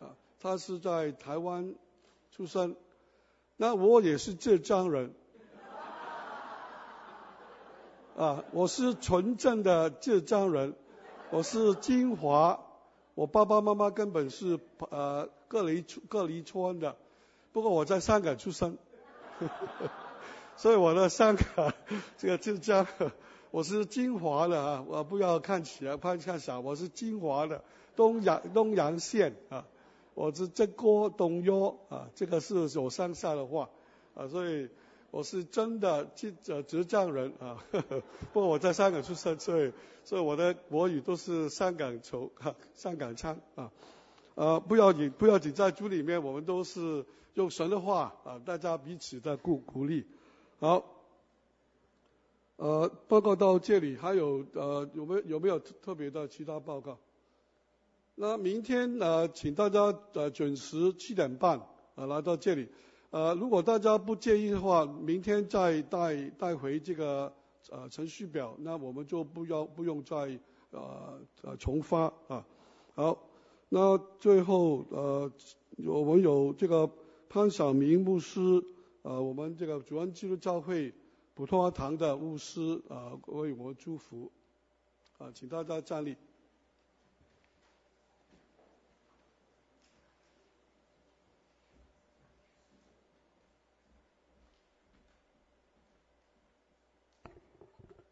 Speaker 2: 啊，他是在台湾出生，那我也是浙江人，啊，我是纯正的浙江人，我是金华。我爸爸妈妈根本是呃各离各离村的，不过我在香港出生， 所以我的香港这个浙江，我是金华的啊，我不要看起来看看小，我是金华的东阳东阳县啊，我是这个东哟啊，这个是我乡下的话啊，所以我是真的浙呃浙江人啊， 不过我在香港出生，所以所以我的国语都是香港球， 哈、香港腔啊，呃，不要紧，不要紧，在组里面我们都是用神的话啊，大家彼此的鼓鼓励。好，呃，报告到这里，还有呃，有没有有没有特特别的其他报告？那明天呃，请大家呃准时七点半呃来到这里。呃，如果大家不介意的话，明天再带带回这个呃程序表，那我们就不要不用再呃呃重发啊。好，那最后呃，我们有这个潘晓明牧师，呃，我们这个主恩基督教会普通话堂的牧师啊、呃，为我们祝福啊、请大家站立。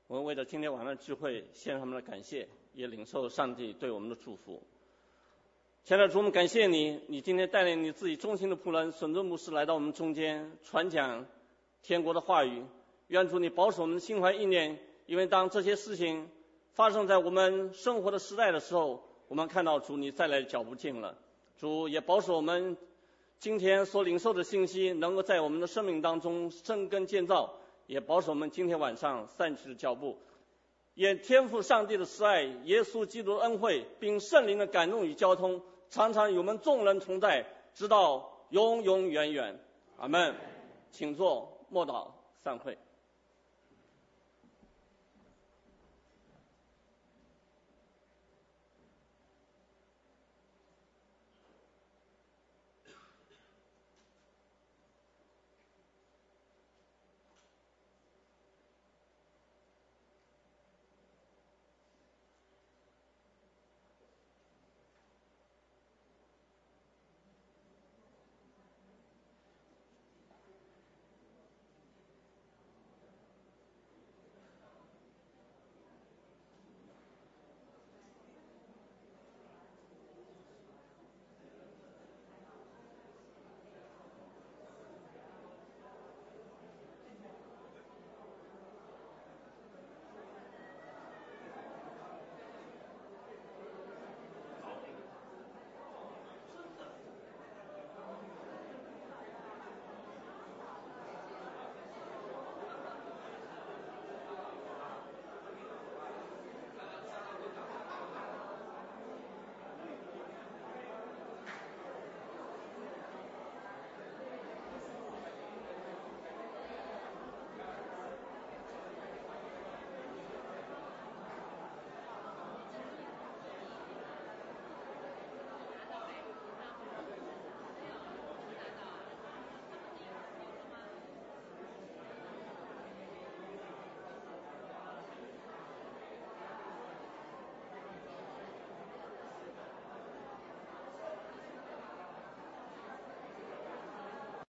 Speaker 6: 我们为了今天晚上的聚会献上我们的感谢，也领受上帝对我们的祝福。亲爱的主，我们感谢你，你今天带领你自己忠心的仆人沈尊牧师来到我们中间，传讲天国的话语。愿主你保守我们心怀意念，因为当这些事情发生在我们生活的时代的时候，我们看到主你再来的脚步近了。主也保守我们今天所领受的信息，能够在我们的生命当中生根建造。也保守我们今天晚上散去的脚步，也天赋上帝的慈爱、耶稣基督的恩惠，并圣灵的感动与交通，常常与我们众人同在，直到永永远远。阿门。请坐，默祷，散会。